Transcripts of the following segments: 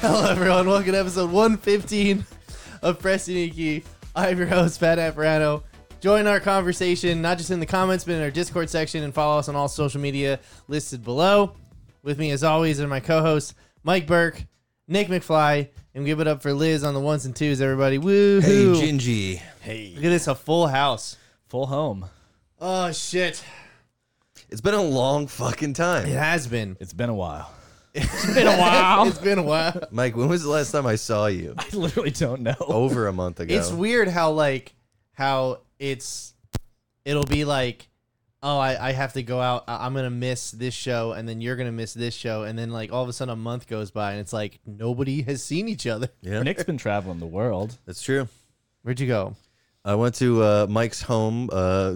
Hello, everyone. Welcome to episode 115 of Press Unique. I'm your host, Pat Apparano. Join our conversation, not just in the comments, but in our Discord section, and follow us on all social media listed below. With me, as always, are my co hosts, Mike Burke, Nick McFly, and give it up for Liz on the ones and twos, everybody. Woo! Hey, Gingy. Look at this, a full house. Full home. Oh, shit. It's been a long fucking time. It has been. It's been a while. been a while. it's been a while. Mike, when was the last time I saw you? I literally don't know. Over a month ago. It's weird how like how it's it'll be like oh I, I have to go out I, I'm gonna miss this show and then you're gonna miss this show and then like all of a sudden a month goes by and it's like nobody has seen each other. yeah, Nick's been traveling the world. that's true. Where'd you go? I went to uh, Mike's home, uh,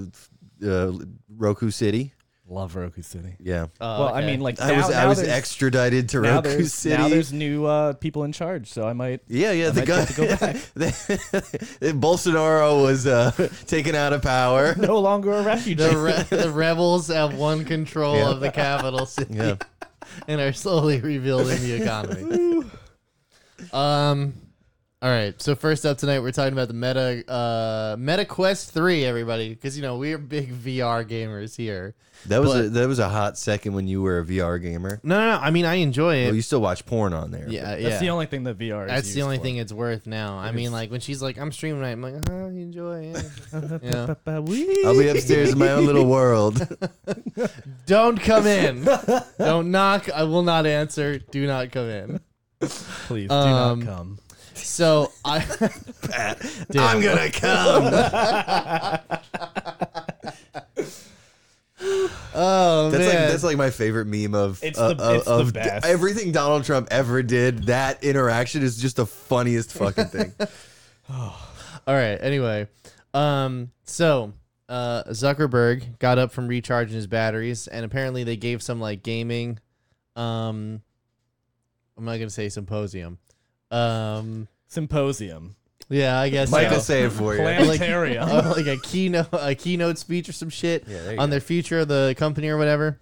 uh, Roku City. Love Roku City. Yeah, Uh, well, I mean, like I was now I was there's- extradited to now Roku there's, City. Now there's new uh, people in charge, so I might. yeah, yeah, the might guy have to go back. the- Bolsonaro was uh, taken out of power. No longer a refugee. the, re- the rebels have won control Yeah. of the capital city Yeah, and are slowly rebuilding the economy. um. All right, so first up tonight, we're talking about the Meta uh, Meta Quest Three, everybody, because you know we're big VR gamers here. that was a, But- that was a hot second when you were a VR gamer. No, no, no. I mean, I enjoy it. Well, Oh, you still watch porn on there. yeah, That's yeah. the only thing that VR. Is That's the used only for. thing it's worth now. I mean, like when she's like, "I'm streaming," tonight," I'm like, "Oh, you enjoy." It. Yeah. I'll be upstairs in my own little world. Don't come in. Don't knock. I will not answer. Do not come in. Please do Um, not come. So I, Dude. I'm gonna come. oh That's man, like that's like my favorite meme of It's uh, the- of, it's the of best. everything Donald Trump ever did. That interaction is just the funniest fucking thing. All right. Anyway, um, so uh, Zuckerberg got up from recharging his batteries, and apparently they gave some like gaming. Um, I'm not gonna say symposium. Um, Symposium. yeah, I guess Mike so. will say it for you. Planetarium. Uh, like a keynote, a keynote speech or some shit Yeah, there you on go. their future of the company or whatever.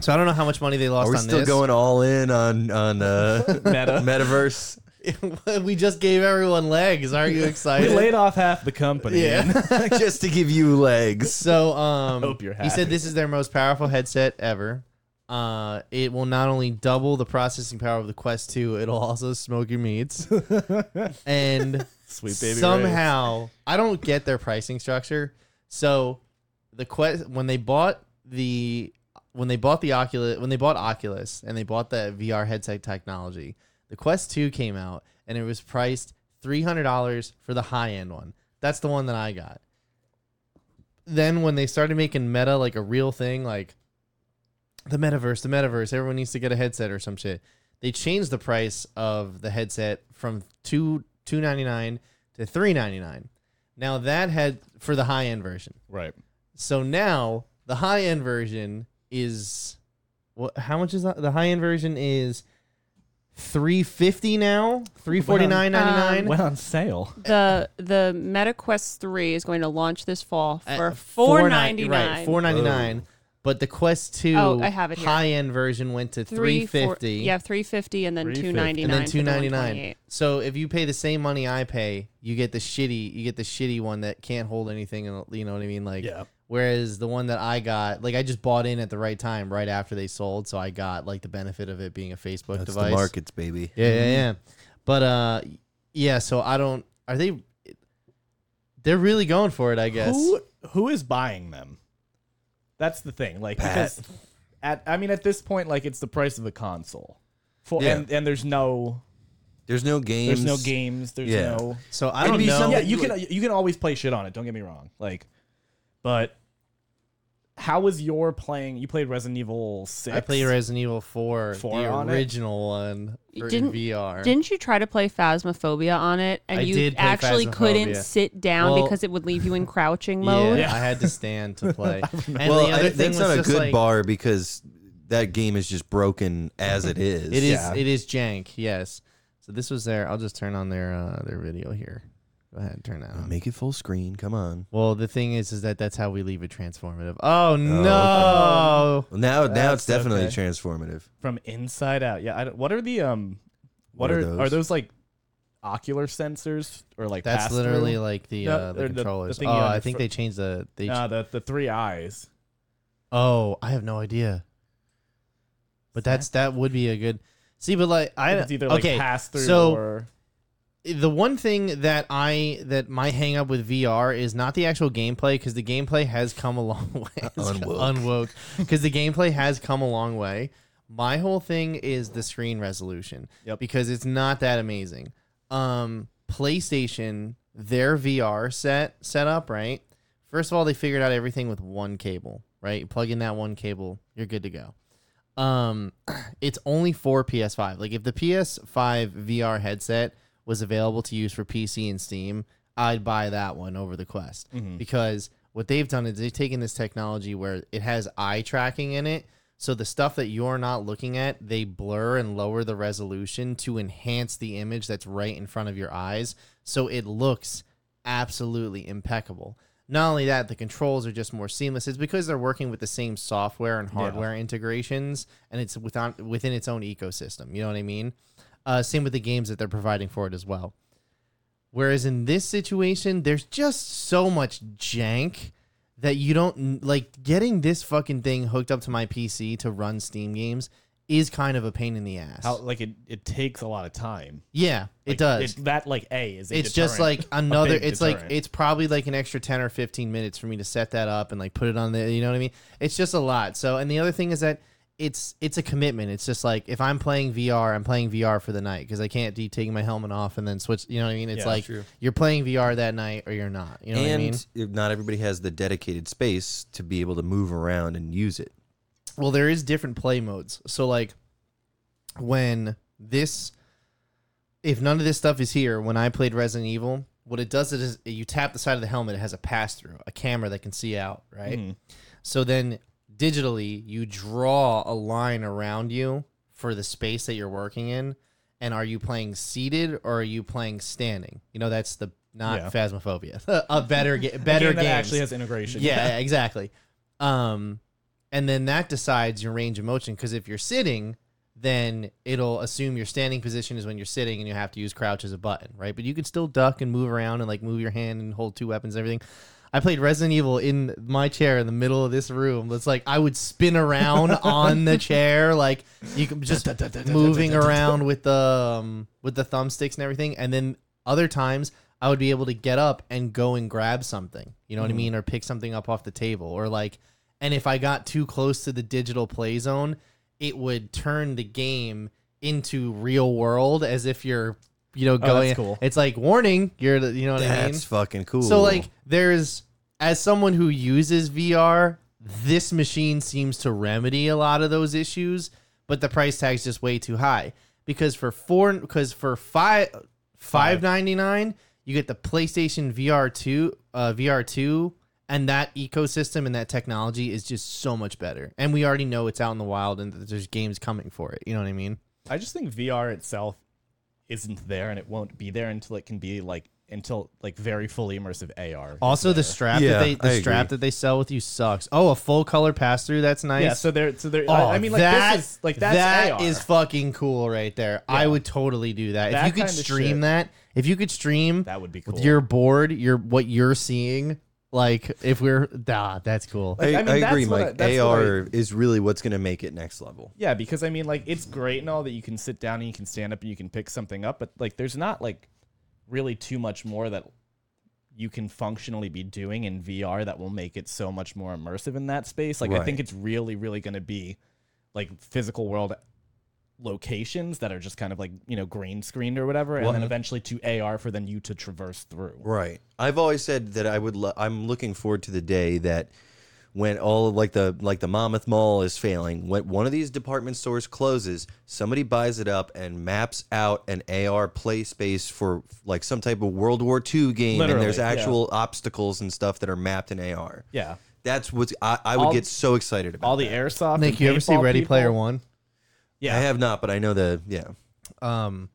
So I don't know how much money they lost Are we on still this. going all in on on uh, Meta. metaverse? we just gave everyone legs. Aren't you we excited? laid off half the company. yeah. just to give you legs. So um, Hope you're he said happy. this is their most powerful headset ever. Uh, it will not only double the processing power of the Quest 2, it'll also smoke your meats. and Sweet baby. somehow I don't get their pricing structure. So the quest when they bought the when they bought the Oculus when they bought Oculus and they bought the VR headset technology, the Quest 2 came out and it was priced $300 for the high-end one. That's the one that I got. Then when they started making Meta like a real thing like the metaverse, the metaverse, everyone needs to get a headset or some shit. They changed the price of the headset from 2 299 to 399 now that had for the high end version Right. so now the high end version is what how much is that? the high end version is 350 now 349.99 Um, Went on sale. the the Meta Quest 3 is going to launch this fall At for four ninety 490 nine. Uh, right 499 but the quest 2 Oh, I have it here. high end version went to 350 yeah, three fifty, and then two 350. ninety and nine. then 299 so if you pay the same money i pay you get the shitty you get the shitty one that can't hold anything and you know what i mean like Yeah. Whereas the one that I got, like I just bought in at the right time, right after they sold, so I got like the benefit of it being a Facebook That's device. the markets, baby. Yeah, yeah, yeah. But uh, yeah. So I don't. Are they? They're really going for it, I guess. Who who is buying them? That's the thing. Like Pat. because at I mean at this point like it's the price of a console. For Yeah. and, and there's no There's no games. there's no games, there's Yeah. no So I It'd don't be know. some- Yeah, you can you can always play shit on it, don't get me wrong. Like but how was your playing you played Resident Evil 6? I played Resident Evil Four, Four the on it? original one, for in Didn't- VR. Didn't you try to play Phasmophobia on it, and I you did play actually couldn't Phasmophobia. sit down Well- because it would leave you in crouching yeah, mode? Yeah. I had to stand to play. and well, the other I, thing was that's not a just good like, bar because that game is just broken as it is. It is Yeah. it is jank, yes. So this was their I'll just turn on their uh, their video here. Go ahead and turn that on. Make it full screen. Come on. Well, the thing is is that that's how we leave it transformative. Oh no. Well, now now it's That's definitely okay. transformative. from inside out. Yeah, I don't- what are the um What What, are are are those? those like ocular sensors or like That's pass-through? literally like the No, uh, the they're the- the controllers. thingy oh, on I your think fr- they changed the they. Nah, the the three eyes. oh, I have no idea. But that's that would be a good. See, but like I it's either like okay, pass through so or the one thing that I that my hang up with VR is not the actual gameplay because the gameplay has come a long way. Unwoke. because the gameplay has come a long way. My whole thing is the screen resolution Yep. because it's not that amazing. Um, PlayStation their VR set set up right. First of all, they figured out everything with one cable. Right, plug in that one cable, you're good to go um it's only for PS5. Like if the PS5 VR headset was available to use for PC and Steam, I'd buy that one over the Quest because what they've done is they've taken this technology where it has eye tracking in it. So the stuff that you're not looking at, they blur and lower the resolution to enhance the image that's right in front of your eyes. So it looks absolutely impeccable. Not only that, the controls are just more seamless. It's because they're working with the same software and hardware integrations, and it's within within its own ecosystem. You know what I mean? Uh, same with the games that they're providing for it as well. Whereas in this situation, there's just so much jank that you don't like getting this fucking thing hooked up to my PC to run Steam games is kind of a pain in the ass. how like it, it takes a lot of time. yeah, it Like, does It, that like A is a it's just deterrent. like another big it's like deterrent. it's probably like an extra 10 or 15 minutes for me to set that up and like put it on there you know what i mean it's just a lot so and the other thing is that it's it's a commitment it's just like if i'm playing vr i'm playing vr for the night because i can't be taking my helmet off and then switch you know what i mean it's Yeah, like true. you're playing vr that night or you're not you know what i and mean if not everybody has the dedicated space to be able to move around and use it. well there is different play modes so like when this if none of this stuff is here when i played resident evil what it does is you tap the side of the helmet it has a pass through a camera that can see out right Mm-hmm. so then digitally you draw a line around you for the space that you're working in and are you playing seated or are you playing standing you know that's the not Yeah. phasmophobia a better ga- better game that games. actually has integration. Yeah, exactly. Um, and then that decides your range of motion because if you're sitting, then it'll assume your standing position is when you're sitting and you have to use crouch as a button, right? But you can still duck and move around and like move your hand and hold two weapons and everything. I played Resident Evil in my chair in the middle of this room. It's like I would spin around on the chair, like you could just moving around with the um, with the thumbsticks and everything. And then other times I would be able to get up and go and grab something, you Mm-hmm. know what I mean, or pick something up off the table, or like, and if I got too close to the digital play zone, it would turn the game into real world as if you're, you know, Oh, that's going. cool. It's like warning. You're, the- you know what I mean. That's fucking cool. So like there's as someone who uses VR, this machine seems to remedy a lot of those issues, but the price tag's just way too high. Because for four because for five five ninety nine, you get the PlayStation VR two uh VR two and that ecosystem and that technology is just so much better. And we already know it's out in the wild and that there's games coming for it. You know what I mean? I just think VR itself isn't there and it won't be there until it can be like until like very fully immersive AR. is Also the there. strap Yeah, that they the I strap agree. that they sell with you sucks. Oh, a full color pass through, that's nice. yeah. So they're so they're. Oh, I, I mean, like that- this is like that's that AR. is fucking cool right there. I would totally do that. That if you could kinda stream shit. that, if you could stream that would be cool. with your board, your what you're seeing, like if we're nah, that's cool. I, I mean, I that's agree, what I- Mike. that's what AR is really what's going to make it next level. Yeah, because I mean, like, it's great and all that you can sit down and you can stand up and you can pick something up, but like, there's not like really too much more that you can functionally be doing in VR that will make it so much more immersive in that space. Like, I think Right. it's really, really going to be like physical world locations that are just kind of like, you know, green screened or whatever, and then eventually to AR for then you to traverse through. Right. I've always said that I would. Lo- I'm looking forward to the day that when all of, like the like the Monmouth Mall is failing, when one of these department stores closes, somebody buys it up and maps out an AR play space for like some type of World War II game, and there's Literally, yeah. actual obstacles and stuff that are mapped in AR. Yeah. That's what I, I would All- get so excited about. All the airsoft. Nick, and you ever see paintball Ready people- Player One? Yeah. I have not, but I know the yeah. Um,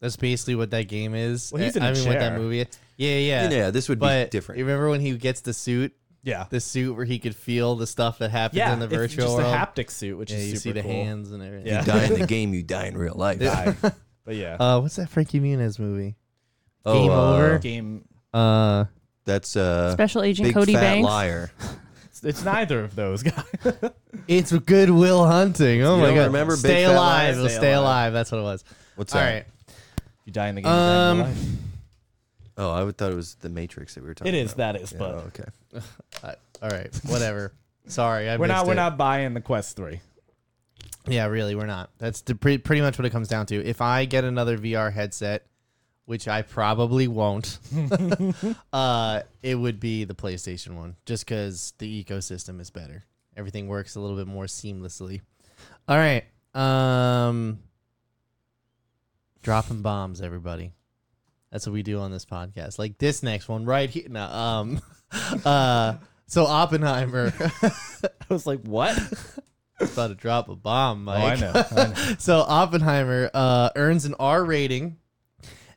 that's basically what that game is. Well, he's I in a I mean, what that chair. movie? Is. Yeah, yeah, Yeah, this would But be different. You remember when he gets the suit, yeah. the suit where he could feel the stuff that happens yeah. in the it's virtual just world? a haptic suit, which yeah, is you super see the cool. hands and everything. Yeah. die in the game, you die in real life. Die. But yeah, Uh, what's that Frankie Muniz movie? Oh, Game uh, over. game. Uh, That's uh, Special Agent big Cody fat Banks. liar. It's, it's neither of those guys. it's good Will Hunting. Oh You my don't god! remember Big stay Fat alive. Lies? It'll Stay Stay, Alive. alive. That's what it was. What's All that? right. you die in the game. you die in real Um, life. Oh, I would, thought it was the Matrix that we were talking. It is about. that is, Yeah, but oh, okay. Uh, all right. Whatever. Sorry, I we're missed not we're it. not buying the Quest Three. Yeah, really, we're not. That's the pre- pretty much what it comes down to. If I get another VR headset, which I probably won't, uh, it would be the PlayStation one, just because the ecosystem is better. Everything works a little bit more seamlessly. All right, um, dropping bombs, everybody. That's what we do on this podcast. Like this next one right here. No, um, uh, so Oppenheimer I was like, what? about to drop a bomb, Oh, Mike. I know. I know. So Oppenheimer uh, earns an R rating,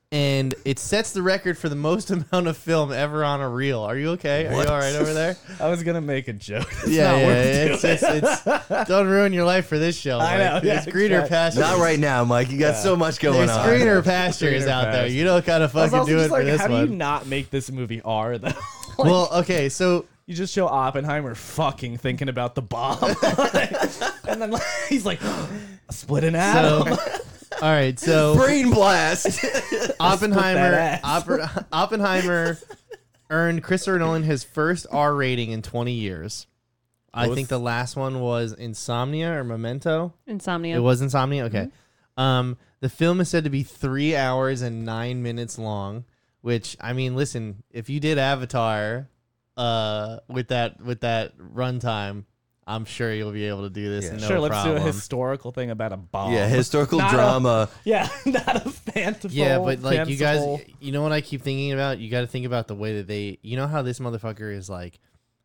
and it sets the record for the most amount of film ever on a reel. Are you okay? Are What? you all right over there? I was gonna make a joke. It's yeah, not yeah. worth doing. It's, it's, it's- don't ruin your life for this show. I know, Mike. yeah, There's greener exactly. pastures. Not right now, Mike. You got so much going There's on. greener pastures Greener out there. pastures. You don't gotta I was fucking also do just it for like, this how do you one. not make this movie R though? Well, okay, so you just show Oppenheimer fucking thinking about the bomb, and then like, he's like, split an so. atom. All right, so Brain blast. Oppenheimer ass. Oppor- Oppenheimer earned Christopher Nolan his first R rating in 20 years. I What was- think the last one was Insomnia or Memento. Insomnia. It was Insomnia. Okay. Mm-hmm. Um, the film is said to be three hours and nine minutes long, which I mean, listen, if you did Avatar, uh, with that with that runtime, I'm sure you'll be able to do this. Yeah. No sure, let's do a problem. historical thing about a bomb. yeah, historical Not a- drama. yeah, not a fanciful. Yeah, but like you guys, fanciful- you know what I keep thinking about? You got to think about the way that they, you know how this motherfucker is like,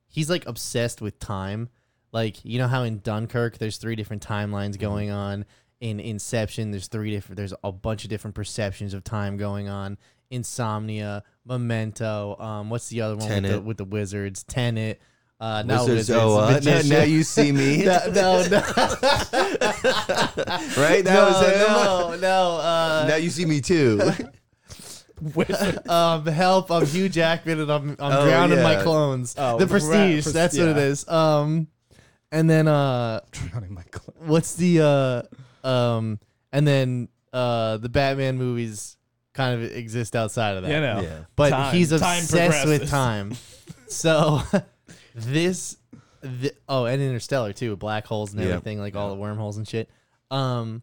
he's like obsessed with time. Like you know how in Dunkirk there's three different timelines going on. In Inception, there's three different. There's a bunch of different perceptions of time going on. Insomnia, Memento. Um, what's the other one with the, Tenet. with the wizards? Tenet. Uh, not Wizards, wizards. oh, uh, now, magician. now you see me, no, no, no, right? That no, was it. no, no, uh, Now you see me too. Wizard- um, help, I'm Hugh Jackman and I'm I'm Oh, drowning my yeah. clones. Oh, the right, prestige, pres- that's what it yeah. is. Um and then uh Drowning my cl- what's the uh um and then uh the Batman movies kind of exist outside of that. You know, Yeah. But Time. he's Time obsessed with progresses. time. So this thi- oh, and Interstellar too, black holes and Yeah. everything, like all the wormholes and shit. Um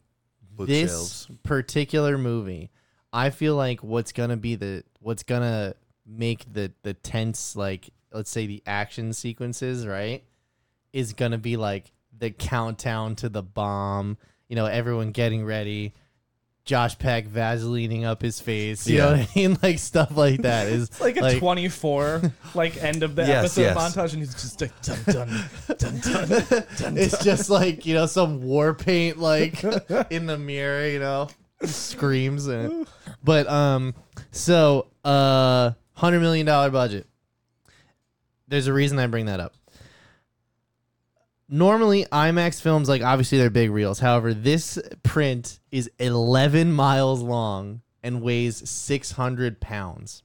Bookshelves. this particular movie, I feel like what's gonna be the what's gonna make the the tense like let's say the action sequences right is gonna be like the countdown to the bomb. You know, everyone getting ready. Josh Peck vaselining up his face. You know Yeah. what I mean? Like stuff like that is It's like a 24, like end of the Yes, episode yes. montage, and he's just like dun dun dun dun. dun, dun. it's just like you know some war paint like in the mirror you know screams and but um so uh 100 million dollar budget there's a reason i bring that up normally imax films like obviously they're big reels however this print is 11 miles long and weighs 600 pounds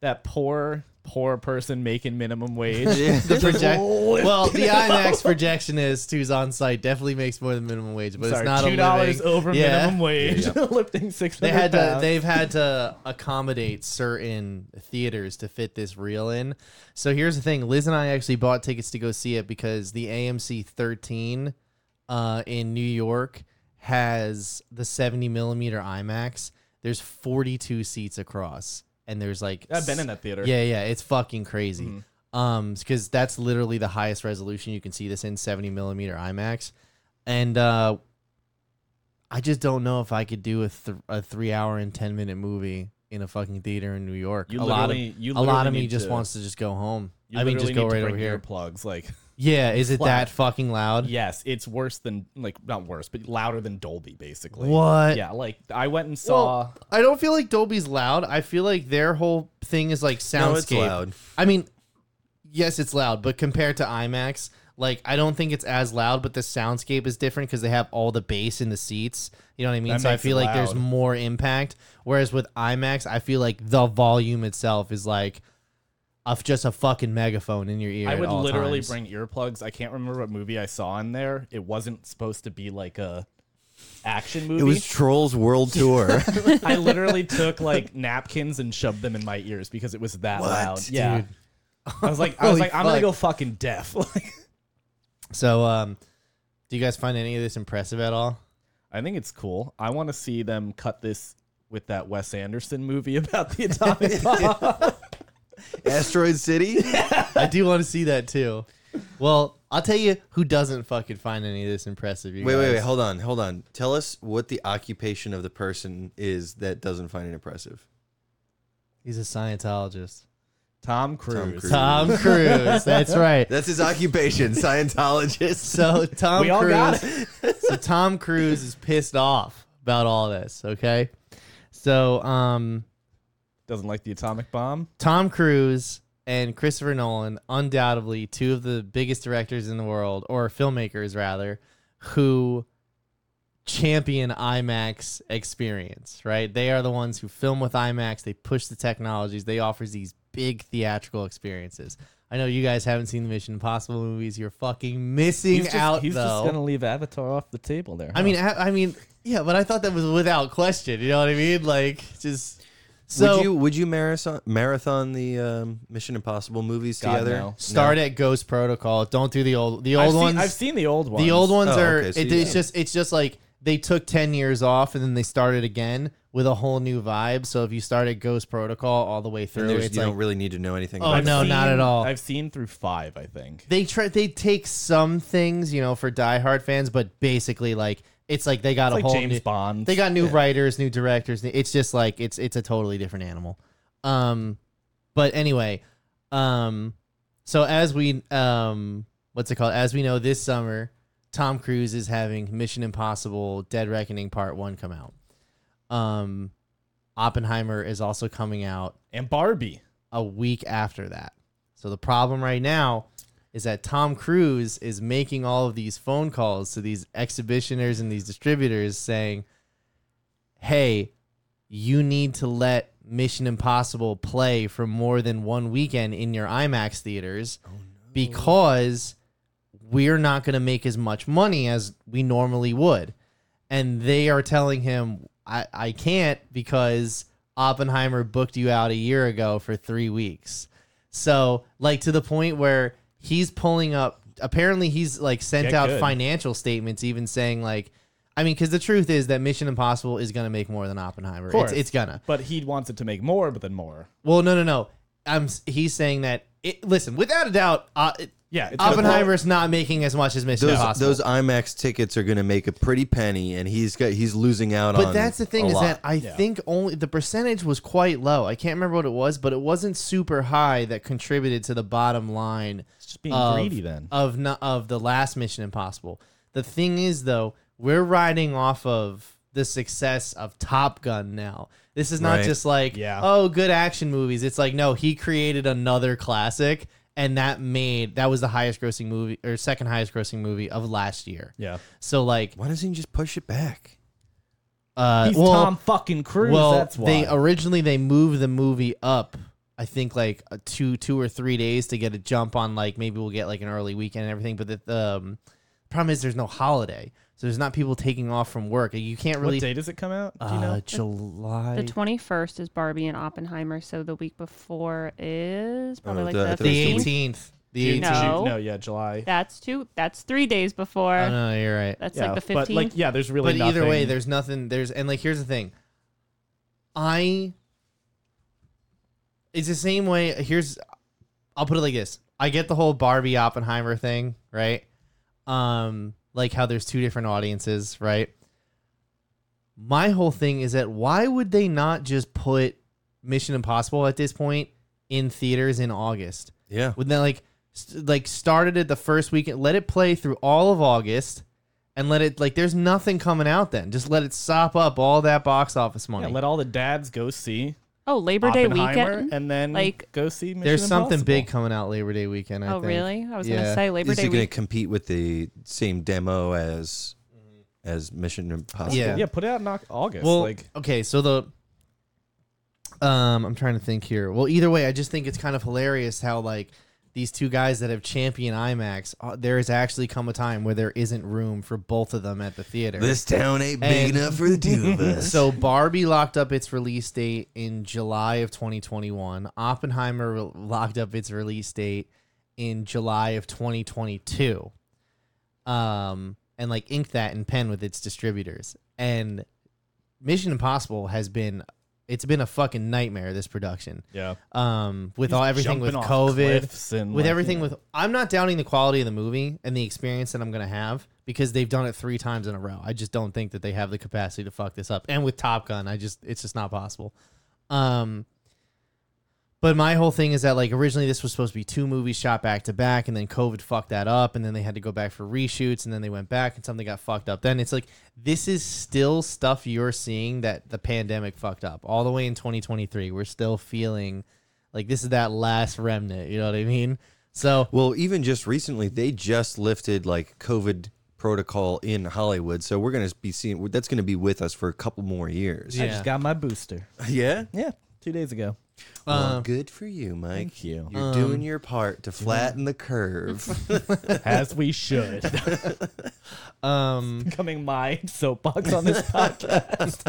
That poor, poor person making minimum wage. the project Holy- well the imax projectionist who's on site definitely makes more than minimum wage but Sorry, it's not two a dollars living. over Yeah. minimum wage, lifting six. they had to they've had to accommodate certain theaters to fit this reel in so here's the thing liz and i actually bought tickets to go see it because the amc 13 uh, in new york has the 70 millimeter imax there's 42 seats across and there's like I've been in that theater. yeah, yeah, it's fucking crazy. Mm-hmm. Um, because that's literally the highest resolution you can see this in 70 millimeter IMAX, and uh, I just don't know if I could do a, th- a three hour and 10 minute movie in a fucking theater in New York. You a lot of literally- you a lot literally of me need just to- wants to just go home. You I mean, literally just go need to right over bring here. Earplugs, like Yeah, is it flat. that fucking loud? yes, it's worse than like not worse, but louder than Dolby, basically. What? Yeah, like I went and saw. Well, I don't feel like Dolby's loud. I feel like their whole thing is like soundscape. No, it's loud. I mean, yes, it's loud, but compared to IMAX, Like I don't think it's as loud, but the soundscape is different because they have all the bass in the seats. You know what I mean? That so I makes it feel like there's loud. more impact. Whereas with IMAX, I feel like the volume itself is like of just a fucking megaphone in your ear. I at would all literally times. bring earplugs. I can't remember what movie I saw in there. It wasn't supposed to be like a action movie. It was Trolls World Tour. I literally took like napkins and shoved them in my ears because it was that What, loud. Yeah. I was like, I was Holy like, I'm gonna fuck. go fucking deaf. Like, So, um, do you guys find any of this impressive at all? I think it's cool. I want to see them cut this with that Wes Anderson movie about the atomic bomb. Asteroid City? I do want to see that too. Well, I'll tell you who doesn't fucking find any of this impressive. You Wait, wait, guys. wait. Hold on. Hold on. Tell us what the occupation of the person is that doesn't find it impressive. He's a Scientologist. Tom Cruise. Cruise. Tom Cruise. That's right. That's his occupation, Scientologist. So Tom We all Cruise. got so Tom Cruise is pissed off about all this. Okay. So um, Doesn't like the atomic bomb. Tom Cruise and Christopher Nolan, undoubtedly two of the biggest directors in the world, or filmmakers rather, who champion IMAX experience, right? They are the ones who film with IMAX, they push the technologies, they offer these big theatrical experiences. I know you guys haven't seen the Mission Impossible movies. You're fucking missing He's just, out he's though. just gonna leave Avatar off the table there. Oh, I mean, I, I mean, yeah, but I thought that was without question. You know what I mean? Like, just so would you would you marathon marathon the um, Mission Impossible movies God, together? no. start at Ghost Protocol. Don't do the old, the I've old seen, ones. I've seen the old ones. the old ones Oh, are. okay, so it- you- it's just, it's just like they took ten years off and then they started again with a whole new vibe. So if you start at Ghost Protocol all the way And through, there's- it's you like don't really need to know anything. Oh, about no, it. not at all. I've seen through five, I think. they try. They take some things, you know, for diehard fans, but basically, like it's like they got It's a like whole James new, Bond. They got new writers, new directors. It's just like it's it's a totally different animal. Um, but anyway, um, so as we um, what's it called? As we know, this summer, Tom Cruise is having Mission Impossible: Dead Reckoning Part One come out. Um, Oppenheimer is also coming out and Barbie. a week after that. So the problem right now is that Tom Cruise is making all of these phone calls to these exhibitioners and these distributors saying, "Hey, you need to let Mission Impossible play for more than one weekend in your IMAX theaters because we're not going to make as much money as we normally would." And they are telling him, "I I can't because Oppenheimer booked you out a year ago for 3 weeks." So, like to the point where he's pulling up apparently he's like sent Get out good. financial statements even saying like I mean, because the truth is that Mission Impossible is going to make more than Oppenheimer. course. It's, it's gonna. But he wants it to make more, but then more. Well, no, no, no. I'm. s- He's saying that. It, listen, without a doubt, uh, it- Yeah, it's gonna- Oppenheimer's not making as much as Mission Those, Impossible. those IMAX tickets are going to make a pretty penny, and he's got he's losing out on. but that's the thing a is lot. that I think only the percentage was quite low. I can't remember what it was, but it wasn't super high that contributed to the bottom line. It's just being of- uh, greedy then. of no, of the last Mission Impossible. The thing is, though, we're riding off of the success of Top Gun now. This is not Right. just like Yeah. oh, good action movies. It's like no, he created another classic, and that made that was the highest grossing movie or second highest grossing movie of last year. yeah. So like, Why doesn't he just push it back? uh, He's well, Tom fucking Cruise. well, that's why. they originally they moved the movie up. I think like a two two or three days to get a jump on like maybe we'll get like an early weekend and everything. But the, the um, problem is there's no holiday, so there's not people taking off from work. You can't what really. day does it come out? Do you Uh, know? July. The 21st is Barbie and Oppenheimer, so the week before is probably Oh, like the- the, the the 15th. 18th. The June- 18th. No. June- no, yeah, July. That's two. That's three days before. Oh, no, you're right. That's yeah. like the 15th. But like, yeah, there's really but nothing. either way, there's nothing. There's and like here's the thing. I. It's the same way. Here's, I'll put it like this. I get the whole Barbie Oppenheimer thing, right? Um, like how there's two different audiences, right? My whole thing is that why would they not just put Mission Impossible at this point in theaters in August? Yeah, Would then like st- like started it the first weekend, let it play through all of August, and let it like there's nothing coming out then. Just let it sop up all that box office money. Yeah, let all the dads go see Oh, Labor Day Oppenheimer, weekend. and then Like- go see. Mission There's something Impossible. big coming out Labor Day weekend. I oh, think. really? I was Yeah. gonna say Labor Is Day it going to weekend. compete with the same demo as as Mission Impossible? Yeah. Yeah, put it out in Au- August. Well, like okay, so the um, I'm trying to think here. Well, either way, I just think it's kind of hilarious how like these two guys that have championed IMAX, uh, there has actually come a time where there isn't room for both of them at the theater. This town ain't big And- enough for the two of us. so Barbie locked up its release date in July of 2021. Oppenheimer re- locked up its release date in July of 2022. Um, and like inked that in pen with its distributors. And Mission Impossible has been it's been a fucking nightmare this production. yeah, Um, with all everything with COVID, with everything with I'm not doubting the quality of the movie and the experience that I'm gonna have because they've done it three times in a row. I just don't think that they have the capacity to fuck this up. And with Top Gun, I just it's just not possible. Um but my whole thing is that like originally this was supposed to be two movies shot back to back and then COVID fucked that up and then they had to go back for reshoots and then they went back and something got fucked up. Then it's like this is still stuff you're seeing that the pandemic fucked up all the way in 2023. We're still feeling like this is that last remnant, you know what I mean? So Well, even just recently, they just lifted like COVID protocol in Hollywood, so we're gonna be seeing that's gonna be with us for a couple more years. Yeah. I just got my booster. Yeah. Yeah, two days ago. Well, Uh, good for you, Mike. Thank you. You're Um, doing your part to flatten the curve. As we should. um Coming my soapbox on this podcast.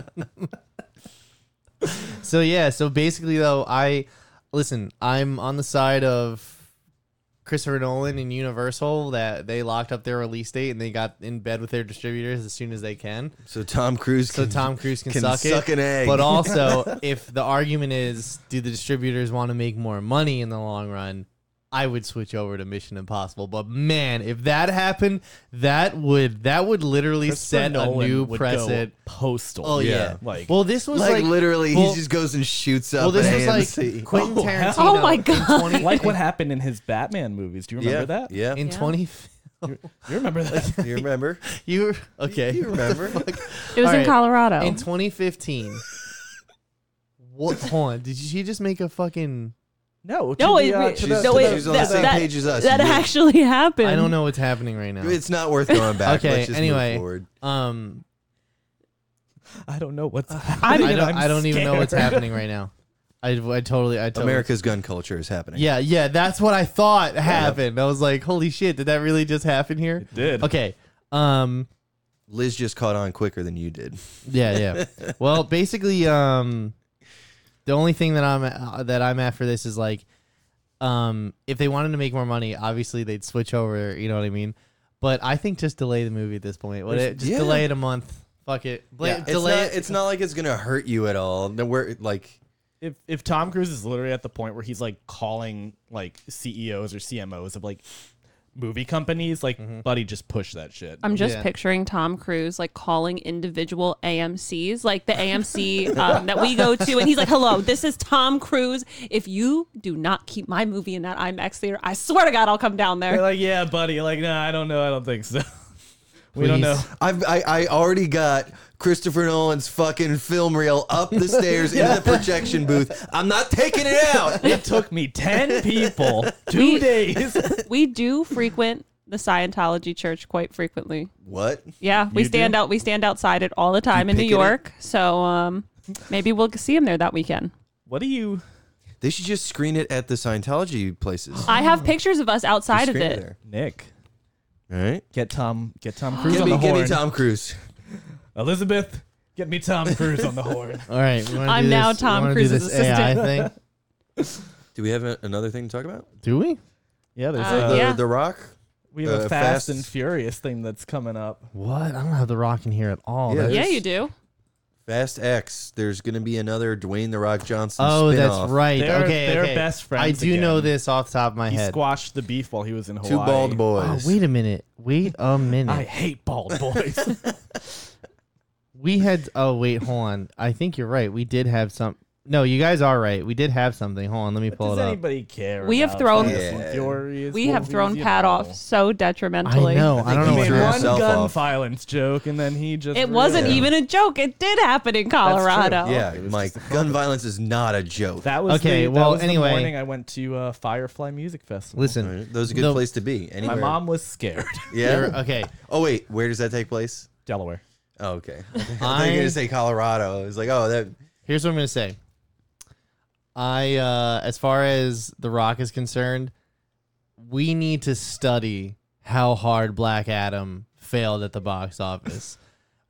so yeah, so basically though, I listen, I'm on the side of Christopher Nolan and Universal that they locked up their release date and they got in bed with their distributors as soon as they can. so Tom Cruise. So can- Tom Cruise can, can suck, suck it. an egg. But also, if the argument is, do the distributors want to make more money in the long run? I would switch over to Mission Impossible. But man, if that happened, that would that would literally set a new precedent. Postal. Oh yeah. Like well, this was like, like, literally, well- he just goes and shoots up. well, this an was like AMC. Quentin Oh, Tarantino. hell. Oh my in God. 20 like what happened in his Batman movies. Do you remember yeah, that? Yeah. in Yeah. twenty. You remember that? you remember? You okay? You remember? It was All in right. Colorado. in 2015. what? Hold on. Did she just make a fucking? no. to no, the, it, uh, re- to the- no, to it, the- She's on the that, same that- page as us. that You- actually happened. I don't know what's happening right now. It's not worth going back. Okay, Let's just anyway. Move forward. Um, I don't know what's. I happening. don't, I'm I don't even know what's scared. happening right now. I, I totally, I totally. America's gun culture is happening. Yeah, yeah, that's what I thought happened. I was like, holy shit, did that really just happen here? It did. Okay. Um, Liz just caught on quicker than you did. yeah, yeah. well, basically, um, the only thing that I'm uh, that I'm at for this is like, um, if they wanted to make more money, obviously they'd switch over. You know what I mean? But I think just delay the movie at this point. Would it just Yeah. delay it a month? Fuck it. Bla- it's delay not, it. It's not like it's gonna hurt you at all. No, we're like, if if Tom Cruise is literally at the point where he's like calling like CEOs or CMOs of like movie companies, like buddy, just push that shit. I'm just Yeah. picturing Tom Cruise like calling individual AMC's, like the AMC um, that we go to, and he's like, "Hello, this is Tom Cruise. If you do not keep my movie in that IMAX theater, I swear to God, I'll come down They're there." like, yeah, buddy. Like, no, I don't know. I don't think so. we don't Please. know. I've, I I already got Christopher Nolan's fucking film reel up the stairs into the projection booth. I'm not taking it out. It took me ten people, two We- days. We do frequent the Scientology church quite frequently. What? Yeah, we You stand do? out. We stand outside it all the time in New picket York. So um, maybe we'll see him there that weekend. What do you? They should just screen it at the Scientology places. I have pictures of us outside of Screen it. Nick, All right. get Tom, get Tom Cruise Give on me, the give horn. me Tom Cruise. Elizabeth, get me Tom Cruise on the horn. All right, we wanna I'm do now this- we Tom wanna do Cruise's this AI thing. Do we have a, another thing to talk about? Do we? Yeah, there's Uh, a, The, yeah. the Rock. we have uh, a Fast Fast- and Furious thing that's coming up. What? I don't have the rock in here at all. Yeah, That- Yeah, There's- you do. Fast X. There's gonna be another Dwayne the Rock Johnson. oh, spinoff. that's right. They're- okay, they're okay. best I friends do know again. this off the top of my He head. squashed the beef while he was in Hawaii. Two bald Oh, boys. wait a minute. Wait a minute. I hate bald boys. We had. Oh wait, hold on. I think you're right. We did have some. No, you guys are right. We did have something. Hold on, let me But pull does it up. anybody care? We have about thrown- Fast and Yeah. Furious We have movies? thrown You Pat know. off so I detrimentally. know. I, don't know what he made He you're made threw one himself gun off. violence joke, and then he just It wasn't realized- even a joke. It did happen in Colorado. yeah, it was Mike, gun violence is not a joke. That was Okay, The, well, that was anyway. the morning I went to uh, Firefly Music Festival. Listen, That was a good No. place to be. Anywhere. my mom was scared. there- Yeah. okay. Oh wait, where does that take place? Delaware. Oh, okay. I thought you were I- gonna say Colorado. It's like, oh, that. Here's what I'm gonna say. I, uh, as far as The Rock is concerned, we need to study how hard Black Adam failed at the box office.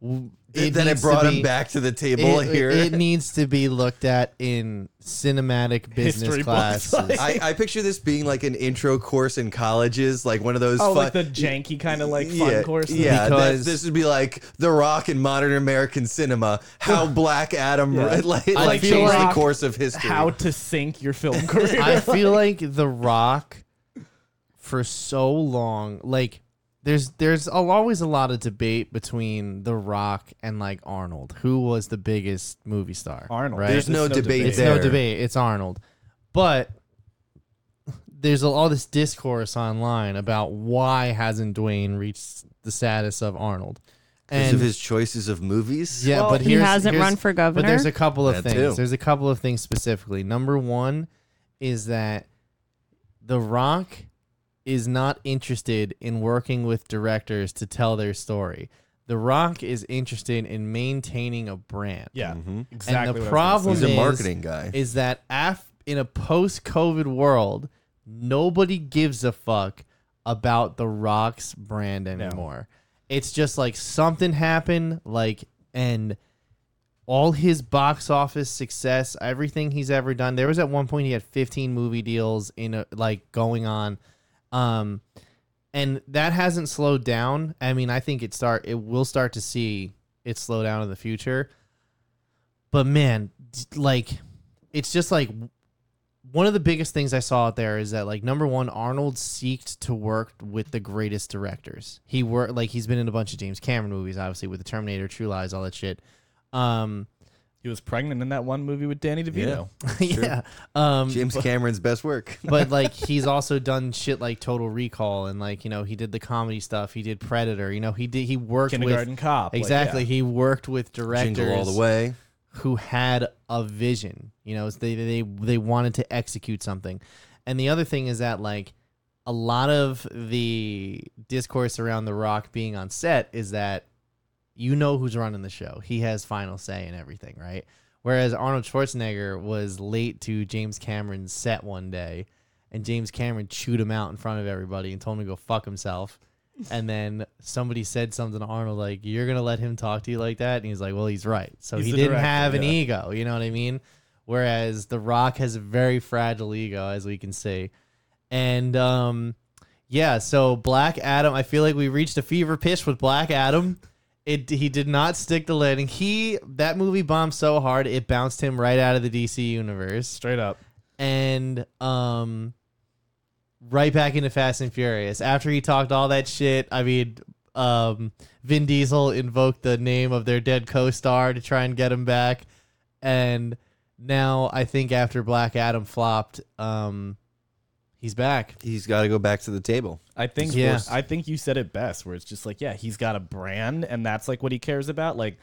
W- then it needs to brought him be- back to the table It, here. it needs to be looked at in cinematic business History books, classes. like- I, I picture this being like an intro course in colleges, like one of those. Oh, fun, like the janky kind of like fun yeah, courses. Yeah, Because- this, this would be like The Rock in modern American cinema. How Black Adam Yeah. like, I like feel changed like the course of history. How to sink your film career. I feel like The Rock for so long, like there's there's al- always a lot of debate between The Rock and like Arnold, who was the biggest movie star. Arnold. right? There's no, There's no debate debate. it's there. no debate. It's Arnold, but there's a- all this discourse online about why hasn't Dwayne reached the status of Arnold, Because of his choices of movies. Yeah, Well, but he here's, hasn't here's- run for But there's governor. a couple of That things. too. There's a couple of things specifically. Number one is that The Rock is not interested in working with directors to tell their story. The Rock is interested in maintaining a brand. Yeah, Mhm. exactly. and the what I was gonna problem He's is a marketing guy. is that af- in a post-COVID world, nobody gives a fuck about The Rock's brand anymore. It's just like something happened, like, and all his box office success, everything he's ever done. There was at one point he had 15 movie deals in a, like going on, um, and that hasn't slowed down. I mean, I think it start it will start to see it slow down in the future. But man, d- like it's just like w- one of the biggest things I saw out there is that like number one, Arnold seeked to work with the greatest directors. He worked like he's been in a bunch of James Cameron movies, obviously with the Terminator, True Lies, all that shit. Um, He was pregnant in that one movie with Danny DeVito. yeah. Um, James Cameron's best work. but like he's also done shit like Total Recall and like you know he did the comedy stuff. He did Predator. You know he did he worked Kindergarten with Cop. like, exactly. yeah. He worked with directors Jingle all the way. who had a vision. You know, it's- they they they wanted to execute something. And the other thing is that like a lot of the discourse around The Rock being on set is that you know who's running the show. He has final say in everything, right? Whereas Arnold Schwarzenegger was late to James Cameron's set one day, and James Cameron chewed him out in front of everybody and told him to go fuck himself. And then somebody said something to Arnold like, "You're gonna let him talk to you like that?" And he's like, "Well, he's right." So He's he the didn't director, have an yeah. ego. You know what I mean? Whereas The Rock has a very fragile ego, as we can see. And um, yeah, so Black Adam, I feel like we reached a fever pitch with Black Adam. It he did not stick the landing. He that movie bombed so hard it bounced him right out of the DC universe Straight up. and um right back into Fast and Furious. After he talked all that shit, I mean um Vin Diesel invoked the name of their dead co-star to try and get him back and now I think after Black Adam flopped um he's back. He's got to go back to the table. I think Yeah. I think you said it best where it's just like, yeah, he's got a brand and that's like what he cares about. Like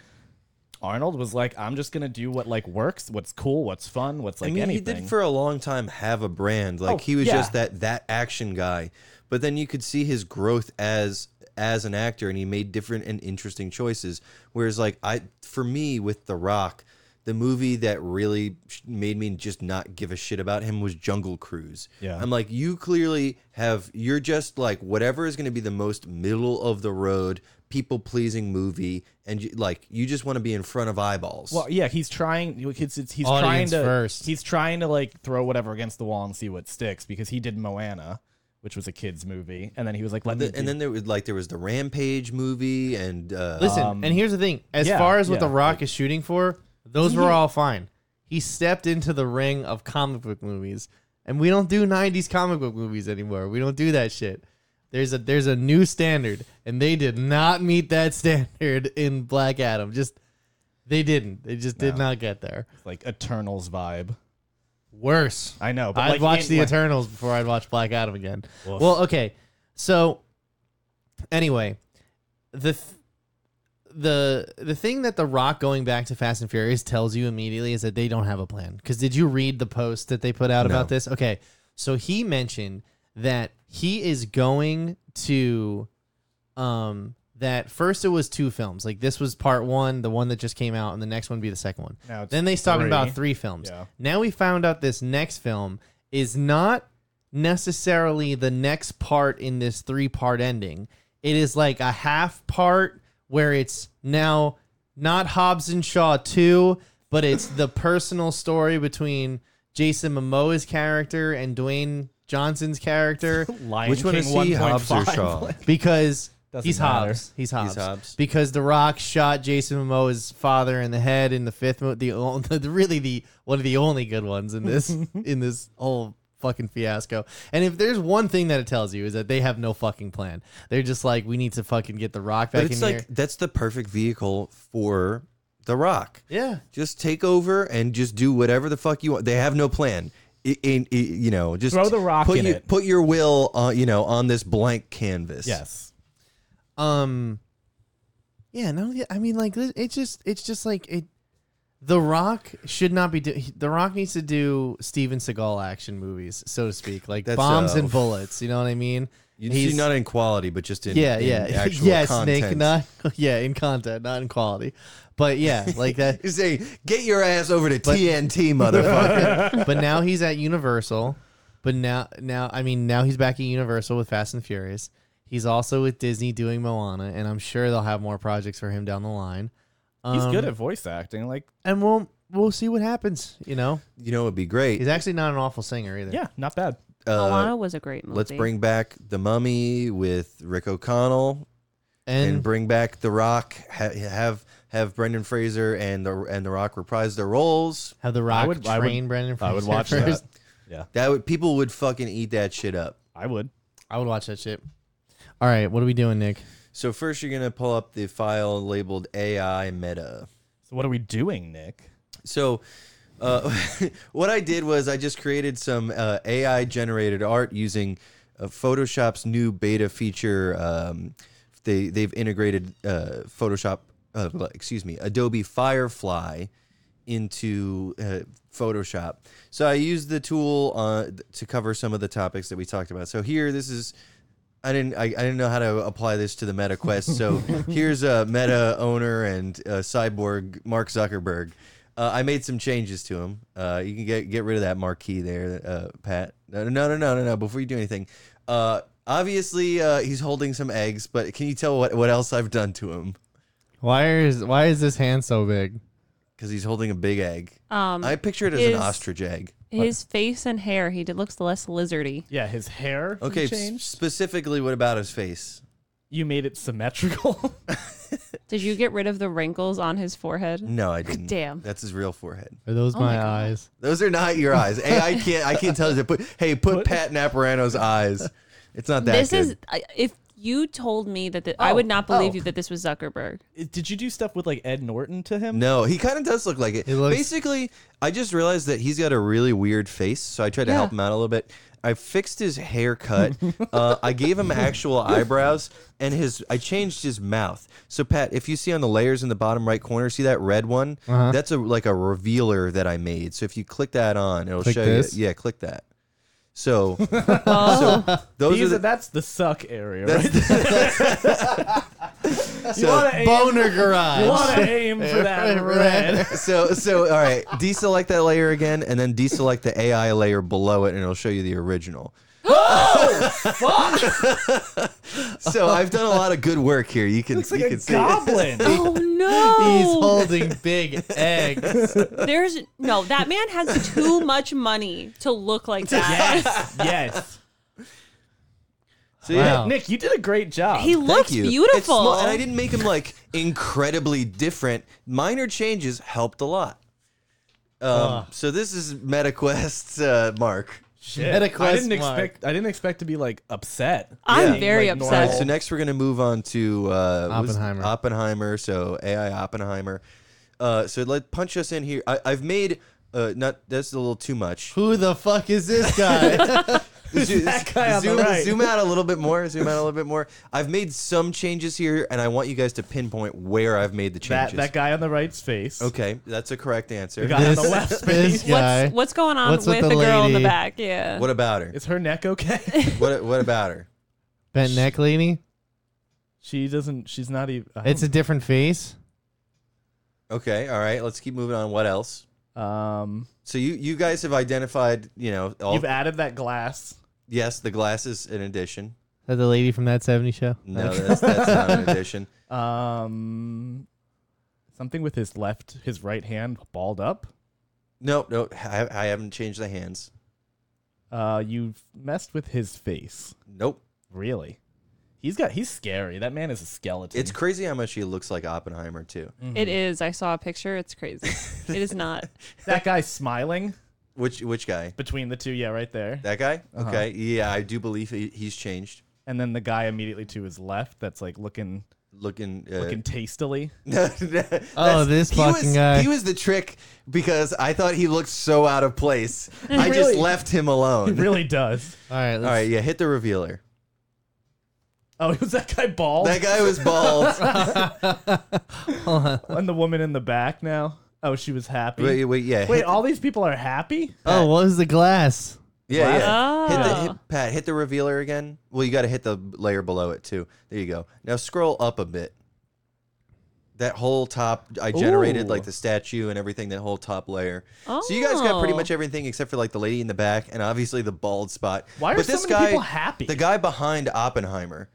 Arnold was like, I'm just gonna do what like works, what's cool, what's fun, what's like I mean, anything. he did for a long time have a brand. Like Oh, he was yeah. just that that action guy. But then you could see his growth as as an actor, and he made different and interesting choices. Whereas, like I, for me, with The Rock, the movie that really sh- made me just not give a shit about him was Jungle Cruise. Yeah. I'm like, you clearly have. You're just like whatever is going to be the most middle of the road, people pleasing movie, and you, like you just want to be in front of eyeballs. well, yeah, he's trying. He's, he's, he's trying Audience to. first. He's trying to like throw whatever against the wall and see what sticks because he did Moana, which was a kids movie, and then he was like, let me. The- and do- then there was like there was the Rampage movie and uh, Listen, and here's the thing: as Um, yeah, far as what yeah. The Rock is shooting for, those were all fine. He stepped into the ring of comic book movies, and we don't do '90s comic book movies anymore. We don't do that shit. There's a there's a new standard, and they did not meet that standard in Black Adam. Just They didn't. They just did not get there. like Eternals vibe. Worse. I know, but I'd like, watch in- the like- Eternals before I'd watch Black Adam again. Woof. Well, okay. So anyway, the th- the the thing that the Rock going back to Fast and Furious tells you immediately is that they don't have a plan. Because did you read the post that they put out about this? Okay, so he mentioned that he is going to um that first it was two films like this was part one the one that just came out and the next one would be the second one Now it's then they stopped three. about three films Yeah. now we found out this next film is not necessarily the next part in this three part ending it is like a half part where it's now not hobbs and shaw 2 but it's the personal story between jason momoa's character and dwayne johnson's character Lion Which one King is he, 1.5. Hobbs or Shaw? because Doesn't he's matter. Hobbs. He's Hobbs. Hobbs. Because The Rock shot Jason Momoa's father in the head in the fifth movie. The, on- the really the one of the only good ones in this in this whole fucking fiasco. And if there's one thing that it tells you is that they have no fucking plan. They're just like, we need to fucking get The Rock back But it's in like that's the perfect vehicle for The Rock. here. Yeah. Just take over and just do whatever the fuck you want. They have no plan. I- in- i- you know, just Throw The Rock put in you- it. Put your will, on, you know, on this blank canvas. Yes. Um. Yeah. No. yeah, I mean, like, li- it's just, it's just like it. The Rock should not be. Do, he- the Rock needs to do Steven Seagal action movies, so to speak, like That's, bombs uh, and bullets. You know what I mean? You see, not in quality, but just in yeah, in yeah, actual yes, content. Nick. Not yeah, in content, not in quality, but yeah, like that. You say, get your ass over to TNT, motherfucker. but now he's at Universal. But now, now I mean, now he's back at Universal with Fast and Furious. He's also with Disney doing Moana, and I'm sure they'll have more projects for him down the line. He's good Um, at voice acting. Like, and we'll we'll see what happens. You know, you know, it'd be great. he's actually not an awful singer either. yeah, not bad. Uh, Moana was a great movie. let's bring back the Mummy with Rick O'Connell, and, and, bring back The Rock. Ha- have have Brendan Fraser and the and The Rock reprise their roles. have the Rock I would- I would- train Brandon. I would Fraser watch first. that. Yeah, That would people would fucking eat that shit up. I would. I would watch that shit. All right, what are we doing, Nick? So first, you're gonna pull up the file labeled AI Meta. So what are we doing, Nick? So, uh, what I did was I just created some uh, AI generated art using uh, Photoshop's new beta feature. Um, they they've integrated uh, Photoshop, uh, excuse me, Adobe Firefly into uh, Photoshop. So I used the tool uh, th- to cover some of the topics that we talked about. So here, this is. I didn't. I, I didn't know how to apply this to the Meta Quest. So here's a Meta owner and uh, cyborg Mark Zuckerberg. Uh, I made some changes to him. Uh, you can get get rid of that marquee there, uh, Pat. No, no, no, no, no, no. Before you do anything, uh, obviously uh, he's holding some eggs. But can you tell what what else I've done to him? Why is why is this hand so big? Because he's holding a big egg. Um, I picture it as his- an ostrich egg. his face and hair. He did, looks less lizardy. Yeah, his hair. you Okay, s- changed. specifically, what about his face? You made it symmetrical. Did you get rid of the wrinkles on his forehead? No, I didn't. Damn. that's his real forehead. Are those Oh my, my God. eyes? Those are not your eyes. Hey, I can't. I can't tell you. Put hey, put Pat Naparano's eyes. It's not that. This good. is I- if you told me that the, I Oh, would not believe oh. you that this was Zuckerberg. Did you do stuff with like Ed Norton to him? no. He kind of does look like it. He looks- Basically, I just realized that he's got a really weird face, so I tried to Yeah. help him out a little bit. I fixed his haircut. uh, I gave him actual eyebrows, and his. I changed his mouth. So Pat, if you see on the layers in the bottom right corner, see that red one? Uh-huh. That's a like a revealer that I made. So if you click that on, it'll Click show this? you. Yeah, click that. So, Oh, so those These are are, the, that's the suck area. Right? you so- want to aim, Boner garage. you wanna aim for that red. so so all right deselect that layer again and then deselect the ai layer below it and it'll show you the original so i've done a lot of good work here you can Looks like you a can see goblin. oh no! He's holding big eggs. There's no that man has too much money to look like that. yes, yes. so, yeah. Wow. Nick, you did a great job. He Thank looks you. It's beautiful. small, and I didn't make him like incredibly different. Minor changes helped a lot. Um, So this is MetaQuest's uh, mark. Shit. At a quest I didn't mark. expect. I didn't expect to be like upset. I'm Yeah. very Like normal. All right, upset. so next we're going to move on to uh, what was- Oppenheimer. Oppenheimer. So AI Oppenheimer. Uh, so let punch us in here. I, I've made uh, not that's a little too much. Who the fuck is this guy? Zo- that guy on the zoom, right? zoom out a little bit more. Zoom out a little bit more. I've made some changes here, and I want you guys to pinpoint where I've made the That changes. that guy on the right's face. Okay, that's a correct answer. The guy on This- the left's this face. guy. What's what's going on What's with with, the, the girl in the lady? back? Yeah. What about her? Is her neck okay? What what about her? Bent neck lady. she doesn't. She's not even. It's a different face. Okay, all right. Let's keep moving on. What else? um. So you you guys have identified, you know, all You've added that glass. yes, the glasses in addition. Is that the lady from that 70 show? No, that's, that's not an addition. Um. Something with his left, his right hand balled up. No, no, I, I haven't changed the hands. Uh, you've messed with his face. Nope. Really? He's got. He's scary. That man is a skeleton. It's crazy how much he looks like Oppenheimer too. Mm. It is. I saw a picture. It's crazy. it is not. that guy smiling Which which guy? between the two. Yeah, right there. That guy? Uh-huh. Okay. Yeah, I do believe he, he's changed. And then the guy immediately to his left. That's like looking, Looking. Uh, looking tastily. No, no, Oh, that's- this he fucking was, guy. He was the trick because I thought he looked so out of place. I just Really? left him He alone. really does. All right. Let's, All right, yeah, hit the revealer. Oh, was that guy bald? That guy was bald. and the woman in the back now. Oh, she was happy. wait, wait, yeah. Wait, hit- all these people are happy? Oh, what was the glass? yeah, yeah. Hit the, Oh. hit, Pat, hit the revealer again. Well, you got to hit the layer below it too. There you go. Now scroll up a bit. That whole top, I generated Ooh. like the statue and everything. That whole top layer. So you guys got pretty Oh. much everything except for like the lady in the back and obviously the bald spot. Why are but so this many guy, people happy? The guy behind Oppenheimer.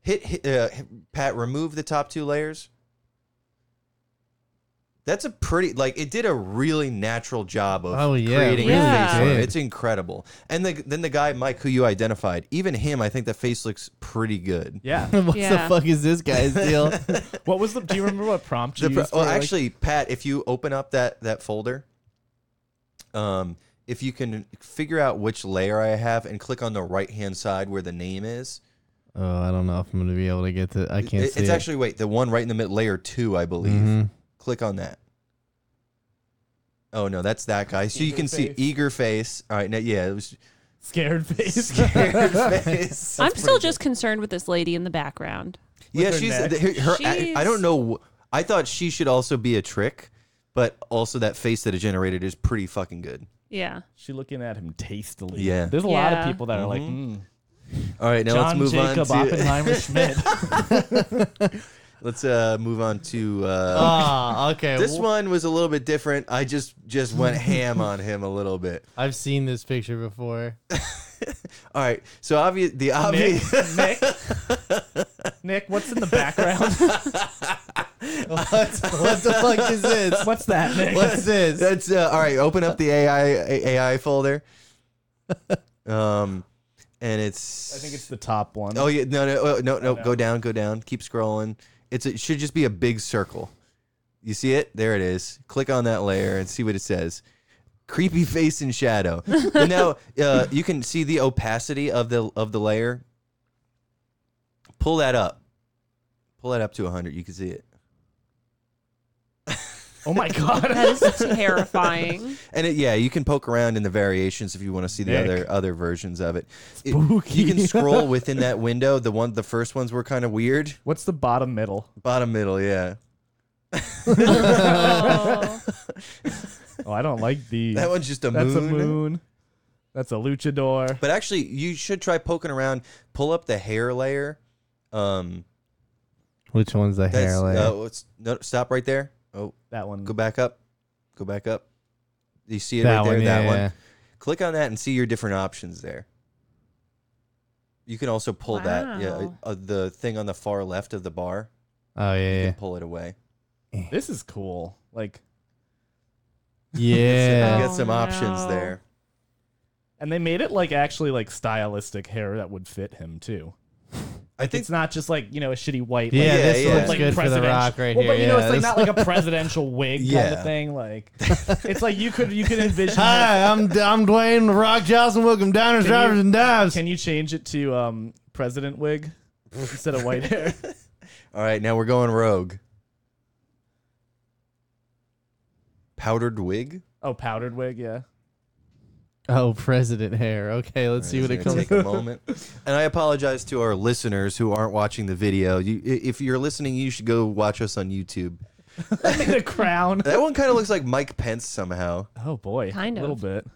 Hit, hit, uh, hit Pat. Remove the top two layers. That's a pretty like it did a really natural job of Oh, yeah, it creating really a face for him. did. It's incredible. And the, then the guy Mike who you identified, even him, I think the face looks pretty good. Yeah. What Yeah. the fuck is this guy's deal? what was the do you remember what prompt you The pro- used well, for, like- actually, Pat, if you open up that that folder, um, if you can figure out which layer I have and click on the right hand side where the name is, oh, I don't know if I'm gonna be able to get to. I can't it- see. it's it. actually wait the one right in the mid layer two, I believe. Mhm. Click on that. Oh no, that's that guy. So you Eager can see face. eager face. All right, now yeah, it was scared face. scared face. I'm still just concerned with this lady in the background. yeah, her she's neck. the- her. her I, I don't She's- know. wh- I thought she should also be a trick, but also that face that it generated is pretty fucking good. Yeah. she looking at him tastily. Yeah. There's a lot of Yeah. people that are like, mm, All right, now John let's move Jacob on to Oppenheimer Schmidt. let's uh, move on to Oh, uh, Ah, okay. this Wh- one was a little bit different. I just just went ham on him a little bit. I've seen this picture before. All right, so obvious the Nick, obvious Nick, Nick, what's in the background? what the fuck is this? what's that, Nick? What's this? that's uh, all right. Open up the AI A- AI folder, um, and it's I think it's the top one. oh yeah no no oh, no no go down go down keep scrolling. It's it should just be a big circle. You see it? There it is. Click on that layer and see what it says. creepy face and shadow. but now uh, you can see the opacity of the of the layer. Pull that up. Pull that up to 100. You can see it. Oh my god. That is terrifying. And it, yeah, you can poke around in the variations if you want to see the Nick. other other versions of it. It- You can scroll within that window. The one the first ones were kind of weird. What's the bottom middle? Bottom middle, yeah. Oh. Oh, I don't like these. That one's just a That's moon. a moon. That's a luchador. But actually, you should try poking around. Pull up the hair layer. Um, Which one's the that's, hair layer? uh, what's- no, stop right there. Oh, That one. Go back up. Go back up. You see it that right there, one. that yeah, one. yeah. Click on that and see your different options there. You can also pull that yeah, Wow. uh, the thing on the far left of the bar. Oh yeah. You Yeah. can pull it away. This is cool. Like, You yeah. got some Oh, options no. there. and they made it like actually like stylistic hair that would fit him too. I think It's not just like you know a shitty white. Yeah, like, Yeah, this yeah. looks like good for the presidential- rock right well, here. but you know, yeah, it's like this- not like a presidential wig kind Yeah. of thing. Like, it's like you could you could envision. this- Hi, I'm I'm Dwayne The Rock Johnson. Welcome downers, Can you- drivers, and dives. Can you change it to um president wig instead of white hair? All right, now we're going rogue. powdered wig. Oh, powdered wig, yeah. Oh, president hair. Okay, let's see what it It's gonna comes. Take a moment. And I apologize to our listeners who aren't watching the video. You, i- if you're listening, you should go watch us on YouTube. the crown. That one kind of looks like Mike Pence somehow. Oh boy, Kind a little of. bit.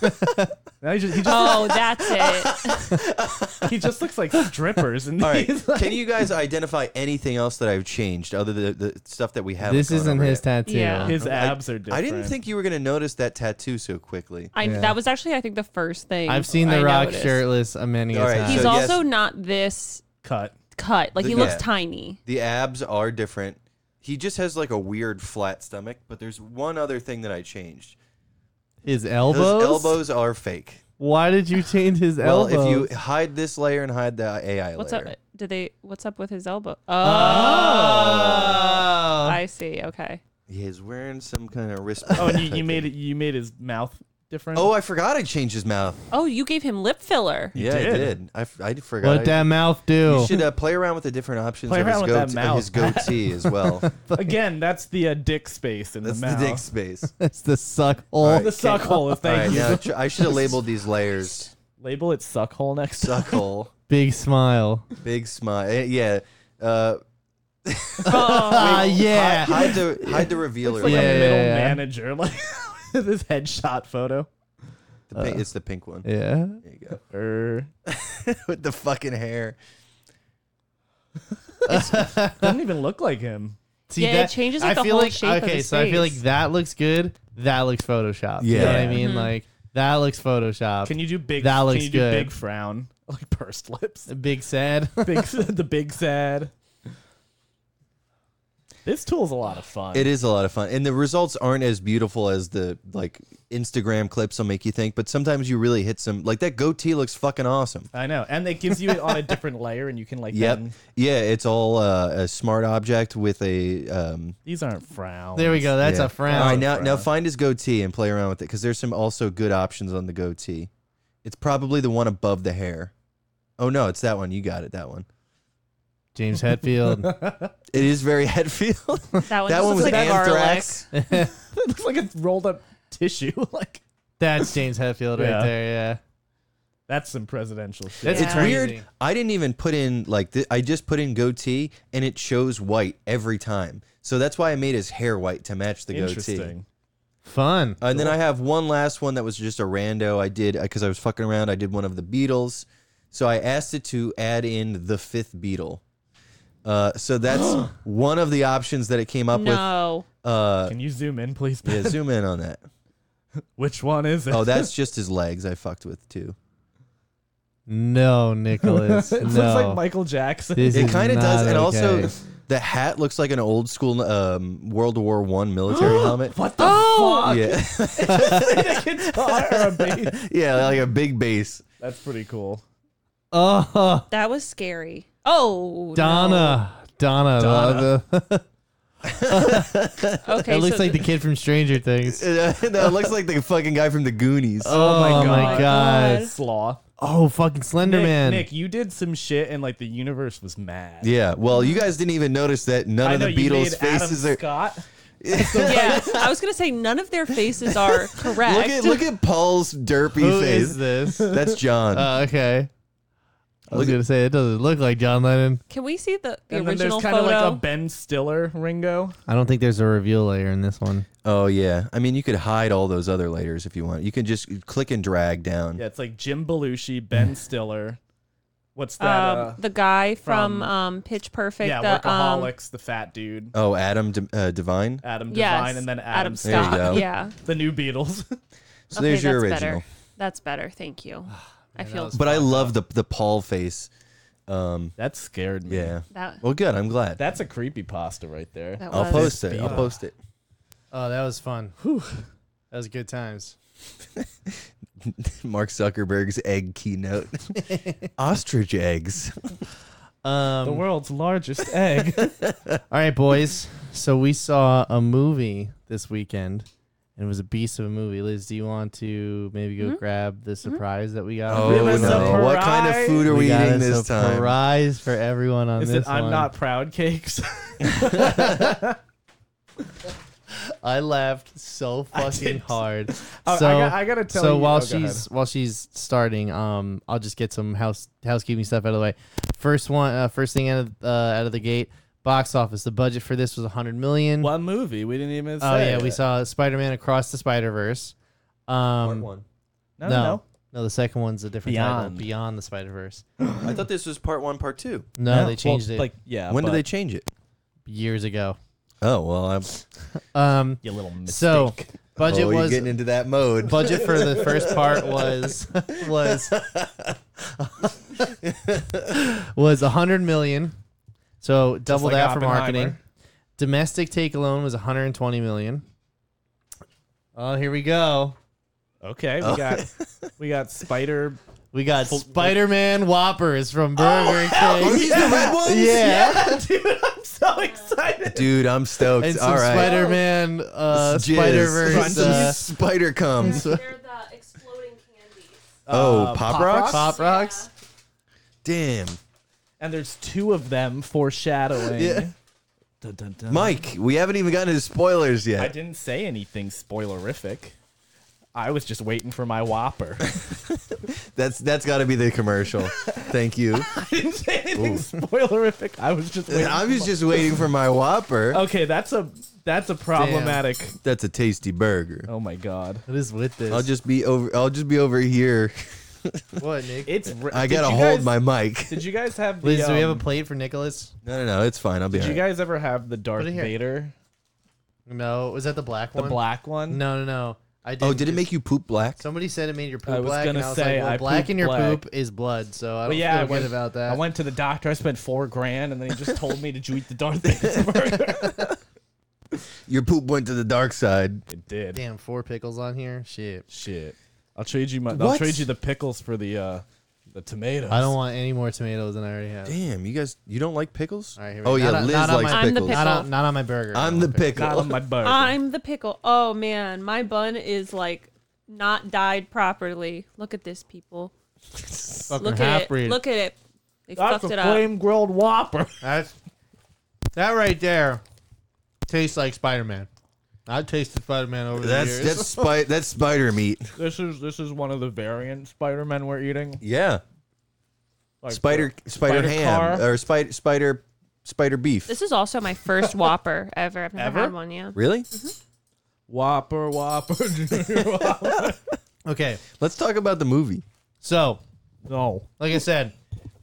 Now he just he just, Oh, that's it. he just looks like strippers and All right. these. like, Can you guys identify anything else that I've changed other than the, the stuff that we have? This isn't his tattoo. Yeah. his I- abs are different. I didn't think you were going to notice that tattoo so quickly. I, That was actually, I think, the first thing I've seen I The Rock noticed. shirtless a many a All right, time. He's So, yes. also not this cut. cut. Like The- he looks yeah. tiny. The abs are different. He just has like a weird flat stomach, but there's one other thing that I changed. his Those elbows. elbows are fake. Why did you change his Well, elbows? if you hide this layer and hide the AI What's layer. up? Did they? What's up with his elbow? Oh, Oh. I see. Okay. He's wearing some kind of wristband. Oh, and you, you made it. You made his mouth different. Oh, I forgot I changed his mouth. Oh, you gave him lip filler. yeah, I did. did. I, f- I forgot. I- what that mouth do? you should uh, play around with the different options Play of his, around with that goatee, mouth. his goatee as well. again, that's the uh, dick space in That's the the, mouth. dick space. That's the suck All hole. right, the suck hole. If All thank right, you. now tr- I should have labeled these layers. Label it suck hole next. time. Suck hole, Big smile. big smile. Eh, Yeah. Uh, Ah, yeah. hi- Hide the hide the revealer. Like Yeah, a yeah, middle yeah. manager, like this headshot photo. The Uh. pink, it's the pink one. yeah. There you go. Er, With the fucking hair. doesn't even look like him. See, Yeah, it changes, like, I the feel whole like, shape of Okay, his so I feel like face. Mm-hmm. that looks good. That looks photoshopped. You know Yeah. what I mean? Like that looks photoshopped. Can you do big? That looks can you do good. big frown, like pursed lips? Big sad. Big, the big sad. This tool's a lot of fun. It is a lot of fun, and the results aren't as beautiful as the like Instagram clips will make you think. But sometimes you really hit some like that goatee looks fucking awesome. I know, and it gives you it on a different layer, and you can like. Yep. then- Yeah, it's all uh, a smart object with a. Um, these aren't frowns. there we go. That's yeah. a frown. All right, now now find his goatee and play around with it because there's some also good options on the goatee. It's probably the one above the hair. Oh no, it's that one. You got it. That one. James Hetfield. It is very Oh, Headfield. That one, that just one was looks like anthrax. it looks like it's rolled up tissue. like That's James Hetfield Yeah. right there. Yeah. that's some presidential shit. That's Yeah. It's crazy. weird. I didn't even put in like th- I just put in goatee and it shows white every time. So that's why I made his hair white to match the goatee. Uh, Interesting. Fun. Uh, And then I have one last one that was just a rando I did because I was fucking around. I did one of the Beatles, so I asked it to add in the fifth Beatle. Uh, so that's one of the options that it came up No. with. Uh, Can you zoom in, please? yeah, zoom in on that. Which one is it? Oh, that's just his legs. I fucked with too. No, Nicholas. it no. looks like Michael Jackson. This It is kind of not does, and also okay. the hat looks like an old school um, World War One military helmet. what the Oh! Yeah, fuck? Guitar or a bass? yeah, like a big bass. That's pretty cool. Oh, That was scary. Oh, Donna. Donna. Donna. the- the- no. Okay. it looks so like the kid from Stranger Things. no, it looks like the fucking guy from the Goonies. Oh, my god. God. God. Sloth. Oh, fucking Slender Nick, Man. Nick, you did some shit, and like the universe was mad. Yeah, well, you guys didn't even notice that none I of the know you made Beatles' faces Adam are. Scott. yeah, I was gonna say none of their faces are correct. Look at look at Paul's derpy Who face. is this? That's John. Uh. Oh, okay. I was Look at- gonna say it doesn't look like John Lennon. Can we see the, the And then there's original kind of photo? like a Ben Stiller Ringo. I don't think there's a reveal layer in this one. oh yeah, I mean you could hide all those other layers if you want. You can just click and drag down. Yeah, it's like Jim Belushi, Ben Stiller. What's that? um, uh, the guy from, from- um, Pitch Perfect. yeah, the, um, Workaholics, the fat dude, Oh, Adam D- uh, Divine. Adam yes, Devine, and then Adam, Adam Scott. Scott. There you go. Yeah. the new Beatles. So there's your that's original. Better. That's better. Thank you. I feel But I love the the Paul face. Um, that scared me. yeah. that. Well, good. I'm glad. That's a creepy pasta right there. that I'll was- post it. I'll Beatle. post it. Oh, that was fun. That was good times. Mark Zuckerberg's egg keynote. Ostrich eggs. the Um, all world's largest egg. right, boys. So we saw a movie this weekend, and it was a beast of a movie. Liz, do you want to maybe go grab the surprise that we got? Oh Give us a no! What kind of prize. food are we, got eating us this a time? Surprise for everyone on Is this it I'm one. not proud cakes? I laughed so fucking did. hard. So I- I got- I gotta tell so you- while oh, go she's while she's starting, um, I'll just get some house housekeeping stuff out of the way. First one, uh, first thing out of uh, out of the gate, box office. The budget for this was 100 million. What movie? We didn't even. Oh say yeah, we it. saw Spider-Man Across the Spider-Verse. Um, one. no. No, no, no. No, the second one's a different title. Beyond. Beyond the Spider Verse. I thought this was part one, part two. No, Yeah. they changed Well, it Like, yeah. when but- did they change it? years ago. Oh well, I'm Um, You little mistake. so budget oh, you're was getting into that mode. budget for the first part was was was a hundred million. So double like that for marketing. Oppenheimer. Domestic take alone was 120 million. Oh, here we go. Oh. okay, we got we got Spider. We got Spider-Man Whoppers from Burger King. He's the red ones. yeah. dude, I'm so excited. Dude, I'm stoked. and some All right. Spider-Man, uh, Spider-Verse, Some uh, Mm-hmm. spider comes. the exploding candies. Oh, Uh, pop, Pop rocks? Rocks? Pop Rocks. Damn. And there's two of them foreshadowing. Yeah. Dun, dun, dun. Mike, we haven't even gotten to spoilers yet. I didn't say anything spoilerific. I was just waiting for my Whopper. That's that's got to be the commercial. Thank you. I didn't say anything spoilerific. I was just waiting. I for was my- just waiting for my Whopper. okay, that's a that's a problematic. That's a tasty burger. Oh my god, What is with this? I'll just be over. I'll just be over here. what, Nick? it's. ri- I Did gotta you hold guys- my mic. Did you guys have the? Liz, do we have a um, plate for Nicholas? No, no, no. It's fine. I'll be. Did you all right. guys ever have the Darth Put it here. Vader, No. Was that the black the one? black one? No, no, no. I did Oh, did it make you poop black? Somebody said it made your poop I was black, and gonna I was say like, well, I black pooped in your black. poop is blood, so I But don't yeah, I feel went good about that. I went to the doctor. I spent four grand, and then he just told me to eat the Darth Vader burger. Your poop went to the dark side. It did. Damn, four pickles on here. Shit. Shit. I'll trade you my. I'll What? trade you the pickles for the uh the tomatoes. I don't want any more tomatoes than I already have. Damn, you guys, you don't like pickles? All right, here we go. oh yeah, Not on- Liz not on likes my- I'm the pickles. pickle. Not on, not on my burger. I'm the pickle. Not on my burger. I'm the pickle. Oh man, my bun is like not dyed properly. Look at this, people. Fucking Look at it. half-breed. Look at it. They That's fucked it a up. flame grilled Whopper. That's that right there. Tastes like Spider Man. I tasted Spider Man over the That's years. that's spi- that's spider meat. This is this is one of the variant Spider-Man we're eating. Yeah, Like spider spider, spider ham car? or spider spider spider beef. This is also my first Whopper ever. I've never Ever? had one. Yeah. really? Whopper, Whopper, Junior Whopper. okay, Let's talk about the movie. so No. like I said,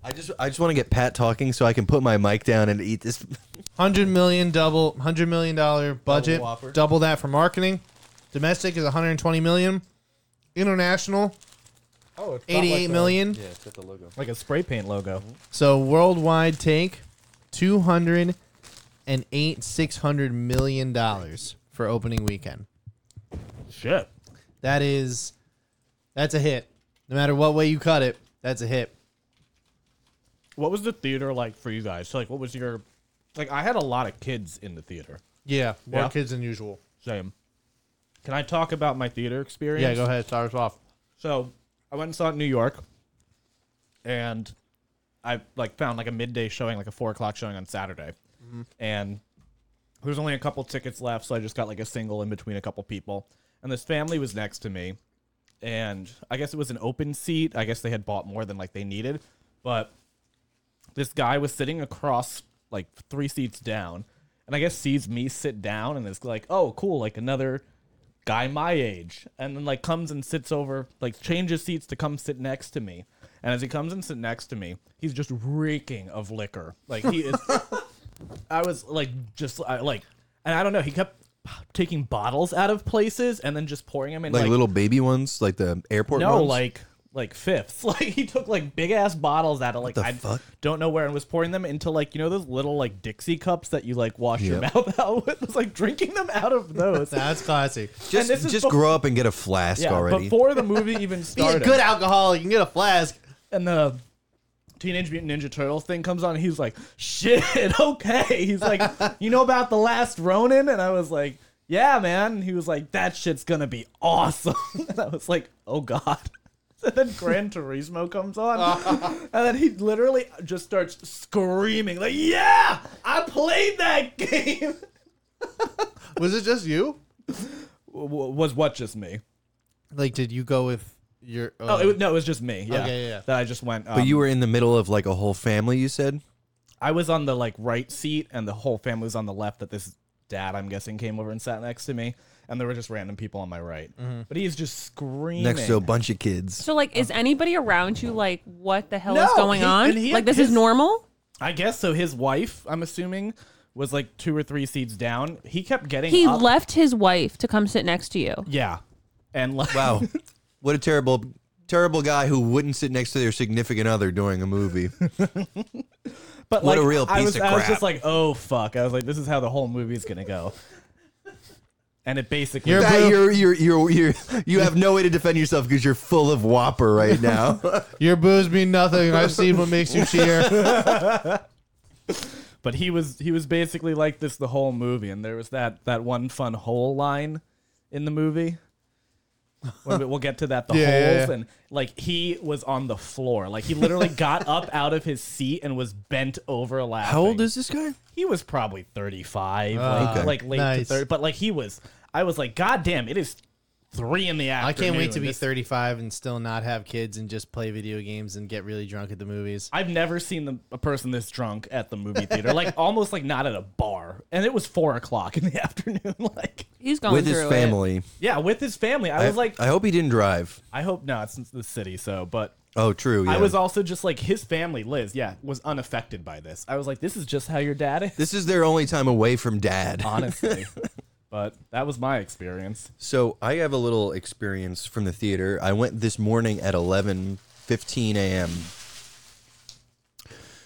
I just I just want to get Pat talking so I can put my mic down and eat this. hundred million double hundred million dollar budget, Whopper. double, that for marketing. Domestic is one hundred twenty million. International Oh, it's eighty-eight million. it's got the logo. Like a spray paint logo. So worldwide take two hundred and eight six hundred million dollars for opening weekend. Shit. That is, that's a hit. No matter what way you cut it, that's a hit. What was the theater like for you guys? So, like, what was your, like, I had a lot of kids in the theater. Yeah, more Yeah. kids than usual. Same. Can I talk about my theater experience? Yeah, go ahead, start us off. So I went and saw it in New York, and I like found like a midday showing, like a four o'clock showing on Saturday, Mm-hmm. and there was only a couple tickets left, so I just got like a single in between a couple people, and this family was next to me, and I guess it was an open seat. I guess they had bought more than like they needed, but this guy was sitting across like three seats down, and I guess sees me sit down and is like, "Oh, cool, like another guy my age," and then like comes and sits over, like changes seats to come sit next to me. And as he comes and sit next to me, he's just reeking of liquor. Like he is. I was like, just I, like, and I don't know. He kept taking bottles out of places and then just pouring them in Like, little baby ones, like the airport. no, ones? like like fifths. Like he took like big ass bottles out of like the I fuck? don't know where and was pouring them into like you know those little like Dixie cups that you like wash your Yep. mouth out with. was like drinking them out of those. That's classy. just this is just bef- grow up and get a flask yeah, already. before the movie even Be a started. good alcoholic. You can get a flask. and the Teenage Mutant Ninja Turtles thing comes on, and he's like, "Shit, okay." He's like, "You know about the last Ronin?" And I was like, "Yeah, man." And he was like, "That shit's gonna be awesome." and I was like, "Oh god." And then Gran Turismo comes on, and then he literally just starts screaming like, "Yeah, I played that game." Was it just you? W- was what just me? Like, did you go with your? uh, Oh, it, was- no, it was just me. Yeah, Okay, yeah, yeah. That I just went. Um, But you were in the middle of like a whole family. You said I was on the like right seat, and the whole family was on the left. That this dad, I'm guessing, came over and sat next to me, and there were just random people on my right. But he's just screaming. next to a bunch of kids. So like, is anybody around you like, what the hell is No, going he- on? and he Like, had this is his- normal. I guess so. His wife, I'm assuming, was like two or three seats down. He kept getting. He up. left his wife to come sit next to you. Yeah, and like, Wow, what a terrible, terrible guy who wouldn't sit next to their significant other during a movie. What But like, a real I piece was, of I was crap. just like, oh fuck. I was like, this is how the whole movie's gonna go. And it basically, You're- That you're, you're, you're, you're, you have no way to defend yourself because you're full of whopper right now. Your booze mean nothing. I've seen what makes you cheer. but he was he was basically like this the whole movie. And there was that that one fun hole line in the movie. When we- we'll get to that. The Yeah, yeah, holes yeah. and like he was on the floor. Like he literally got up out of his seat and was bent over laughing. this guy? he was probably Oh, 35 like, Okay. like late Nice. to 30 but like he was i was like god damn it is three in the I afternoon can't wait to be This- 35 and still not have kids and just play video games and get really drunk at the movies. i've never seen the, a person this drunk at the movie theater like almost like not at a bar and it was four o'clock in the afternoon like He's going With through his it. family. yeah with his family i, was like I hope he didn't drive. i hope not it's in the city so but Oh, true. Yeah. i was also just like his family liz yeah was unaffected by this i was like this is just how your dad is this is their only time away from dad. honestly but that was my experience So I have a little experience from the theater. I went this morning at 11:15 a.m.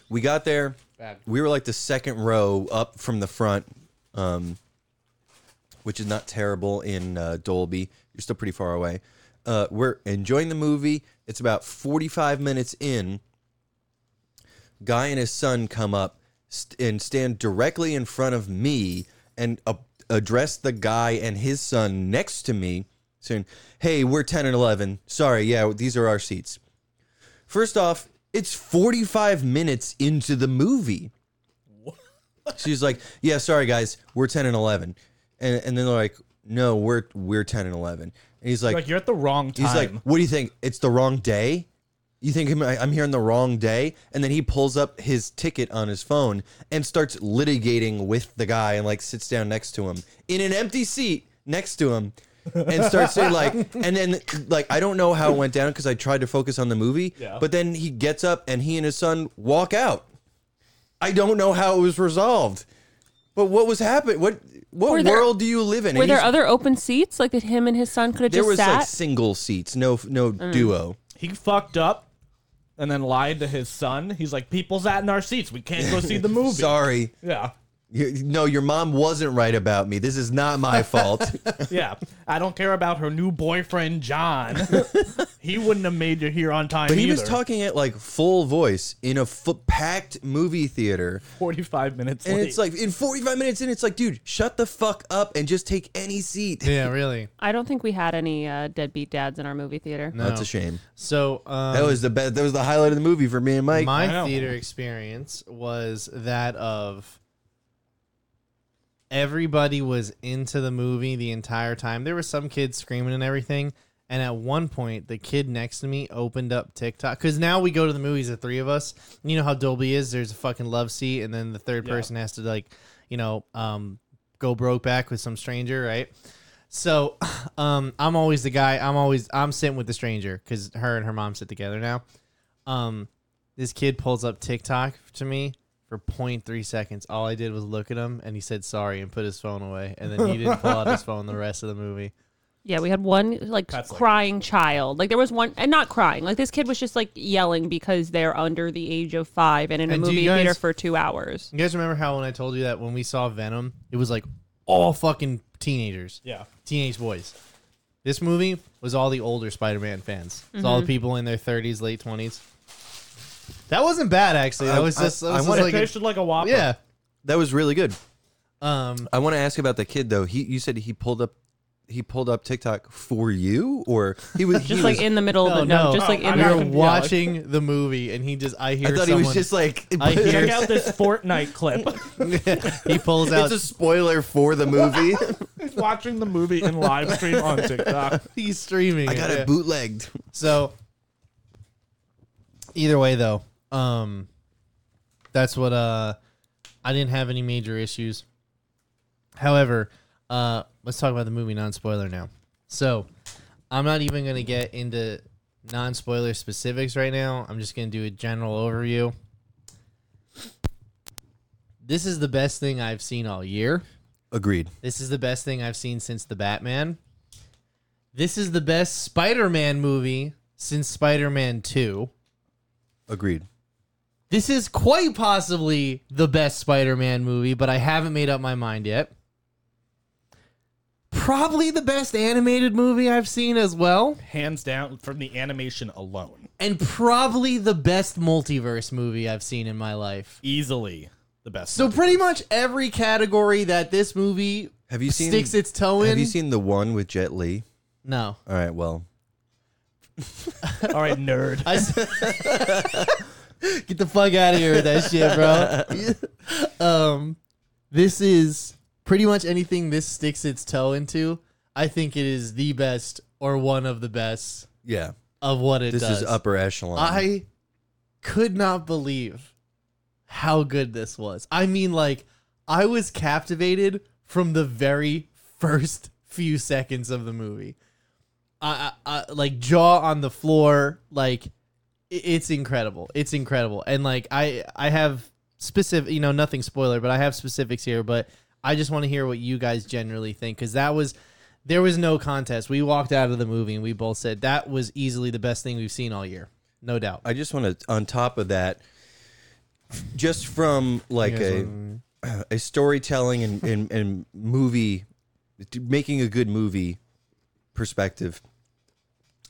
We got there. We were like the second row up from the front, um, which is not terrible in uh, Dolby. You're still pretty far away. Uh, we're enjoying the movie. It's about 45 minutes in. Guy and his son come up st- and stand directly in front of me and a- address the guy and his son next to me, saying, Hey, we're 10 and 11. Sorry, yeah, these are our seats. First off, it's 45 minutes into the movie. She's like, "Yeah, sorry guys, we're 10 and 11." And and then they're like, "No, we're we're 10 and 11." And he's like, like you're at the wrong time He's like, "What do you think? It's the wrong day? You think I'm, I'm here on the wrong day?" And then he pulls up his ticket on his phone and starts litigating with the guy and like sits down next to him in an empty seat next to him and starts saying like and then like I don't know how it went down cuz I tried to focus on the movie, Yeah. but then he gets up and he and his son walk out. I don't know how it was resolved. But what was happening? What what Were there- world do you live in? Were And there he's- other open seats like that? Him and his son could have there just was Mm. sat. like single seats, no no duo. he fucked up and then lied to his son. He's like, people sat in our seats. We can't go see the movie. Sorry. Yeah. You, no, your mom wasn't right about me. This is not my fault. Yeah. I don't care about her new boyfriend, John. he wouldn't have made you here on time But he either. was talking at like full voice in a fu- packed movie theater. 45 minutes And late. it's like, in 45 minutes in, it's like, dude, shut the fuck up and just take any seat. Yeah, really. I don't think we had any uh, deadbeat dads in our movie theater. That's a shame. So, um, That was the best. That was the highlight of the movie for me and Mike. I know. my theater experience was that of everybody was into the movie the entire time. There were some kids screaming and everything. And at one point, the kid next to me opened up TikTok because now we go to the movies, the three of us. You know how Dolby is. There's a fucking love seat, and then the third Yeah. person has to like, you know, um, go broke back with some stranger, right? So, um, I'm always the guy. I'm always I'm sitting with the stranger because her and her mom sit together now. Um, this kid pulls up TikTok to me for 0.3 seconds. All I did was look at him, and he said sorry and put his phone away, and then he didn't pull out his phone the rest of the movie. Yeah, we had one like That's like- crying child. Like there was one, and not crying. Like this kid was just like yelling because they're under the age of five and in a And do you movie theater guys- for two hours. You guys remember how when I told you that when we saw Venom, it was like all fucking teenagers, yeah. teenage boys. This movie was all the older Spider-Man fans. It's Mm-hmm. all the people in their 30s, late 20s. That wasn't bad actually. That I- was I- just, that I was just wanna like a- tasted like a whopper. yeah. That was really good. Um, I want to ask about the kid though. He, you said he pulled up he pulled up TikTok for you, or he was Just he like was, in the middle of the no, just like in we I'm not were the confused. Yeah, like- watching the movie, and he just I hear I thought someone, he was just like I hear- Check out this Fortnite clip. he pulls out it's a spoiler for the movie. He's watching the movie in live stream on TikTok. he's streaming. I it, got yeah. it bootlegged. So either way though, um that's what uh I didn't have any major issues. However, uh let's talk about the movie non-spoiler now. So, I'm not even going to get into non-spoiler specifics right now. I'm just going to do a general overview. This is the best thing I've seen all year. Agreed. This is the best thing I've seen since the Batman. This is the best Spider-Man movie since Spider-Man 2. Agreed. This is quite possibly the best Spider-Man movie, but I haven't made up my mind yet. Probably the best animated movie I've seen as well, Hands down from the animation alone. and probably the best multiverse movie I've seen in my life. Easily the best. So pretty much every category that this movie Have you seen? sticks its toe in. have you seen the one with Jet Li? no. All right. Well, All right, nerd. I s- Get the fuck out of here with that shit, bro. um, this is pretty much anything this sticks its toe into. I think it is the best or one of the best yeah. of what it This does. is upper echelon. I could not believe how good this was. I mean, like, I was captivated from the very first few seconds of the movie. I, I, I like jaw on the floor, like i- it's incredible. It's incredible, and like I, I have specific, you know, nothing spoiler, but I have specifics here. But I just want to hear what you guys generally think because that was there was no contest. We walked out of the movie and we both said that was easily the best thing we've seen all year. No doubt. I just want to, on top of that, just from like a a storytelling and, and, and movie, making a good movie perspective,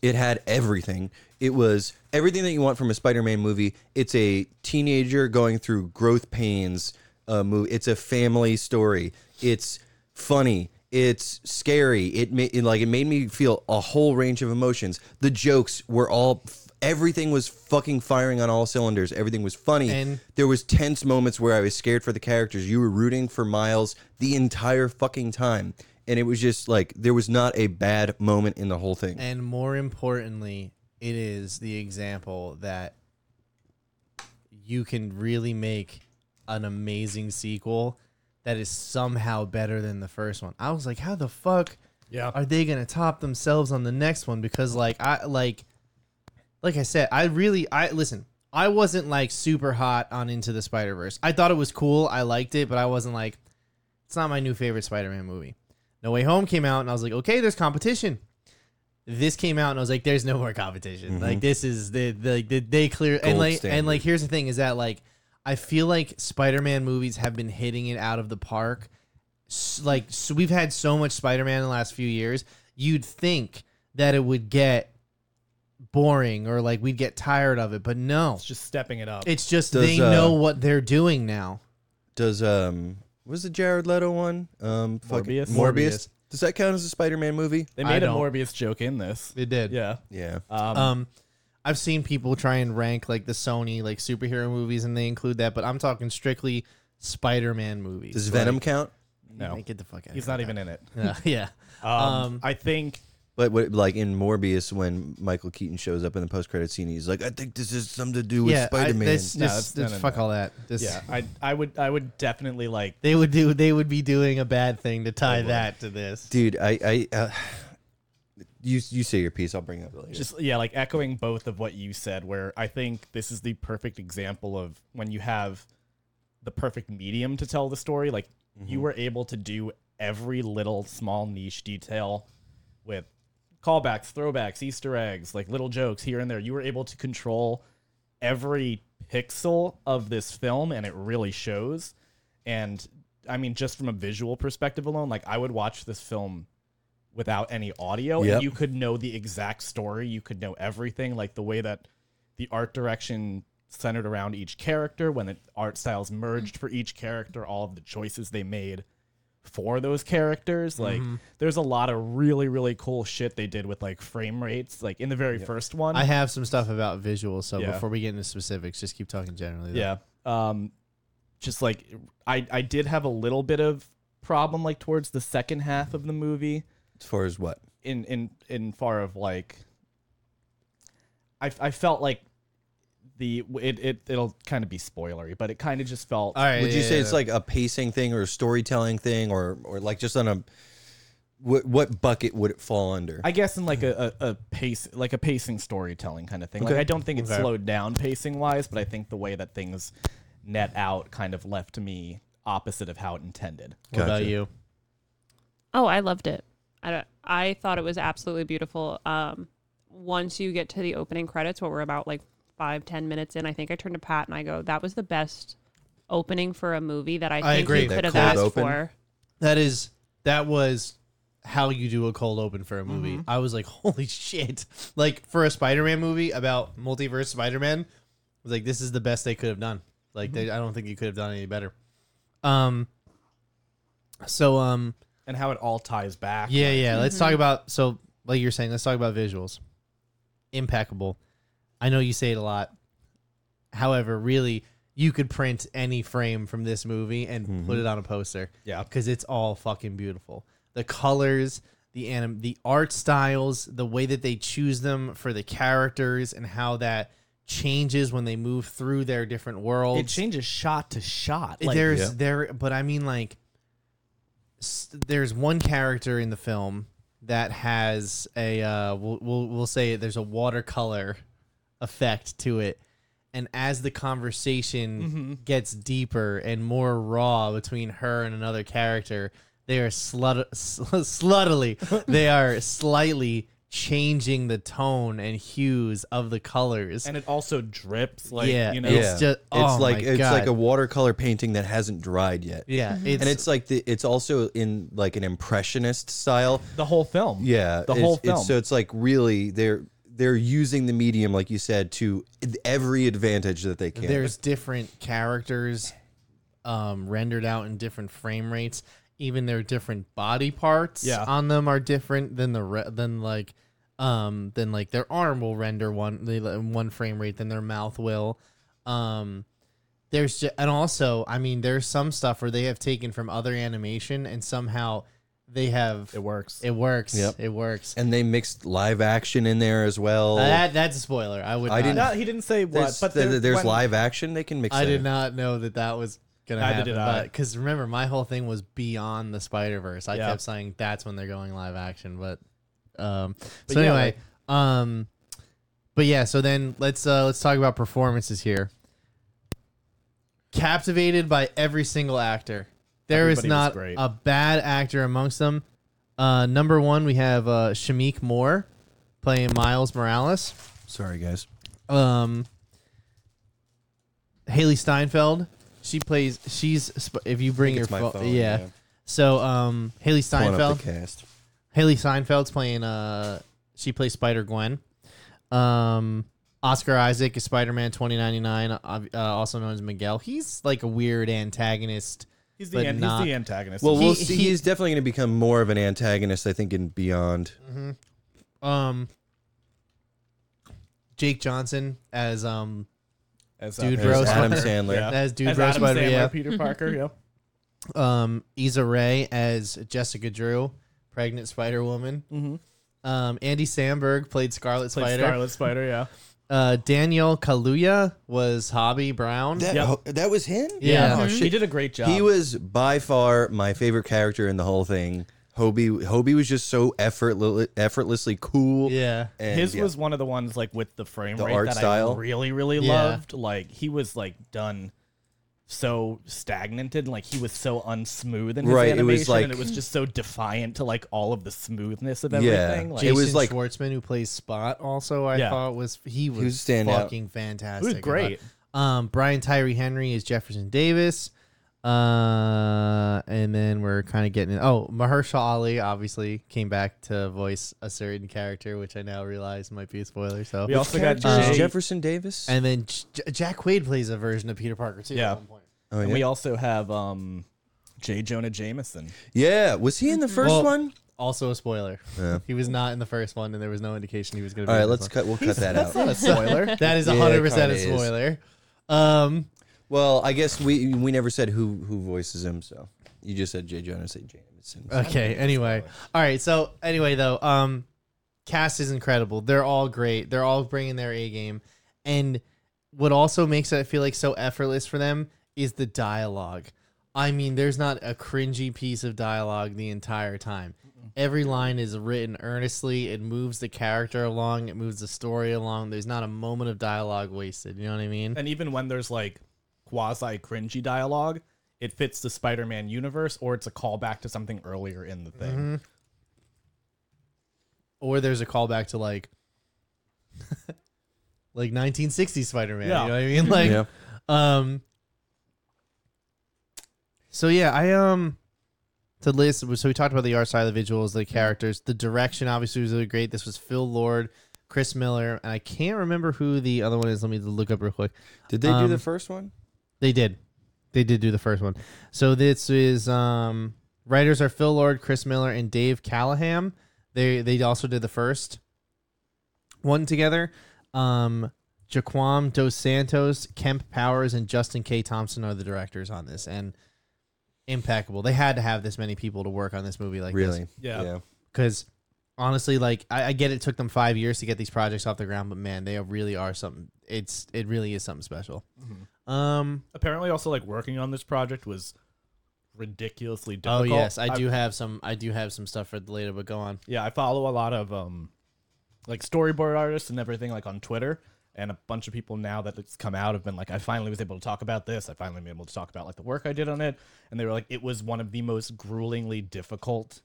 it had everything. It was everything that you want from a Spider-Man movie. It's a teenager going through growth pains. Uh, movie. It's a family story. It's funny. It's scary. It, ma- it like it made me feel a whole range of emotions. The jokes were all. Everything was fucking firing on all cylinders. Everything was funny. And- there was tense moments where I was scared for the characters. You were rooting for Miles the entire fucking time, and it was just like there was not a bad moment in the whole thing. And more importantly, it is the example that you can really make an amazing sequel that is somehow better than the first one. I was like, how the fuck Yeah. are they gonna top themselves on the next one? Because like I like like I said, I really I listen, I wasn't like super hot on Into the Spider Verse. I thought it was cool, I liked it, but I wasn't like it's not my new favorite Spider Man movie. No Way Home came out and I was like, okay, there's competition. This came out and I was like, there's no more competition. Like this is the the, the they clear and Mm-hmm. Gold like and standard. like here's the thing is that like I feel like Spider Man movies have been hitting it out of the park s- like so we've had so much Spider-Man in the last few years, you'd think that it would get boring or like we'd get tired of it, but no. It's just stepping it up. It's just Does, they uh, know what they're doing now. Does um was the Jared Leto one? Um fucking- Morbius? Morbius. Does that count as a Spider-Man movie? they I made a don't- Morbius joke in this. They did. Yeah. Yeah. Um, Um I've seen people try and rank like the Sony like superhero movies and they include that, but I'm talking strictly Spider-Man movies. Does Venom count? no. Like, get the fuck out. He's not even in it. Yeah. yeah. Um, Um, I think But what, like in Morbius, when Michael Keaton shows up in the post-credit scene, he's like, "I think this is something to do with yeah, I- Spider-Man." this- No, this- it's- this- no, no, fuck all that. This- yeah, I I would I would definitely like They would do they would be doing a bad thing to tie that to this. Dude, I, I, uh, you, you say your piece. I'll bring it up later. just yeah, like echoing both of what you said where I think this is the perfect example of when you have the perfect medium to tell the story like you were able to do every little small niche detail with callbacks, throwbacks, easter eggs, like little jokes here and there. You were able to control every pixel of this film and it really shows. And I mean just from a visual perspective alone, like I would watch this film without any audio Yep. and you could know the exact story, you could know everything like the way that the art direction centered around each character, when the art styles merged for each character, all of the choices they made for those characters. Like there's a lot of really really cool shit they did with like frame rates. Like in the very first one, I have some stuff about visuals, so Yeah. before we get into specifics, just keep talking generally. though. yeah. Um, just like I I did have a little bit of problem like towards the second half of the movie. As far as what? in in in far of like I I felt like the it, it it'll kind of be spoilery, but it kind of just felt All right. Would you yeah, say yeah, it's yeah. like a pacing thing or a storytelling thing or or like just on a what what bucket would it fall under? I guess in like a, a, a pace like a pacing storytelling kind of thing. Like Okay. I don't think it Okay. slowed down pacing wise, but I think the way that things net out kind of left me opposite of how it intended. What about Gotcha. you? Oh, I loved it. I don't- I thought it was absolutely beautiful. Um, once you get to the opening credits, where we're about like five ten minutes in, I think I turned to Pat and I go, "That was the best opening for a movie that I, I think agree. you That could have cold asked open. for." That is that was how you do a cold open for a movie. Mm-hmm. I was like, holy shit! Like for a Spider-Man movie about multiverse Spider-Man, I was like, this is the best they could have done. Like, Mm-hmm. they, I don't think you could have done any better. Um. So um And how it all ties back. mm-hmm. yeah yeah let's talk about so like you're saying let's talk about visuals. Impeccable. I know you say it a lot. However, really, you could print any frame from this movie and put it on a poster Yeah. because it's all fucking beautiful. The colors, the anim, the art styles, the way that they choose them for the characters, and how that changes when they move through their different worlds. It changes shot to shot. Like there's Yeah. there, but I mean like, s- there's one character in the film that has a uh, we'll, we'll we'll say there's a watercolor effect to it. And as the conversation Mm-hmm. gets deeper and more raw between her and another character, they are slut- sl- sluttily, they are slightly changing the tone and hues of the colors. and it also drips like Yeah, you know it's just- oh it's like my it's like God. a watercolor painting that hasn't dried yet. yeah, it's, And it's like the it's also in like an impressionist style. the whole film. Yeah, The it's- whole it's- film. so it's like really they're they're using the medium like you said to every advantage that they can. there's different characters um, rendered out in different frame rates. Even their different body parts Yeah. on them are different than the re- than like um than like their arm will render one they let- one frame rate than their mouth will. Um, there's ju- and also I mean there's some stuff where they have taken from other animation and somehow they have It works. it works Yep. it works. and they mixed live action in there as well. that that's a spoiler. I would not- I didn't- No, Uh, he didn't say what, there's, but there- there- there's when- live action they can mix. I that did in. not know that that was gonna Neither happen. did I. Because remember, my whole thing was beyond the Spider Verse. I Yeah. kept saying that's when they're going live action, but um. But so yeah, anyway, um, but yeah. So then let's uh let's talk about performances here. Captivated by every single actor. There is Everybody was not great. a bad actor amongst them. Uh, number one, we have uh, Shamik Moore playing Miles Morales. Sorry, guys. Um, Haley Steinfeld. She plays. She's sp- if you bring your it's my phone, phone, yeah. yeah. So um, Haley Pulling up Steinfeld. the cast. Haley Seinfeld's playing. Uh, she plays Spider Gwen. Um, Oscar Isaac is Spider Man twenty ninety nine, uh, also known as Miguel. He's like a weird antagonist. He's but the, an- not- he's the antagonist. Well, He- we'll see. he- He's definitely going to become more of an antagonist, I think, in Beyond. Um, Jake Johnson as um as, Dude as- There's Gross. Adam Sandler. Yeah. as dude as Bro Adam Spider Sandler, yeah. Peter Parker. Yeah. um Issa Rae as Jessica Drew, pregnant Spider Woman. Um, Andy Samberg played Scarlet Played Spider. Scarlet Spider. Yeah. Uh, Daniel Kaluuya was Hobby Brown. That, Yep. oh, that was him. Yeah. Oh, He shit. did a great job. He was by far my favorite character in the whole thing. Hobie, Hobie was just so effortless, effortlessly cool. yeah, and His yeah. was one of the ones like with the frame The rate art that style. I really, really Yeah. loved. Like he was like done so stagnant and like he was so unsmooth in his Right, it animation, was like- and it was just so defiant to like all of the smoothness of Yeah. everything. Like, Jason It was like- Schwartzman who plays Spot. Also, I Yeah. thought was he was, was standout. fucking fantastic. He was great. Um, Brian Tyree Henry is Jefferson Davis. Uh, and then we're kind of getting oh Mahershala Ali obviously came back to voice a certain character, which I now realize might be a spoiler. So we also got Character Jay, is Jefferson Davis. And then J- J- Jack Quaid plays a version of Peter Parker too. Yeah. At one point. oh, and yeah. we also have um J. Jonah Jameson. Yeah, was he in the first Well, one? Also a spoiler. He was not in the first one, and there was no indication he was going to be. All right, in this let's cut. We'll cut that out. one. That's not a spoiler. that is Yeah, it hundred percent kinda a is. spoiler. Um, Well, I guess we we never said who who voices him. So you just said J. Jonah said Jameson. Uh, okay. Anyway, all right. So anyway, though, um, cast is incredible. They're all great. They're all bringing their A game, and what also makes it feel like so effortless for them is the dialogue. I mean, there's not a cringy piece of dialogue the entire time. Every line is written earnestly. It moves the character along. It moves the story along. There's not a moment of dialogue wasted. You know what I mean? And even when there's like quasi cringy dialogue, it fits the Spider Man universe or it's a callback to something earlier in the thing. or there's a callback to like like 1960s Spider-Man. Yeah. You know what I mean? Like um So yeah, I um to list so we talked about the art side of the visuals, the characters, the direction obviously was really great. This was Phil Lord, Chris Miller, and I can't remember who the other one is. Let me look up real quick. Did they do Um, the first one? They did. They did do the first one. So this is um writers are Phil Lord, Chris Miller, and Dave Callahan. They they also did the first one together. Um Jaquam Dos Santos, Kemp Powers, and Justin K. Thompson are the directors on this and impeccable. They had to have this many people to work on this movie like Really? Yeah. Because honestly, like I, I get it took them five years to get these projects off the ground, but man, they really are something it's it really is something special. Um Apparently, also like working on this project was ridiculously Oh difficult. yes, I I've- do have some. I do have some stuff for later, but go on. Yeah, I follow a lot of um like storyboard artists and everything like on Twitter. And a bunch of people now that it's come out have been like, I finally was able to talk about this. I finally been able to talk about like the work I did on it. And they were like, it was one of the most gruelingly difficult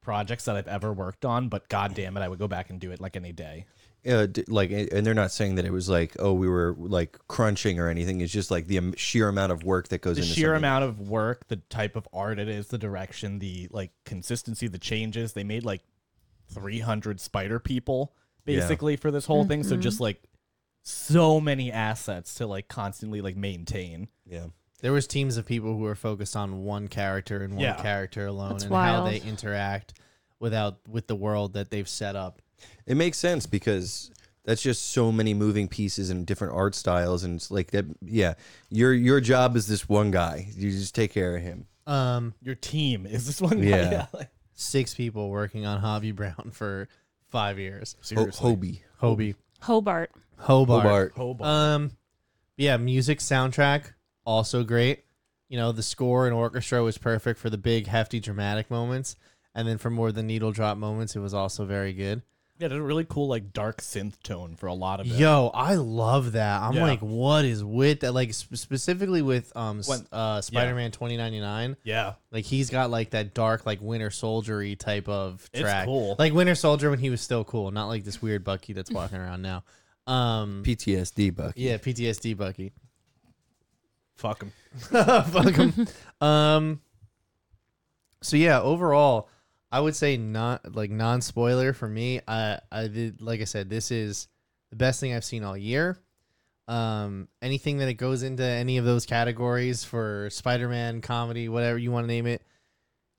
projects that I've ever worked on. But god damn it, I would go back and do it like any day. Yeah. Uh, d- like, and and they're not saying that it was like, oh, we were like crunching or anything. It's just like the am- sheer amount of work that goes The into sheer something. amount of work, the type of art it is, the direction, the like consistency, the changes. They made like 300 spider people basically for this whole thing. So just like so many assets to like constantly like maintain. Yeah. There was teams of people who were focused on one character and one Yeah. character alone, That's and how wild. they interact without with the world that they've set up. It makes sense because that's just so many moving pieces and different art styles, and it's like that. Yeah, your your job is this one guy. You just take care of him. Um, Your team is this one. guy. Yeah. like- six people working on Hobby Brown for five years. Ho- Seriously, Hobie, Hobie, Hobart. Hobart. Hobart. Hobart. Um, yeah, music soundtrack also great. You know, the score and orchestra was perfect for the big, hefty, dramatic moments, and then for more of the needle drop moments, it was also very good. yeah, there's a really cool like dark synth tone for a lot of it. Yo, I love that. I'm Yeah. like, what is with that? Like sp- specifically with um s- When- uh Spider-Man 2099, Yeah. like he's got like that dark like Winter Soldiery type of It's track. cool. Like Winter Soldier when he was still cool, not like this weird Bucky that's walking around now. Um PTSD Buck. yeah, PTSD Bucky. Fuck him. Fuck him. um So yeah, overall, I would say not like non-spoiler for me. I I did like I said this is the best thing I've seen all year. Um, anything that it goes into any of those categories for Spider-Man comedy, whatever you want to name it,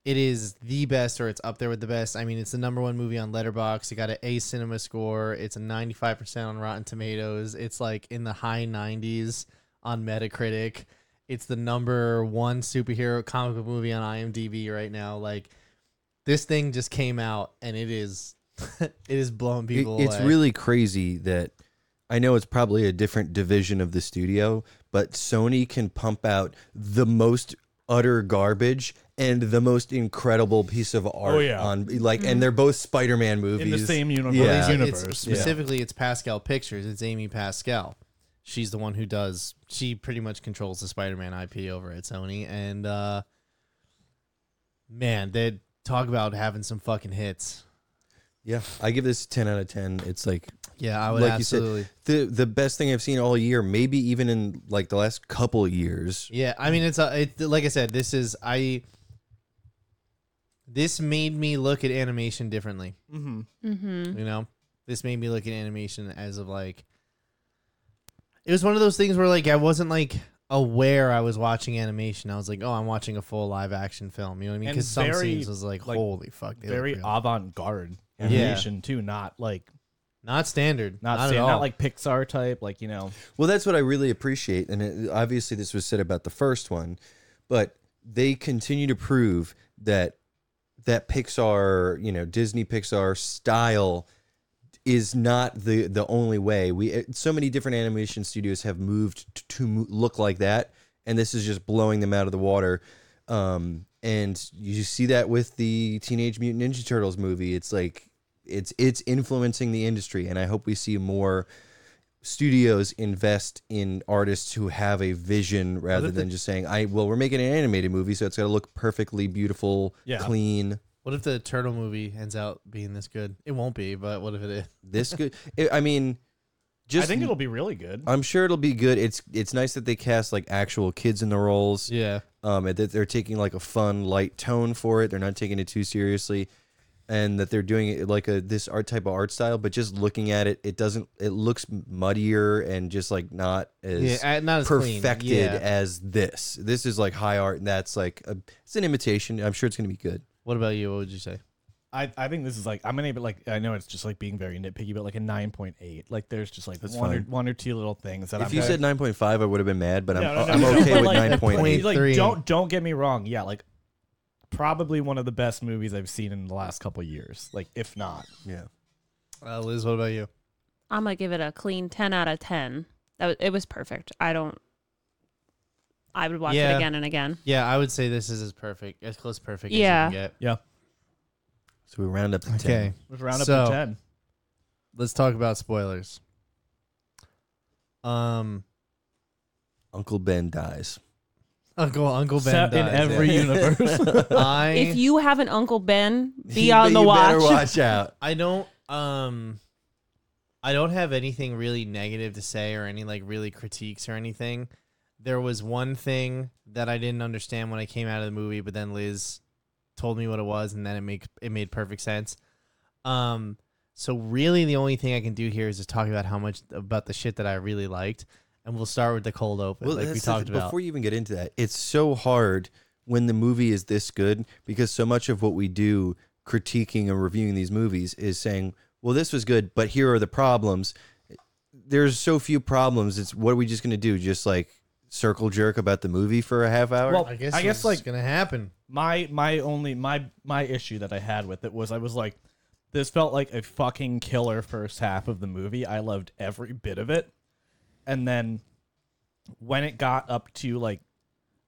it is the best or it's up there with the best. I mean, it's the number one movie on Letterbox. It got an A Cinema score. It's a 95% on Rotten Tomatoes. It's like in the high 90s on Metacritic. It's the number one superhero comic book movie on IMDb right now. Like this thing just came out and it is it is blowing It- people it's away. really crazy that I know it's probably a different division of the studio, but Sony can pump out the most utter garbage and the most incredible piece of art Oh, yeah. on like and they're both Spider-Man In movies. the same universe. Yeah. universe. It's yeah. specifically, it's Pascal Pictures. It's Amy Pascal. She's the one who does. She pretty much controls the Spider-Man IP over at Sony. And uh, man, they talk about having some fucking hits. Yeah, I give this 10 out of 10. It's like Yeah, I would Like you said, absolutely. the the best thing I've seen all year, maybe even in like the last couple years. Yeah, I mean it's a, it, like I said, this is I. This made me look at animation differently. Mm-hmm. You know, this made me look at animation as of like. It was one of those things where like I wasn't like aware I was watching animation. I was like, oh, I'm watching a full live action film. You know what I mean? And Because some very, scenes was like, like, holy fuck, they look Very real. avant garde Yeah. animation too, not like not standard, not not, not, at all. not like Pixar type, like you know. Well, that's what I really appreciate, and it, obviously this was said about the first one, but they continue to prove that that Pixar, you know, Disney Pixar style is not the the only way. We eh, so many different animation studios have moved t- to mo- look like that, and this is just blowing them out of the water. Um, and you see that with the Teenage Mutant Ninja Turtles movie. It's like it's it's influencing the industry, and I hope we see more studios invest in artists who have a vision rather than just saying, "I well, we're making an animated movie, so it's got to look perfectly beautiful, Yeah. clean." what if the turtle movie ends out being this good? It won't be, but what if it is? This good. I- I mean, just I think it'll be really good. I'm sure it'll be good. It's it's nice that they cast like actual kids in the roles. Yeah, Um, and that they're taking like a fun light tone for it. They're not taking it too seriously, and that they're doing it like a this art type of art style. But just looking at it, it doesn't. It looks muddier and just like not as yeah, uh, not as clean. perfected Yeah. as this. This is like high art, and that's like a, it's an imitation. I'm sure it's gonna be good. What about you? What would you say? I, I think this is like I'm gonna be like I know it's just like being very nitpicky, but like a nine point eight. Like there's just like one or, fine. one or two little things that If I'm you gonna- said 9.5, I would have been mad, but I'm, No, no, no, I'm no, no, okay but, with like, 9.8. like 8.3. don't don't get me wrong. Yeah, like probably one of the best movies I've seen in the last couple years. Like if not, Yeah. Uh, Liz, what about you? I'm gonna give it a clean ten out of ten. That was, it was perfect. I don't. I would watch Yeah. it again and again. Yeah, I would say this is as perfect, as close to perfect Yeah. as you can get. yeah, So we round up to 10. Okay, let's round up So- to ten. let's talk about spoilers. Um, Uncle Ben dies. Uncle Uncle Ben Set in dies. every universe. I If you have an Uncle Ben, be You- on the you watch. Better watch out. I don't um I don't have anything really negative to say or any like really critiques or anything. There was one thing that I didn't understand when I came out of the movie, but then Liz told me what it was and then it make it made perfect sense. Um so really the only thing I can do here is just talk about how much about the shit that I really liked. And we'll start with the cold open, like we that's the- talked about. Before you even get into that, it's so hard when the movie is this good because so much of what we do critiquing and reviewing these movies is saying, well, this was good, but here are the problems. There's so few problems. It's what are we just going to do? Just like circle jerk about the movie for a half hour? Well, I guess I guess, it's like- gonna happen. my my only my my issue that I had with it was I was like, this felt like a fucking killer first half of the movie. I loved every bit of it, and then when it got up to like,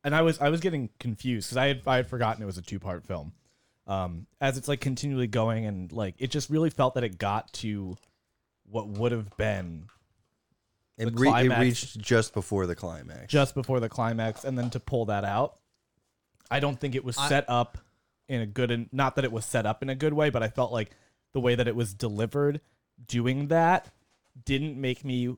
and I was I was getting confused because I had I had forgotten it was a two part film. Um, as it's like continually going and like it just really felt that it got to what would have been it, the re- it climax- reached just before the climax. just before the climax and then to pull that out i don't think it was set up in a good and not that it was set up in a good way but i felt like the way that it was delivered doing that didn't make me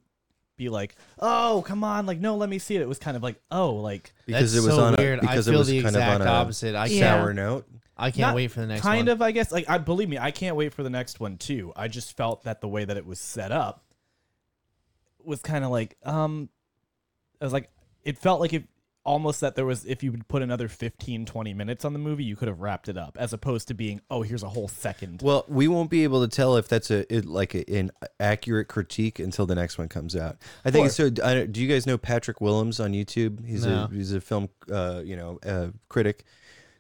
be like oh come on like no let me see it it was kind of like oh like because That's it was so on weird. a because I feel it was the kind exact of on a opposite. I can't, Yeah. sour note. I can't Not wait for the next one. kind of i guess like i believe me i can't wait for the next one too i just felt that the way that it was set up was kind of like um i was like it felt like if almost that there was if you would put another 15 20 minutes on the movie you could have wrapped it up as opposed to being oh here's a whole second Well, we won't be able to tell if that's a it, like a, an accurate critique until the next one comes out. I think so. I, don't- do you guys know Patrick Willems on YouTube? He's No. a he's a film uh, you know uh, critic.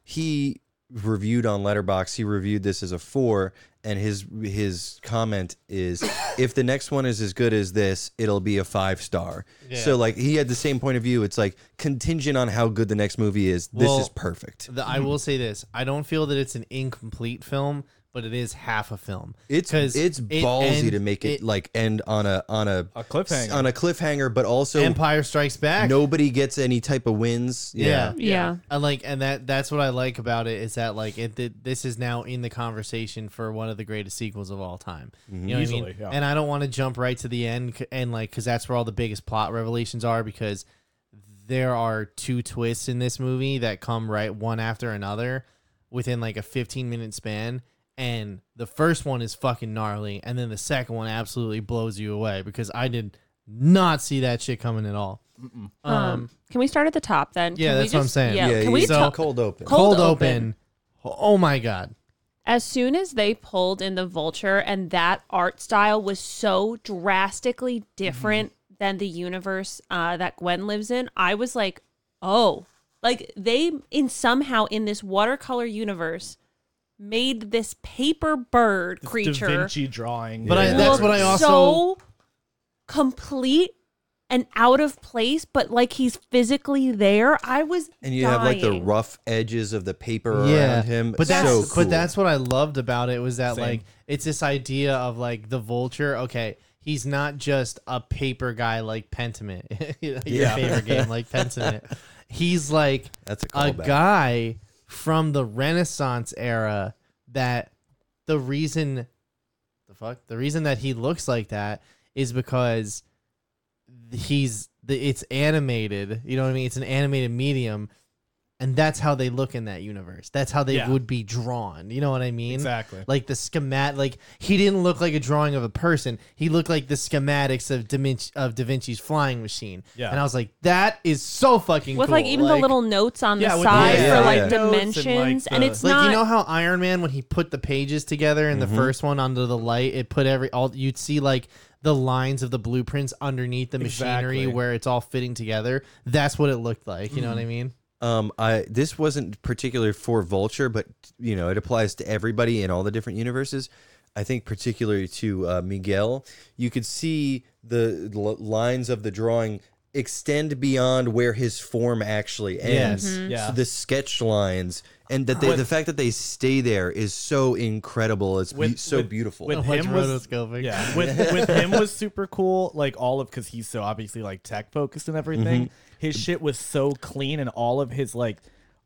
He reviewed on Letterbox. He reviewed this as a four, and his his comment is, if the next one is as good as this, it'll be a five star. So like he had the same point of view. It's like contingent on how good the next movie is. This Well, is perfect. The, I will say this: I don't feel that it's an incomplete film, but it is half a film. It's 'Cause it's it ballsy end- to make it, like end on a on a, A cliffhanger. on a cliffhanger, but also Empire Strikes Back. nobody gets any type of wins. Yeah. yeah. And like, and that that's what I like about it is that like it, th- this is now in the conversation for one of the greatest sequels of all time. You know what I Mm-hmm. Easily, mean? yeah. And I don't want to jump right to the end c- and like because that's where all the biggest plot revelations are because there are two twists in this movie that come right one after another within like a 15 minute span. And the first one is fucking gnarly, and then the second one absolutely blows you away because I did not see that shit coming at all. Um, can we start at the top then? Yeah, Can we that's what I'm saying. Yeah, Yeah, can we you- So- talk? cold open. Cold cold, open. open. Oh my god. as soon as they pulled in the vulture and that art style was so Mm-hmm. drastically different than the universe uh, that gwen lives in i was like oh like they in somehow in this watercolor universe made this paper bird creature Da Vinci drawing. But I, Yeah. that's what I look also so complete and out of place but like he's physically there i was and you have like the dying. rough edges of the paper yeah. around him. But that's so cool. but that's what I loved about it was that Same. like it's this idea of like the vulture. Okay, he's not just a paper guy like Pentiment, Your Yeah. favorite game like Pentiment. He's like That's a a callback. guy from the Renaissance era that the reason the fuck the reason that he looks like that is because he's the it's animated. You know what I mean? It's an animated medium, and that's how they look in that universe. That's how they Yeah. would be drawn. You know what I mean? exactly. Like the schemat, like he didn't look like a drawing of a person. He looked like the schematics of Da Vinci, of Da Vinci's flying machine. Yeah. and I was like, that is so fucking with cool. like even the little notes on Yeah, the with the side little for like notes and, like, dimensions and, the- it's Like not you know how Iron Man when he put the pages together in the first one under the light, it put every all you'd see like the lines of the blueprints underneath the machinery Exactly. Mm-hmm. where it's all fitting together. That's what it looked like. You know what I mean? um, I this wasn't particular for Vulture, but you know it applies to everybody in all the different universes. I think particularly to uh, Miguel, you could see the l- lines of the drawing extend beyond where his form actually ends. Yes. Yeah. So the sketch lines and that they, the fact that they stay there is so incredible. It's be- With- so with- beautiful. with- What's Him was- rotoscoping? Yeah, with with him was super cool. Like all of because he's so obviously like tech focused and everything. Mm-hmm. His shit was so clean, and all of his like,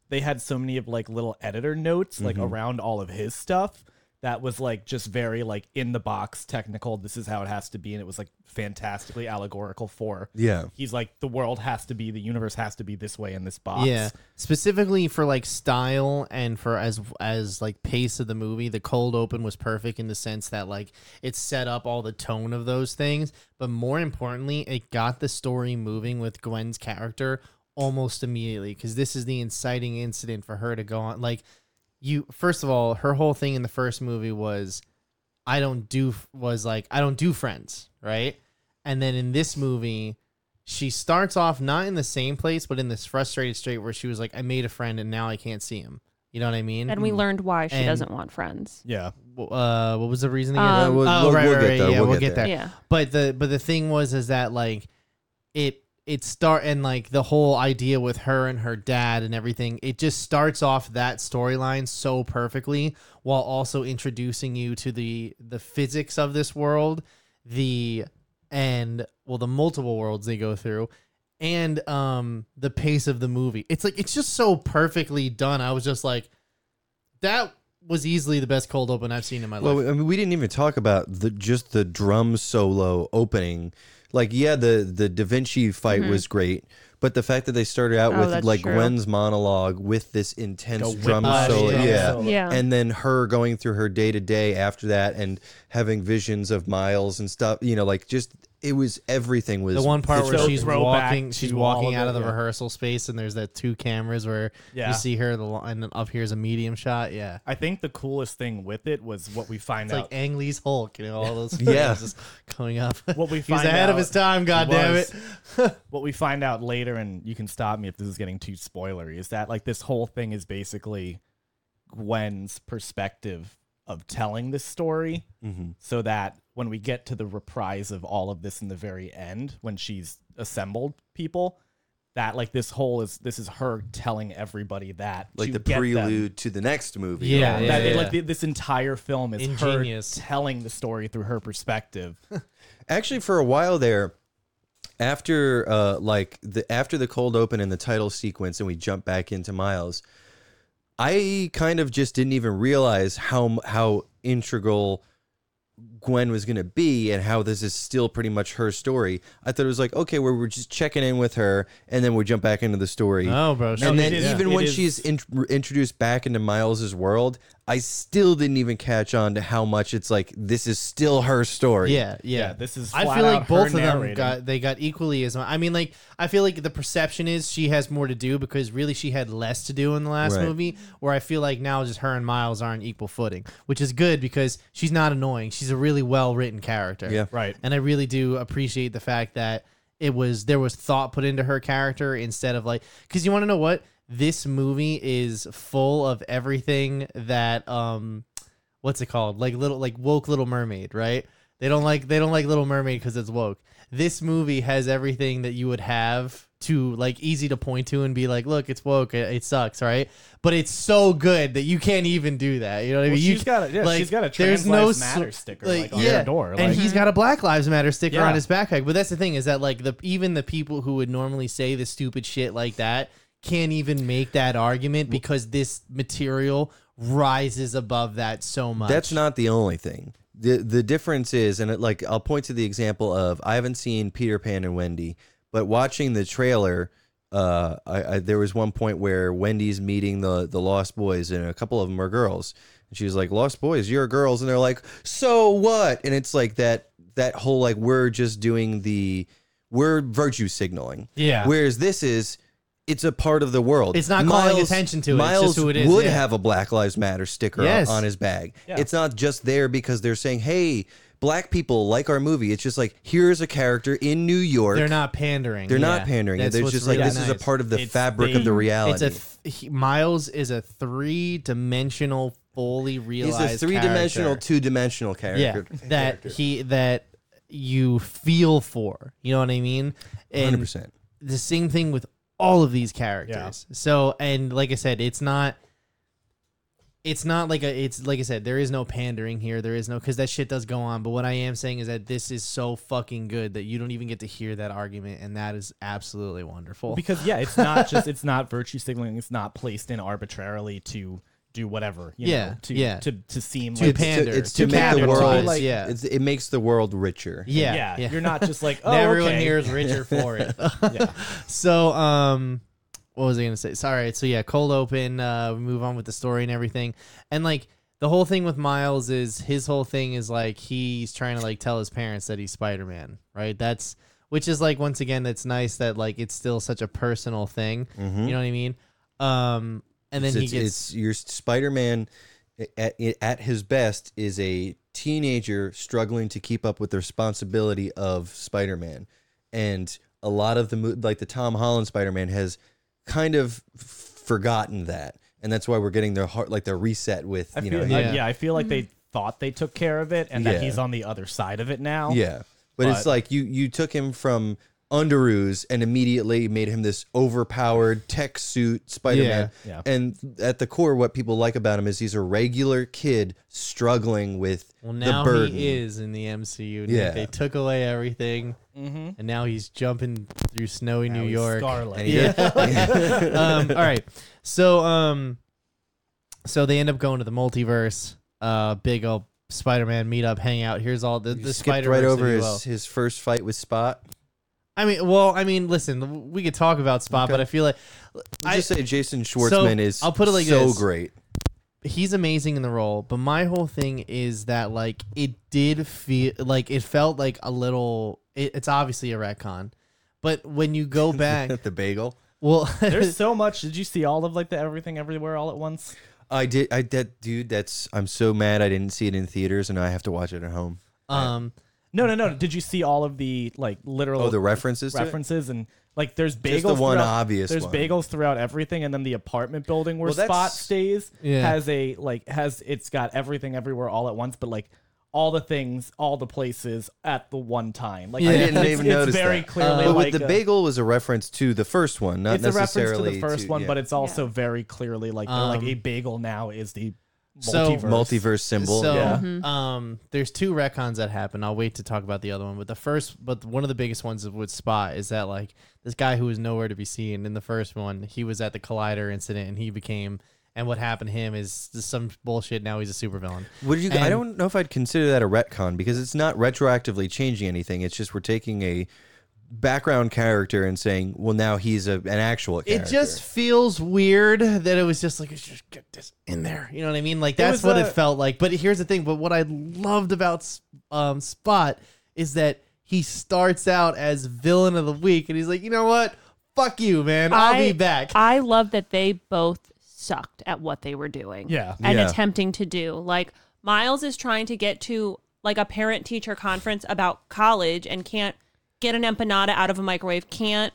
they had so many of like little editor notes like Mm-hmm. around all of his stuff that was like just very like in the box technical. This is how it has to be, and it was like fantastically allegorical for. Yeah. he's like the world has to be, the universe has to be this way in this box. Yeah, specifically for like style and for as as like pace of the movie, the cold open was perfect in the sense that like it set up all the tone of those things, but more importantly, it got the story moving with Gwen's character almost immediately because this is the inciting incident for her to go on. Like, you first of all, her whole thing in the first movie was I don't do was like I don't do friends, right? And then in this movie, she starts off not in the same place, but in this frustrated state where she was like, "I made a friend and now I can't see him." You know what I mean? and we learned why she And- doesn't want friends. yeah. uh, what was the reason again? Um, Uh, we'll, oh, we'll- right, we'll right, get right, there. yeah, we'll get there. Yeah. But the but the thing was is that like it it start and like the whole idea with her and her dad and everything it just starts off that storyline so perfectly while also introducing you to the the physics of this world the and well the multiple worlds they go through and um the pace of the movie it's like it's just so perfectly done i was just like that was easily the best cold open i've seen in my life Well, I mean, we didn't even talk about the just the drum solo opening. Like, yeah, the the Da Vinci fight was great, but the fact that they started out Mm-hmm. Oh, with that's like true. Gwen's monologue with this intense Like a drum whiplash solo, drum yeah. solo. Yeah. And then her going through her day to day after that, and having visions of Miles and stuff. You know, like just it was everything was The one part it's where so she's throwback walking, to she's all walking of out it, of the yeah. rehearsal space, and there's that two cameras where Yeah. you see her, the li- and then up here's a medium shot. Yeah, I think the coolest thing with it was what we find it's out. like Ang Lee's Hulk, you know, all those Yeah. yeah, just coming up. What we he's find ahead of out his time. God damn was- it! what we find out later, and you can stop me if this is getting too spoilery, is that like this whole thing is basically Gwen's perspective of telling this story Mm-hmm. so that when we get to the reprise of all of this in the very end, when she's assembled people, that like this whole is this is her telling everybody that like to the get them- prelude to the next movie. Yeah, yeah, that, yeah. Like th- this entire film is Ingenious. her telling the story through her perspective. actually for a while there after uh like the after the cold open and the title sequence and we jump back into miles i kind of just didn't even realize how how integral gwen was going to be and how this is still pretty much her story i thought it was like okay where we're just checking in with her and then we jump back into the story Oh, bro, and she- then it is- even it when is- she's in, introduced back into Miles's world, I still didn't even catch on to how much it's like this is still her story. Yeah, yeah. Yeah, this is I flat feel out like both her of them narrating. got they got equally as much. I mean, like I feel like the perception is she has more to do because really she had less to do in the last Right. movie. Where I feel like now just her and Miles are on equal footing, which is good because she's not annoying. She's a really well written character. Yeah. Right. And I really do appreciate the fact that it was there was thought put into her character instead of like because you want to know what this movie is full of everything that um what's it called like little like woke little mermaid right they don't like they don't like little mermaid because it's woke this movie has everything that you would have to like easy to point to and be like look it's woke it, it sucks right but it's so good that you can't even do that you know what i Well, mean You she's c- got a- yeah, she's got a Trans Lives sl- Matter sticker, like, on her door, and like- he's got a black lives matter sticker Yeah. on his backpack but that's the thing is that like the even the people who would normally say the stupid shit like that can't even make that argument because this material rises above that so much That's not the only thing. The the difference is, and it, like I'll point to the example of I haven't seen Peter Pan and Wendy, but watching the trailer, uh, I, I there was one point where Wendy's meeting the the Lost Boys, and a couple of them are girls, and she's like, "Lost Boys, you're girls," and they're like, "So what?" And it's like that that whole like we're just doing the we're virtue signaling. Yeah. Whereas this is. It's a part of the world. It's not calling attention to it, it's just Miles who it is, would yeah. have a Black Lives Matter sticker Yes. on his his bag. It's not just there because they're saying, "Hey, black people like our movie." It's just like here's a character in New York. they're not pandering They're Yeah. not pandering. That's They're what's just like really this is a nice. part of the It's fabric of the- the it's reality. a th- he, miles is a three-dimensional fully He's realized a three-dimensional, character. two-dimensional character. yeah that he that you feel for you know what i mean Hundred and percent. the same thing with all of these characters. So and like I said, it's not it's not like a it's like I said, there is no pandering here. There is no cuz that shit does go on, but what I am saying is that this is so fucking good that you don't even get to hear that argument and that is absolutely wonderful. because yeah, it's not just it's not virtue signaling. It's not placed in arbitrarily to do whatever. You Yeah, know, to, yeah. To to seem To like pan- Pander, It's to to make the capitalize, world. like- yeah. it's, it makes the world richer. yeah, yeah, You're not just like oh, Now everyone okay. here is richer for it. So um what was I gonna say? Sorry, so yeah, cold open, uh we move on with the story and everything. And like the whole thing with Miles is his whole thing is like he's trying to like tell his parents that he's Spider Man, right? That's which is like once again that's nice that like it's still such a personal thing. You know what I mean? Um and then Mm-hmm. it's, he it's, gets it's your Spider-Man at, at his best is a teenager struggling to keep up with the responsibility of Spider-Man, and a lot of the mo- like the Tom Holland Spider-Man has kind of f- forgotten that, and that's why we're getting their heart like their reset with I you feel, know uh, him. yeah. yeah. I feel like they thought they took care of it, and Yeah. that he's on the other side of it now. Yeah. But, it's But- like you you took him from Underoos and immediately made him this overpowered tech suit Spider-Man. Yeah. And at the core what people like about him is he's a regular kid struggling with well now the burden. he is in the MCU. Nick. Yeah. They took away everything and now he's jumping through snowy New York. Scarlet. And he um, all right. So um, so they end up going to the multiverse. Uh, big old Spider-Man meetup, hangout. Here's all the, the just skipped Spider right over his, his first fight with Spot. I mean, well, I mean, listen, we could talk about Spot, but I feel like I I- just say Jason Schwartzman is I'll put it like so this. great. he's amazing in the role. But my whole thing is that like it did feel like it felt like a little. It, it's obviously a retcon, but when you go back, the bagel. well, There's so much. Did you see all of like the everything everywhere all at once? I did I that dude that's I'm so mad I didn't see it in theaters and I have to watch it at home. um, No, no, no. Did you see all of the like literal Oh, the references to it? references and like there's bagels. the one throughout- obvious There's one. bagels throughout everything, and then the apartment building where Well, that's- Spot stays Yeah. has a like has it's got everything everywhere all at once, but like all the things, all the places at the one time. Like I didn't it's, even it's notice very that. clearly But like with the a- bagel was a reference to the first one, not It's a reference to necessarily the first one, yeah. but it's also very clearly like they're like a bagel now is the Um, So- multiverse. multiverse symbol. So, yeah. um, there's two retcons that happen. I'll wait to talk about the other one, but the first, but one of the biggest ones with Spot is that like this guy who was nowhere to be seen in the first one, he was at the Collider incident and he became, and what happened to him is just some bullshit. Now he's a supervillain. Would you? I And- don't know if I'd consider that a retcon because it's not retroactively changing anything. It's just we're taking a background character and saying, well, now he's a, an actual character. It just feels weird that it was just like it's just get this in there. You know what I mean? Like that's was what a- it felt like. But here's the thing. But what I loved about um, Spot is that he starts out as villain of the week, and he's like, you know what? Fuck you, man. I'll I- be back. I love that they both sucked at what they were doing. Yeah. And Yeah. attempting to do. Like Miles is trying to get to like a parent teacher conference about college and can't get an empanada out of a microwave, can't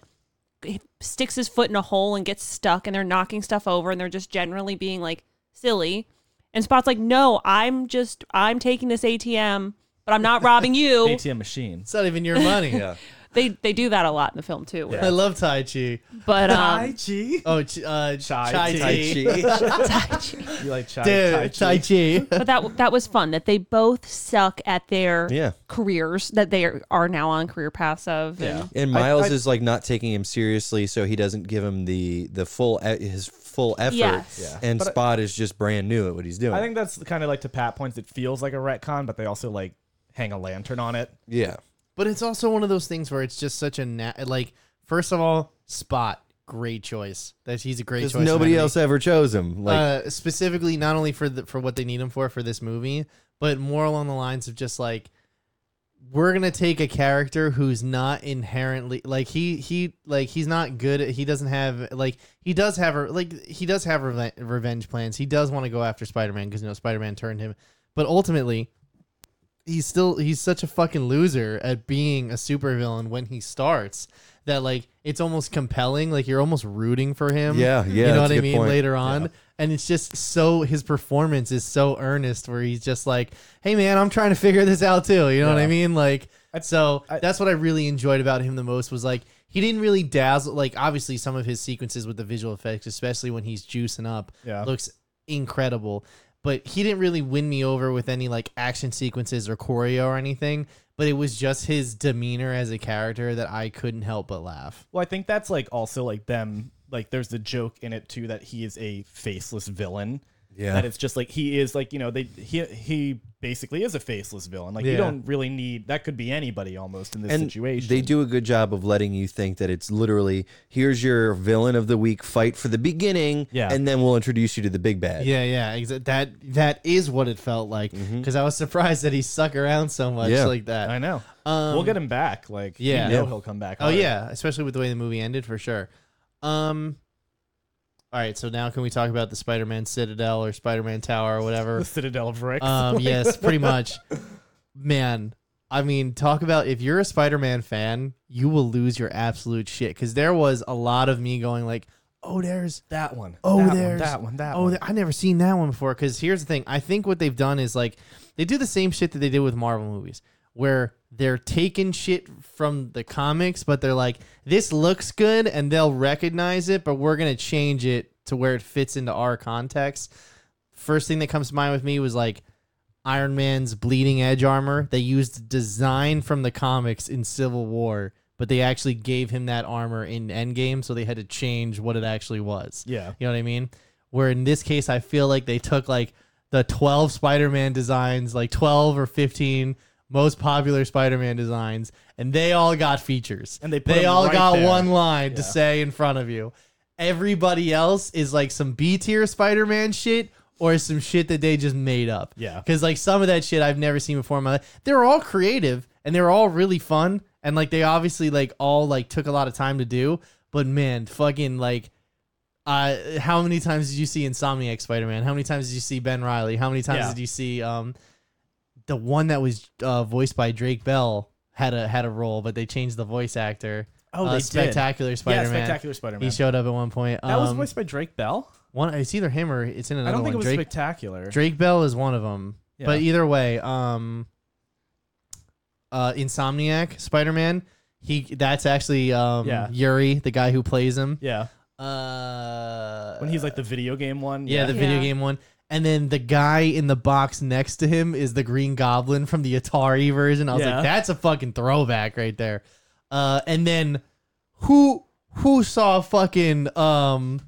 he sticks his foot in a hole and gets stuck and they're knocking stuff over and they're just generally being like silly. And Spot's like, "No, I'm just I'm taking this ATM, but I'm not robbing you." ATM machines. it's not even your money. Yeah. they they do that a lot in the film too. I love Tai Chi. But um Chi. Oh, ch- uh, Chai Chai tea. Chi. You like chai, Dude, Tai Chi. but that that was fun that they both suck at their Yeah. careers that they are, are now on career paths of. and- Yeah. And Miles is like not taking him seriously, so he doesn't give him the the full e- his full effort. Yes. Yeah. And Spot is just brand new at what he's doing. I think that's kind of like to Pat points. It feels like a retcon, but they also like hang a lantern on it. yeah. But it's also one of those things where it's just such a na- like. First of all, Spot, great choice. That he's a great Because choice. nobody man. else ever chose him. Like uh, specifically, not only for the, for what they need him for for this movie, but more along the lines of just like we're gonna take a character who's not inherently like he he like he's not good. At, he doesn't have like he does have a- like he does have reven- revenge plans. He does want to go after Spider Man because you know Spider Man turned him. But ultimately, he's still he's such a fucking loser at being a supervillain when he starts that like it's almost compelling like you're almost rooting for him Yeah, yeah, you know that's what a i good mean point. later on and it's just so his performance is so earnest where he's just like hey man i'm trying to figure this out too you know what i Yeah. mean like so I- that's what i really enjoyed about him the most was like he didn't really dazzle like obviously some of his sequences with the visual effects especially when he's juicing up Yeah. looks incredible. But he didn't really win me over with any like action sequences or choreo or anything. But it was just his demeanor as a character that I couldn't help but laugh. Well, I think that's like also like them. Like there's the joke in it too that he is a faceless villain. Yeah. That it's just like he is like you know they he he basically is a faceless villain. Like Yeah. you don't really need that could be anybody almost in this and situation. they do a good job of letting you think that it's literally here's your villain of the week fight for the beginning, Yeah. and then we'll introduce you to the big bad. Yeah, yeah, exa- that that is what it felt like. Because I was surprised that he stuck around so much Yeah. like that. I know. Um, we'll get him back. Like you yeah. know Yeah. he'll come back. Oh hard. yeah, especially with the way the movie ended for sure. Um, all right, so now can we talk about the Spider-Man Citadel or Spider-Man Tower or whatever? the Citadel of Ricks. Um, yes, pretty much. Man, I mean, talk about if you're a Spider-Man fan, you will lose your absolute shit because there was a lot of me going like, "Oh, there's that one. Oh, that one. there's- That one. That oh, one. th- I never seen that one before." Because here's the thing: I think what they've done is like they do the same shit that they did with Marvel movies, where they're taking shit from the comics, but they're like, "This looks good," and they'll recognize it, but we're gonna change it to where it fits into our context. First thing that comes to mind with me was like Iron Man's bleeding edge armor. They used design from the comics in Civil War, but they actually gave him that armor in Endgame, so they had to change what it actually was. Yeah. You know what I mean? Where in this case, I feel like they took like the 12 Spider Man designs, like 12 or 15 most popular Spider Man designs, and they all got features. And they put 'em all right got there. one line to say in front of you. Everybody else is like some B tier Spider Man shit or some shit that they just made up. Yeah. Because like some of that shit I've never seen before in my life. They're all creative and they're all really fun. And like they obviously like all like took a lot of time to do. But man, fucking like uh how many times did you see Insomniac Spider Man? How many times did you see Ben Riley? How many times Yeah. did you see um the one that was uh, voiced by Drake Bell had a had a role, but they changed the voice actor. Oh, Uh, they did. spectacular Spider Man. Yeah, Spectacular Spider-Man. He showed up at one point. that was Um, voiced by Drake Bell. one. It's either him or it's in another I don't one. think it was Drake spectacular. Drake Bell is one of them. But Yeah. either way, um, uh, Insomniac Spider Man. He that's actually um Yeah. Yuri, the guy who plays him. yeah, Uh, when he's like the video game one. yeah, the video Yeah. game one. And then the guy in the box next to him is the Green Goblin from the Atari version. I was Yeah. like, that's a fucking throwback right there. Uh, and then who who saw fucking um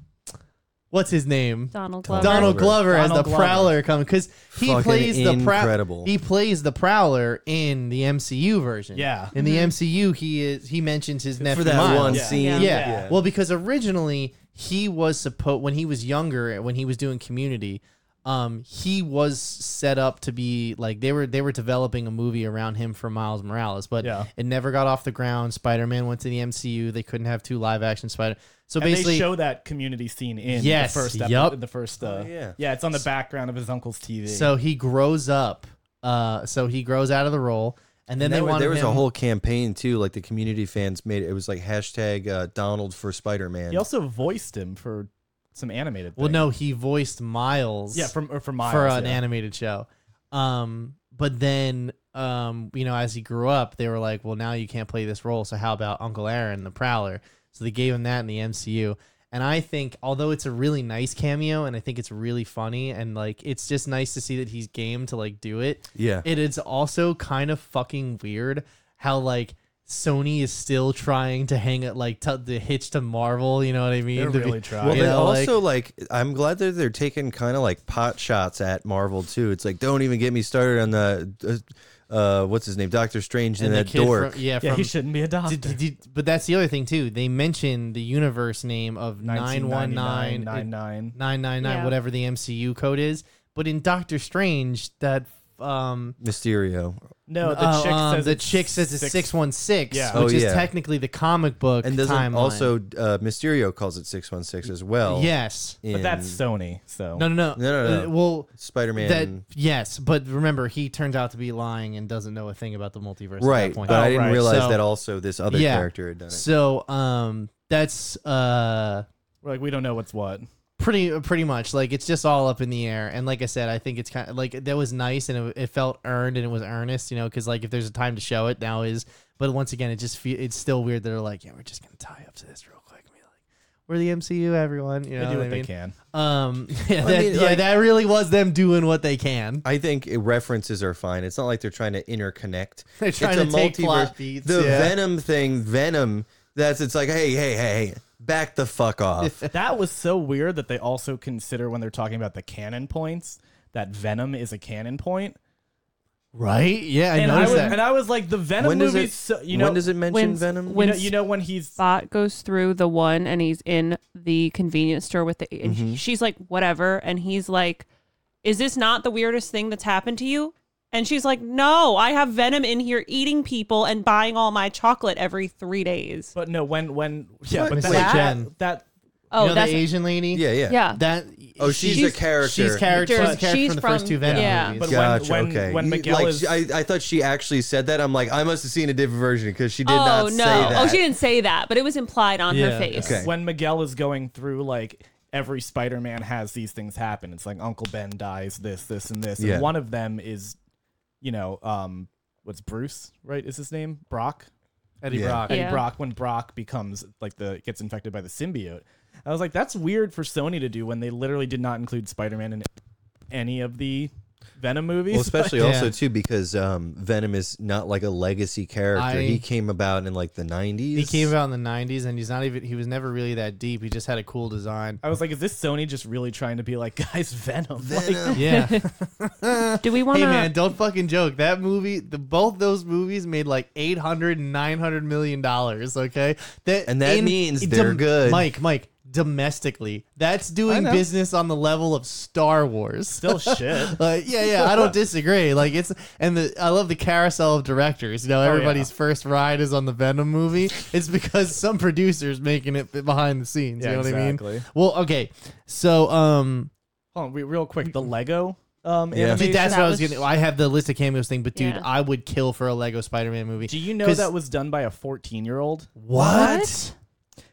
what's his name? Donald Glover. Donald Glover as the Donald Glover. Prowler coming because he Fucking plays the Prowler. incredible. He plays the Prowler in the MCU version. Yeah. in the MCU, he is he mentions his nephew for that Miles. one Yeah. scene. Yeah. Yeah. Well, because originally he was supposed when he was younger when he was doing Community, um, he was set up to be like they were they were developing a movie around him for Miles Morales, but Yeah. it never got off the ground. Spider Man went to the MCU. They couldn't have two live action Spider. So And basically, they show that community scene in Yes, the first epi- yup. the first uh, Oh, yeah. yeah. it's on the background of his uncle's TV. So he grows up. Uh, so he grows out of the role, and then And they that was- wanted there was a him- whole campaign too, like the community fans made it. It was like hashtag uh, Donald for Spider Man. he also voiced him for some animated Well, thing. no, he voiced Miles. Yeah, from or for Miles. for an yeah. animated show. Um, but then, um, you know, as he grew up, they were like, "Well, now you can't play this role. So how about Uncle Aaron, the Prowler?" So they gave him that in the MCU. And I think, although it's a really nice cameo, and I think it's really funny, and like it's just nice to see that he's game to like do it. Yeah. it is also kind of fucking weird how like Sony is still trying to hang it like t- the hitch to Marvel. You know what I mean? They're To be- really trying. Well, You they know, like- also like, I'm glad that they're taking kind of like pot shots at Marvel too. It's like don't even get me started on the uh, uh, what's his name, Doctor Strange, and, and the that kid from- dork. yeah, yeah, from he shouldn't be a doctor. Did- did- did- but that's the other thing too. They mention the universe name of 919 nine 999 nine. Yeah. whatever the MCU code is, but in Doctor Strange that um Mysterio, No, the uh, chick um, says the it's chick says it's six- 616, Yeah. which Oh, is yeah. technically the comic book and doesn't timeline. also uh, Mysterio calls it six one six as well. yes. in But that's Sony, so No, no, no. No, no, no. Uh, well, Spider-Man. that yes, but remember he turns out to be lying and doesn't know a thing about the multiverse at right, that point. but I Oh, didn't right. realize So- that also this other Yeah. character had done it. so um that's uh we're like we don't know what's what. pretty uh, pretty much like it's just all up in the air and like i said i think it's kind of like that was nice and it, it felt earned and it was earnest you know because like if there's a time to show it now is but once again it just feel it's still weird that they're like yeah we're just gonna tie up to this real quick and be like we're the mcu everyone you know They what do what I they mean? can. um yeah, that, mean, yeah, like- that really was them doing what they can I think it- references are fine. It's not like they're trying to interconnect. They're trying it's to take plot beats, The yeah. Venom thing, Venom. That's it's like, hey, hey, hey, back the fuck off. That was so weird that they also consider when they're talking about the cannon points that Venom is a cannon point. right yeah i and I noticed was that and I was like the Venom when does movies. it? so, you know, when does it mention when- Venom? when- you know, you know when he's Bot goes through the one and he's in the convenience store with the and she's like whatever and he's like is this not the weirdest thing that's happened to you and she's like no i have venom in here eating people and buying all my chocolate every three days But no, when when yeah, What? but Wait, that, Jen. that oh you know that's the asian lady yeah, yeah, yeah that Oh, she's, She's- a character. she's character she's a character She's from the from- first two venom yeah. movies But Gotcha. when- okay. when You- Miguel like, is- I, I thought she actually said that. I'm like, I must have seen a different version because she did oh not no say that. oh she didn't say that but it was implied on her Yeah, face okay. when Miguel is going through like every Spider-Man has these things happen. It's like Uncle Ben dies, this, this, and this. Yeah. And one of them is, you know, um, what's Bruce? Right? Is his name Brock? eddie Yeah. brock Eddie Yeah. Brock when Brock becomes like the gets infected by the symbiote. I was like, that's weird for Sony to do when they literally did not include Spider-Man in any of the Venom movies. Well, especially Like- also Yeah. too because um, Venom is not like a legacy character. I- he came about in like the 90s. He came out in the '90s, and he's not even. He was never really that deep. He just had a cool Oh. design. I was like, is this Sony just really trying to be like, guys, Venom? Like, Yeah. hey do we want to man, don't fucking joke. That movie, the both those movies made like 800 and 900 million dollars. Okay. That And that means they're good. Mike, Mike, domestically, that's doing know. business on the level of Star Wars. still shit. Like, yeah, yeah, I don't disagree. Like it's and the I love the carousel of directors. You know, everybody's first ride is on the Venom movie. It's because some producers making it behind the scenes. Yeah, you know what I exactly. mean? Well, okay, so um, Hold on, re- real quick. The Lego um, Yeah. dude, animation. that's That what I was was- gonna. I have the list of cameos thing, but dude, Yeah. I would kill for a Lego Spider-Man movie. Do you know 'Cause- that was done by a 14 year old? what?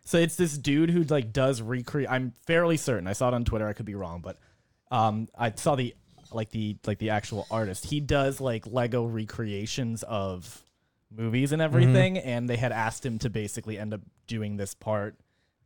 So it's this dude who like does recreate. I'm fairly certain. I saw it on Twitter. I could be wrong, but um, I saw the like the like the actual artist. He does like Lego recreations of movies and Mm-hmm. everything, and they had asked him to basically end up doing this part.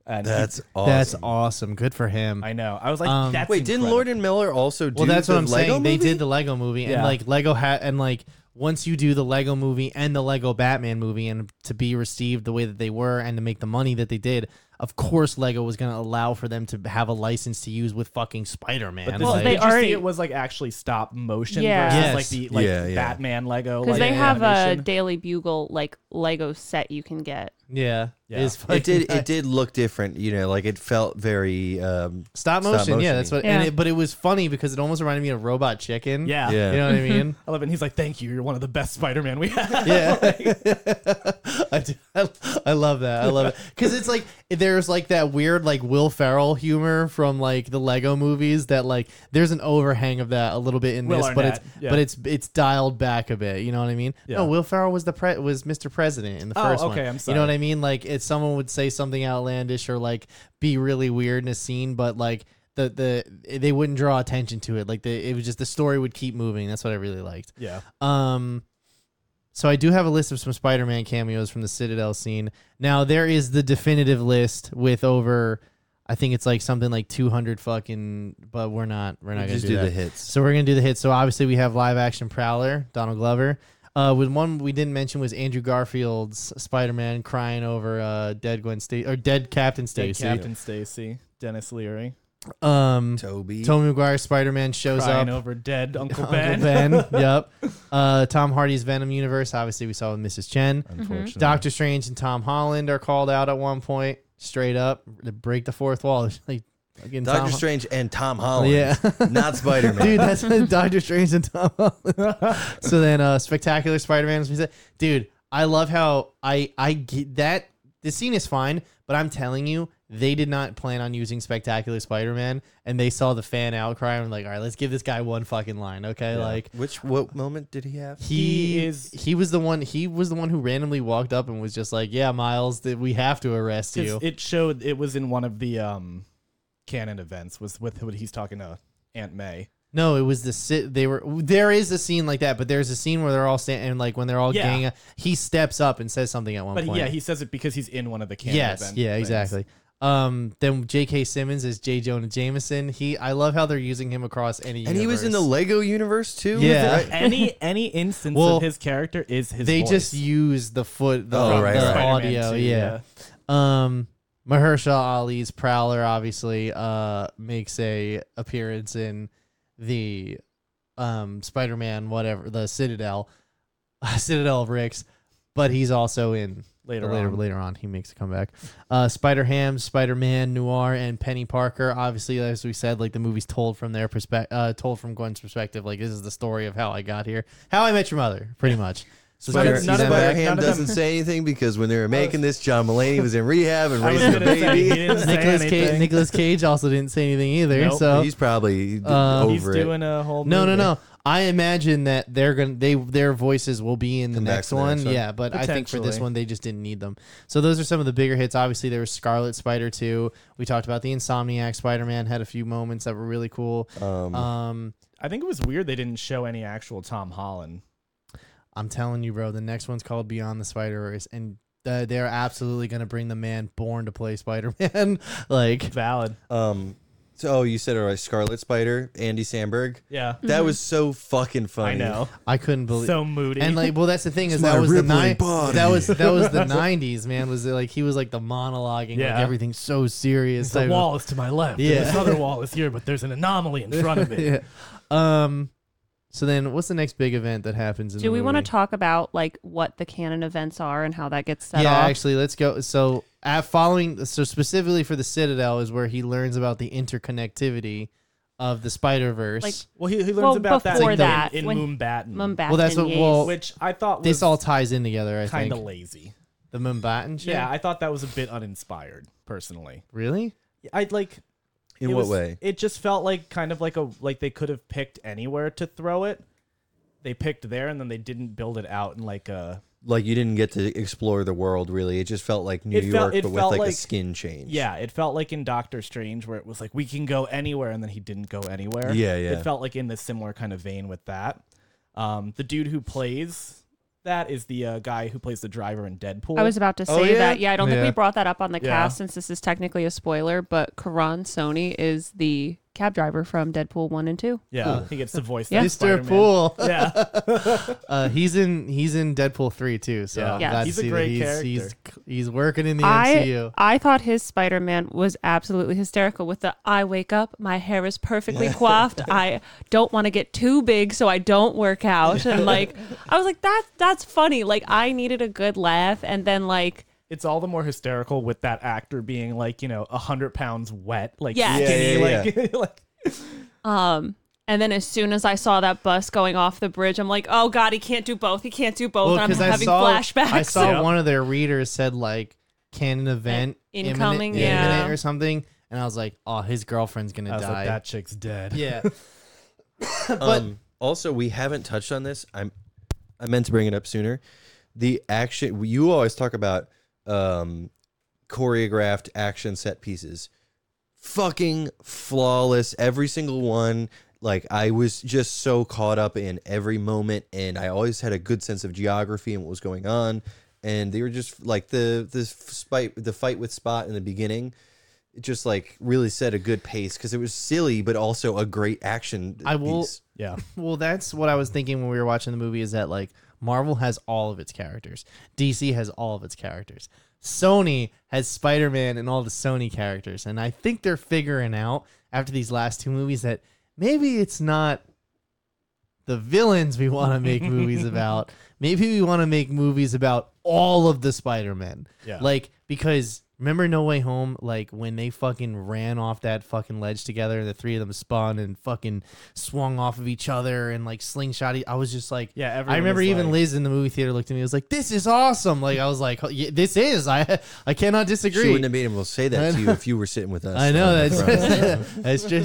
And he- That's awesome. That's awesome. Good for him. I know. I was like, Um, that's Wait, didn't incredible. Lord and Miller also do well, that's the what I'm Lego saying. movie? They did the Lego movie, and Yeah. like Lego hat, and like once you do the Lego movie and the Lego Batman movie, and to be received the way that they were, and to make the money that they did, of course Lego was going to allow for them to have a license to use with fucking Spider Man. But this Well, is, they they did you already- see it was like actually stop motion Yeah. versus Yes. like the like Yeah, yeah. Batman Lego Because like, they have a animation. Daily Bugle like Lego set you can get. yeah, Yeah. It, is It fucking uh, did. It did look different. You know, like it felt very. Um, stop motion. yeah, motion-y. that's what. Yeah. And it, but it was funny because it almost reminded me of Robot Chicken. yeah. Yeah. you know what I mean. I love it. And he's like, "Thank you. You're one of the best Spider-Man we have." Yeah, I, do, I, I love that. I love it because it's like there's like that weird like Will Ferrell humor from like the Lego movies that like there's an overhang of that a little bit in Will this, but Arnett, it's yeah. but it's it's dialed back a bit. You know what I mean? Yeah. No, Will Ferrell was the pre- was Mr. President in the Oh, first one. okay, I'm You know sorry. what I mean? Like if someone would say something outlandish or like be really weird in a scene, but like. The, the they wouldn't draw attention to it like the it was just the story would keep moving that's what I really liked yeah. um, so I do have a list of some Spider-Man cameos from the Citadel scene. Now there is the definitive list with over, I think it's like something like 200 fucking. But we're not. We're not gonna just do, do that. the hits. So we're gonna do the hits. So obviously we have live action Prowler, Donald Glover. Uh, with one we didn't mention was Andrew Garfield's Spider-Man crying over uh dead Gwen Stacy or dead Captain Dead Stacy. Captain Stacy, Dennis Leary, Um, Toby. Tobey Maguire Spider-Man shows crying up. over dead Uncle Uncle Ben. Ben. yep. Uh, Tom Hardy's Venom universe. Obviously, we saw with Mrs. Chen. Mm-hmm. Unfortunately. Doctor Strange and Tom Holland are called out at one point, straight up to break the fourth wall. It's like fucking Doctor Tom- Strange and Tom Holland. Yeah. not Spider Man. Dude, that's Doctor Strange and Tom Holland. so then, uh, Spectacular Spider-Man. as we said. Dude, I love how I I get that. The scene is fine, but I'm telling you, they did not plan on using Spectacular Spider-Man, and they saw the fan outcry and were like, all right, let's give this guy one fucking line, okay? Like, Which what moment did he have? he, He is is- he was the one he was the one who randomly walked up and was just like yeah miles that we have to arrest 'Cause you It showed it was in one of the um canon events was with what he's talking to Aunt May. no it was the sit they were there is a scene like that but there's a scene where they're all standing and like when they're all Yeah. gang he steps up and says something at one But point yeah, he says it because he's in one of the canon yes event yeah things. exactly um then jk simmons is j jonah jameson he i love how they're using him across any And he was in the universe. Lego universe too. was Yeah. it? any any instance Well, of his character is his they voice. just use the foot the, Oh, right, the right. Spider-Man audio 2, yeah. Um, Mahershala Ali's Prowler obviously uh makes a appearance in the um Spider-Man whatever the Citadel Citadel of Ricks, but he's also in Later later on. later on he makes a comeback. Uh, Spider Ham, Spider Man, Noir, and Penny Parker. Obviously, as we said, like the movie's told from their perspective, uh, told from Gwen's perspective. Like this is the story of how I got here, how I met your mother, pretty much. So Spider- it's good to see none of them that- back. Spider Ham none of them- doesn't say anything because when they were making this, John Mulaney was in rehab and I was raising a gonna say, he baby. didn't say Nicholas Cage, anything. Nicolas Cage also didn't say anything either. Nope. so He's probably Uh, over um, He's it. doing a whole no, no, movie. no. I imagine that they're gonna they their voices will be in the Come back next for the one. next one. Yeah, but I think for this Potentially. one they just didn't need them. So those are some of the bigger hits. Obviously, there was Scarlet Spider two. We talked about the Insomniac Spider Man had a few moments that were really cool. Um, Um, I think it was weird they didn't show any actual Tom Holland. I'm telling you, bro, the next one's called Beyond the Spider Verse, and uh, they're absolutely gonna bring the man born to play Spider Man. like, Valid. um, so oh, you said all right, Scarlet Spider, Andy Samberg. Yeah. That was so fucking funny. Mm-hmm. I know. I couldn't believe. So moody. And like, well, that's the thing is It's that my was the rippling ni- body. that was that was the nineties, man. Was it like he was like the monologuing, Yeah. like everything's so serious. the type of- wall is to my left. and Yeah. this other wall is here, but there's an anomaly in front of it. yeah. Um. So then, what's the next big event that happens? In Do the we want to movie? talk about like what the canon events are and how that gets set Yeah, off? actually, let's go. So at following, so specifically for the Citadel is where he learns about the interconnectivity of the Spider Verse. Like, Well, he, he learns Well, about that, before in, that, in when- Moonbatten, Mumbat well, that's and what- Yeats. well, which I thought was this all ties in together. I kind of think lazy. the Mumbatan. shit? Yeah, I thought that was a bit uninspired, personally. Really? I like. In it what was- way? It just felt like kind of like a like they could have picked anywhere to throw it. They picked there, and then they didn't build it out in like a Like you didn't get to explore the world really. It just felt like New It York, felt- it but with felt like, a like- skin change. Yeah, it felt like in Doctor Strange where it was like we can go anywhere, and then he didn't go anywhere. Yeah, yeah. It felt like in the similar kind of vein with that. Um, the dude who plays that is the uh, guy who plays the driver in Deadpool. I was about to say yeah? that. Yeah, I don't think Yeah. we brought that up on the Yeah. cast since this is technically a spoiler, but Karan Sony is the cab driver from Deadpool one and two. Yeah, he gets to voice Yeah. that Mr. Spider-Man. Pool. Yeah, Uh, he's in he's in Deadpool three too. So Yeah. I'm Yeah. glad to He's a see that great he's, he's he's working in the I MCU. I thought his Spider Man was absolutely hysterical with the I wake up, my hair is perfectly coiffed. I don't want to get too big, so I don't work out. And like I was like, that's that's funny. Like I needed a good laugh, and then like it's all the more hysterical with that actor being like you know a hundred pounds wet, like Yeah. Yeah, skinny, yeah, like like um. And then as soon as I saw that bus going off the bridge, I'm like, oh god, he can't do both. He can't do both. and I'm I having saw flashbacks. I saw Yeah. one of their readers said like, "Can an event imminent- incoming, imminent, yeah. or something?" And I was like, "Oh, his girlfriend's gonna I was die." like that chick's dead. yeah, But Um, also, we haven't touched on this. I'm I meant to bring it up sooner. The action you always talk about um, choreographed action set pieces, fucking flawless. Every single one. Like I was just so caught up in every moment, and I always had a good sense of geography and what was going on. And they were just like the the fight the fight with Spot in the beginning. It just like really set a good pace because it was silly, but also a great action. I will- piece. Yeah, Well, that's what I was thinking when we were watching the movie is that like Marvel has all of its characters. DC has all of its characters. Sony has Spider-Man and all the Sony characters. And I think they're figuring out after these last two movies that maybe it's not the villains we want to make movies about. Maybe we want to make movies about all of the Spider-Men. Yeah. Like because remember No Way Home like when they fucking ran off that fucking ledge together and the three of them spun and fucking swung off of each other and like slingshot e-, I was just like Yeah, everyone I remember is even like- Liz in the movie theater looked at me and was like this is awesome. Like I was like "Yeah, this is I I cannot She disagree. wouldn't have been able to say that to you if you were sitting with us. I know on the that's front. that's true.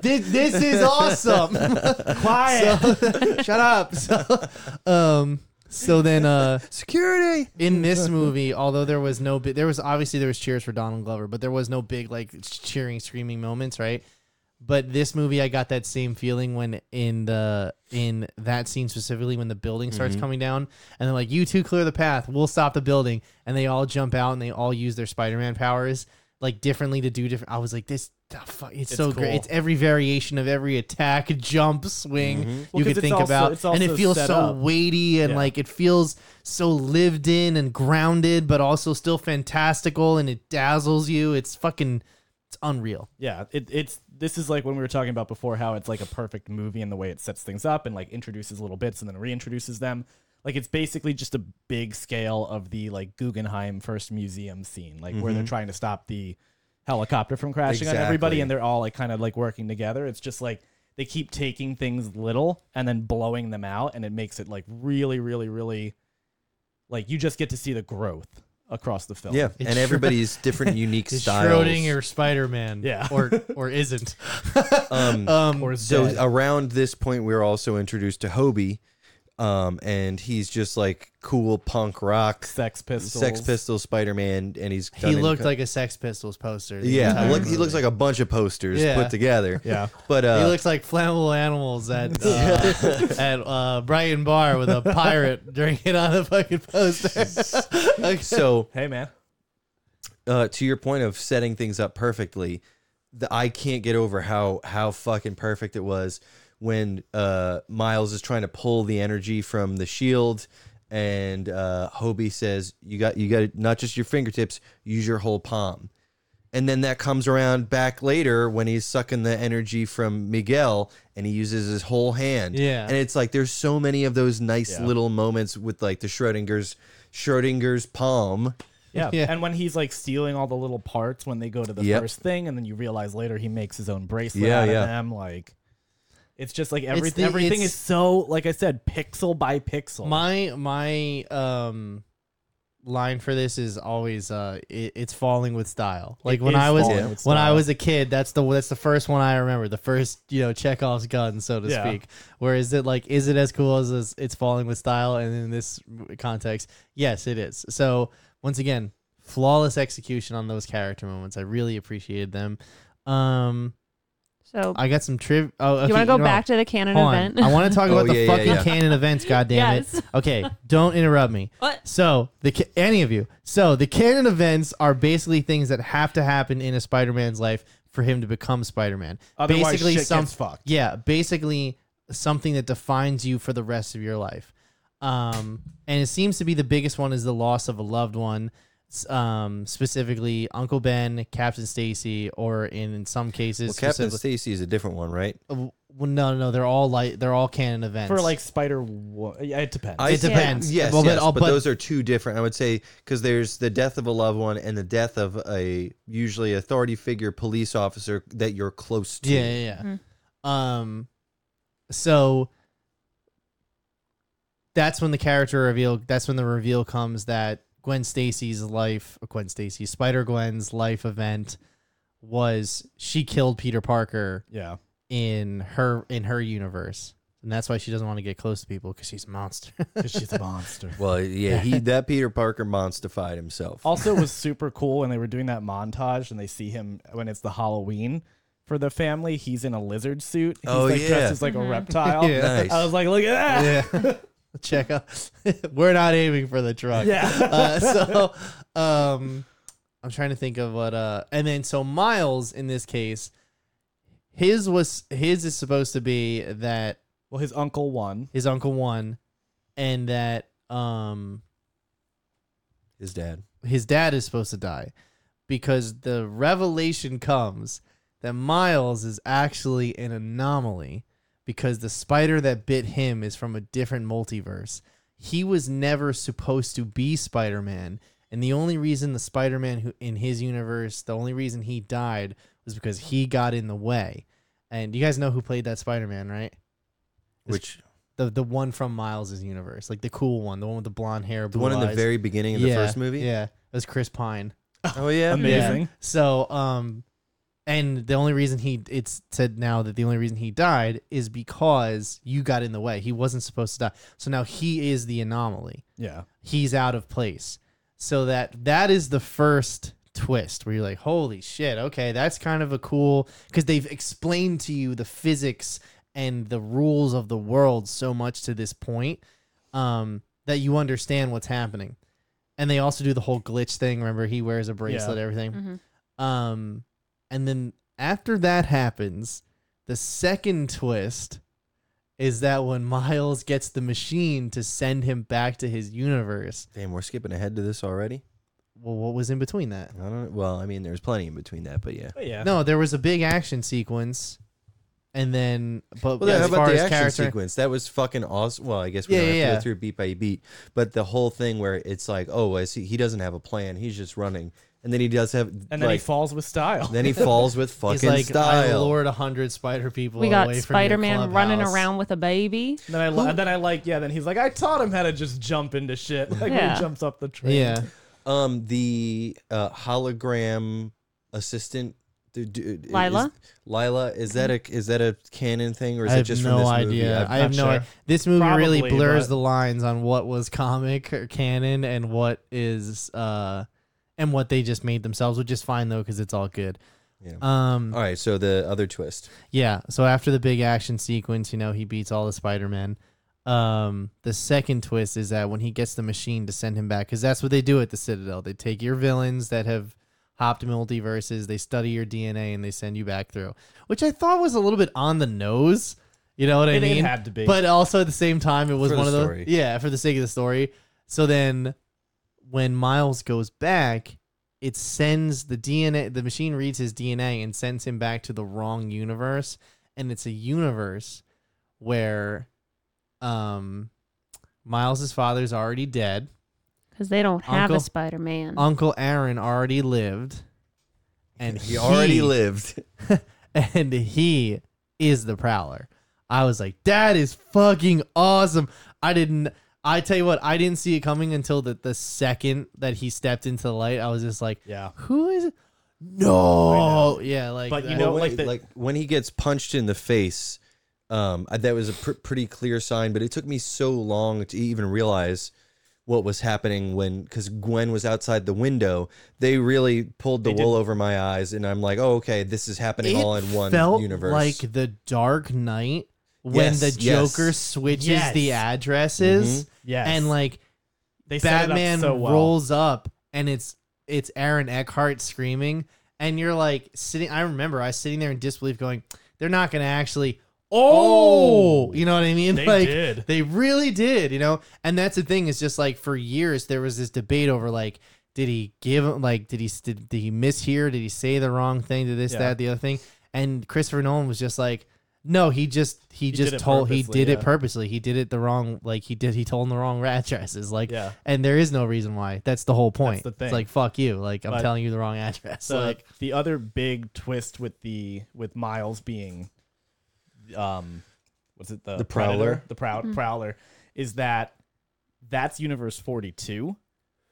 This, this is awesome. quiet. Shut up. So, um, so then, uh, security. in this movie, although there was no, bi- there was obviously there was cheers for Donald Glover, but there was no big like cheering, screaming moments, right? But this movie, I got that same feeling when in the in that scene specifically when the building starts coming down, and they're like, "You two clear the path. We'll stop the building," and they all jump out and they all use their Spider-Man powers like differently to do different. I was like, "This, the fuck, it's, so great. cool. It's every variation of every attack, jump, swing Well, you 'cause could it's think also- about, it's and it also feels set so up. weighty and Yeah. like it feels so lived in and grounded, but also still fantastical, and it dazzles you. It's fucking, it's unreal. Yeah, it, it's this is like when we were talking about before how it's like a perfect movie in the way it sets things up and like introduces little bits and then reintroduces them. Like it's basically just a big scale of the like Guggenheim first museum scene, like where they're Mm-hmm. trying to stop the helicopter from crashing on everybody Exactly. and they're all like kind of like working together. It's just like they keep taking things little and then blowing them out and it makes it like really really really like you just get to see the growth across the film. Yeah, It's and Schro- everybody's different, unique It's styles. Schrodinger Spider Man, Yeah. or or isn't. Um, Um, Or so dead. around this point, we were also introduced to Hobie, um, and he's just like cool punk rock, Sex Pistols. Sex Pistol Spider Man, and he's done he in- looked like a Sex Pistols poster. the yeah, entire look, he movie. looks like a bunch of posters Yeah. put together. Yeah. but He uh, looks like flammable animals at uh, at uh, Brian Bar with a pirate drinking on a fucking poster. so Hey man. uh, to your point of setting things up perfectly, the, I can't get over how how fucking perfect it was when uh, Miles is trying to pull the energy from the shield, and uh, Hobie says, "You got you got not just your fingertips, use your whole palm." And then that comes around back later when he's sucking the energy from Miguel and he uses his whole hand. Yeah. And it's like there's so many of those nice Yeah. little moments with like the Schrodinger's Schrodinger's palm. Yeah. Yeah. And when he's like stealing all the little parts when they go to the Yep. first thing, and then you realize later he makes his own bracelet Yeah, out yeah. of them. Like, it's just like every, the- everything it's- is so, like I said, pixel by pixel. My my um line for this is always uh it, it's falling with style. Like when is I was falling when I with style. was a kid, that's the that's the first one I remember. The first you know Chekhov's gun, so to Yeah. speak. Where is it like is it as cool as this, it's falling with style? And in this context, yes, it is. So once again, flawless execution on those character moments. I really appreciated them. Um, so I got some triv. Oh, okay, you want to go know what? back to the canon Hold on. event? I want to talk Oh, about the yeah, yeah, fucking yeah. canon events. God damn Yes. it. Okay, don't interrupt me. what? So the ca- any of you. So the canon events are basically things that have to happen in a Spider-Man's life for him to become Spider-Man. Otherwise, shit gets fucked. Yeah, basically something that defines you for the rest of your life. Um, and it seems to be the biggest one is the loss of a loved one, s- um, specifically Uncle Ben, Captain Stacy, or in, in some cases, Well, Captain specifically- Stacy is a different one, right? Uh, well, no, no, no, they're all like they're all canon events for like Spider. Wo- yeah, it depends. I- It depends. Yes, Well, but- yes, uh, but, but- those are two different. I would say because there's the death of a loved one and the death of a usually authority figure, police officer that you're close to. Yeah, yeah, yeah. Um, so that's when the character reveal. That's when the reveal comes that Gwen Stacy's life, uh, Gwen Stacy, Spider Gwen's life event was she killed Peter Parker yeah, in her in her universe, and that's why she doesn't want to get close to people because she's a monster. because she's a monster. Well, yeah, he that Peter Parker monstified himself. also was super cool when they were doing that montage and they see him when it's the Halloween for the family. He's in a lizard suit. He's Oh, like yeah. dressed as like a reptile. Yeah. Nice. I was like, look at that. Yeah. Check out. We're not aiming for the truck. uh, so um I'm trying to think of what uh and then so Miles in this case his was his is supposed to be that well, his uncle won. his uncle won and that um his dad. his dad is supposed to die because the revelation comes that Miles is actually an anomaly because the spider that bit him is from a different multiverse. He was never supposed to be Spider Man. And the only reason the Spider Man who in his universe, the only reason he died was because he got in the way. And you guys know who played that Spider Man, right? Which The the one from Miles' universe, like the cool one, the one with the blonde hair, the blue one in the eyes. very beginning of the first movie? Yeah, it was Chris Pine. Oh yeah. Amazing. Yeah. So, um, and the only reason he it's said now that the only reason he died is because you got in the way. He wasn't supposed to die. So now he is the anomaly. Yeah. He's out of place. So that that is the first twist where you're like, holy shit, okay, that's kind of a cool because they've explained to you the physics and the rules of the world so much to this point um, that you understand what's happening. And they also do the whole glitch thing. Remember, he wears a bracelet, everything. Um, and then after that happens, the second twist is that when Miles gets the machine to send him back to his universe, Damn, we're skipping ahead to this already. well, what was in between that? I don't. Well, I mean, there's plenty in between that, but yeah. But Oh, yeah. No, there was a big action sequence, and then but Well, yeah, as how about far the as action character, sequence? That was fucking awesome. Well, I guess we Yeah, don't have yeah, to yeah. go through beat by beat, but the whole thing where it's like, oh, I see, he doesn't have a plan. He's just running, and then he does have, And then he like, falls with style. then he falls with he's fucking like, I style. lured a hundred spider people. We got away from your Spider Man running clubhouse." around with a baby. then I li- then I like yeah. Then he's like, I taught him how to just jump into shit. Like when Yeah. he jumps up the train. Yeah, Um, the uh, hologram assistant. the dude- is- Lila? Lila, is that a is that a canon thing or is I it have just from no this idea. movie? I've- I have not no. sure. i- This movie really Probably, blurs but- the lines on what was comic or canon and what is, uh, and what they just made themselves, which is fine though because it's all good. Yeah. Um. All right, so the other twist. Yeah. So after the big action sequence, you know, he beats all the Spider Men. Um, the second twist is that when he gets the machine to send him back, because that's what they do at the Citadel. They take your villains that have hopped multiverses, they study your DNA, and they send you back through, which I thought was a little bit on the nose. You know what I It- it mean? had to be. But also at the same time, it was For the one of those. story. Yeah, for the sake of the story. So then when Miles goes back, it sends the DNA, the machine reads his DNA and sends him back to the wrong universe. And it's a universe where um, Miles' father's already dead, Because they don't have Uncle- a Spider Man. Uncle Aaron already lived, and He already lived lived. and he is the prowler. I was like, that is fucking awesome. I didn't I tell you what, I didn't see it coming until the, the second that he stepped into the light. I was just like, Yeah. who is it? No. Yeah, like But you that- know- Well, when like he- the- like when he gets punched in the face, um, I- that was a pr- pretty clear sign. But it took me so long to even realize what was happening when because Gwen was outside the window. They really pulled the wool over my eyes, and I'm like, oh, okay, this is happening it all in one felt universe. like the Dark Knight when Yes, the yes. Joker switches Yes. Mm-hmm. the addresses Yes. and like they set it up Batman so well. rolls up and it's it's Aaron Eckhart screaming and you're like sitting. I remember I was sitting there in disbelief, going, "They're not going to actually." Oh, Oh. you know what I mean? They like did. they really did, you know. And that's the thing is just like for years there was this debate over like, did he give like did he did, did he mishear? Did he say the wrong thing? Did this Yeah. that the other thing? And Christopher Nolan was just like, no, he just he, did just it told he purposely, did it yeah. purposely. He did it the wrong like he did he told him the wrong addresses like Yeah. and there is no reason why. That's the whole point. the It's thing. like fuck you. Like I'm But telling you the wrong address. So like the other big twist with the with Miles being, um, what's it the The Prowler. Predator? the prow- Prowler, is that that's Universe forty two,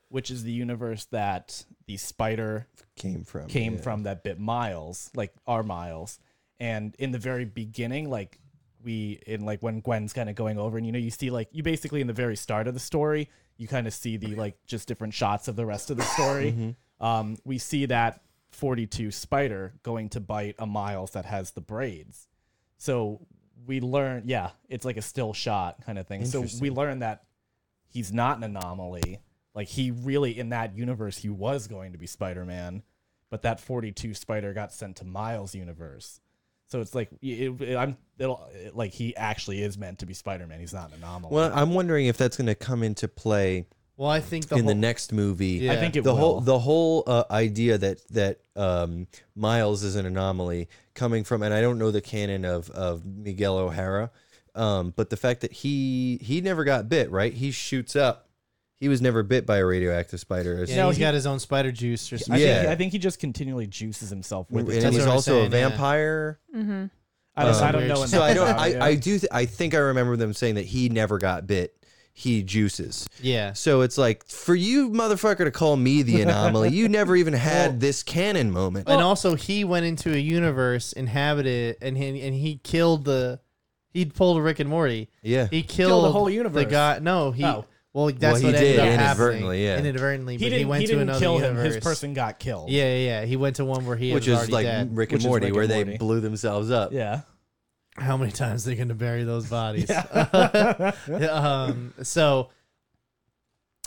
which is the universe that the spider Came from came yeah. from that bit Miles, like our Miles. And in the very beginning, like we in like when Gwen's kind of going over and you know you see like you basically in the very start of the story, you kind of see the like just different shots of the rest of the story. Mm-hmm. Um we see that 42 spider going to bite a Miles that has the braids. So we learn, yeah, it's like a still shot kind of thing. So we learn that he's not an anomaly. Like he really in that universe he was going to be Spider-Man, but that 42 Spider got sent to Miles' universe. So it's like it, it- I'm it'll it, like he actually is meant to be Spider-Man. He's not an anomaly. Well, I'm wondering if that's going to come into play well, I think the in whole, the next movie. Yeah. I think it the will. whole the whole uh, idea that that um, Miles is an anomaly coming from, and I don't know the canon of of Miguel O'Hara, um, but the fact that he he never got bit, right? He shoots up. He was never bit by a radioactive spider. yeah, No, he's he- got his own spider juice or I something. yeah. think I think he just continually juices himself with and it. that's he's what I'm also saying, a yeah. vampire. I don't, I don't Um, know. enough So I don't. about I, it, yeah. I do. Th- I think I remember them saying that he never got bit. He juices. Yeah. So it's like for you motherfucker to call me the anomaly. you never even had this canon moment. and also he went into a universe inhabited and he, and he killed the he pulled Rick and Morty. Yeah. He the killed, whole The universe. guy no, he Oh. well that's he what ended did up happening. inadvertently, yeah. Inadvertently, but he didn't, he went he to didn't another kill him. universe. His person got killed. Yeah, yeah, yeah. He went to one where he which was is already like dead. Rick Which and is Morty, Rick where and they Morty. blew themselves up. Yeah. how many times they gonna bury those bodies. um, so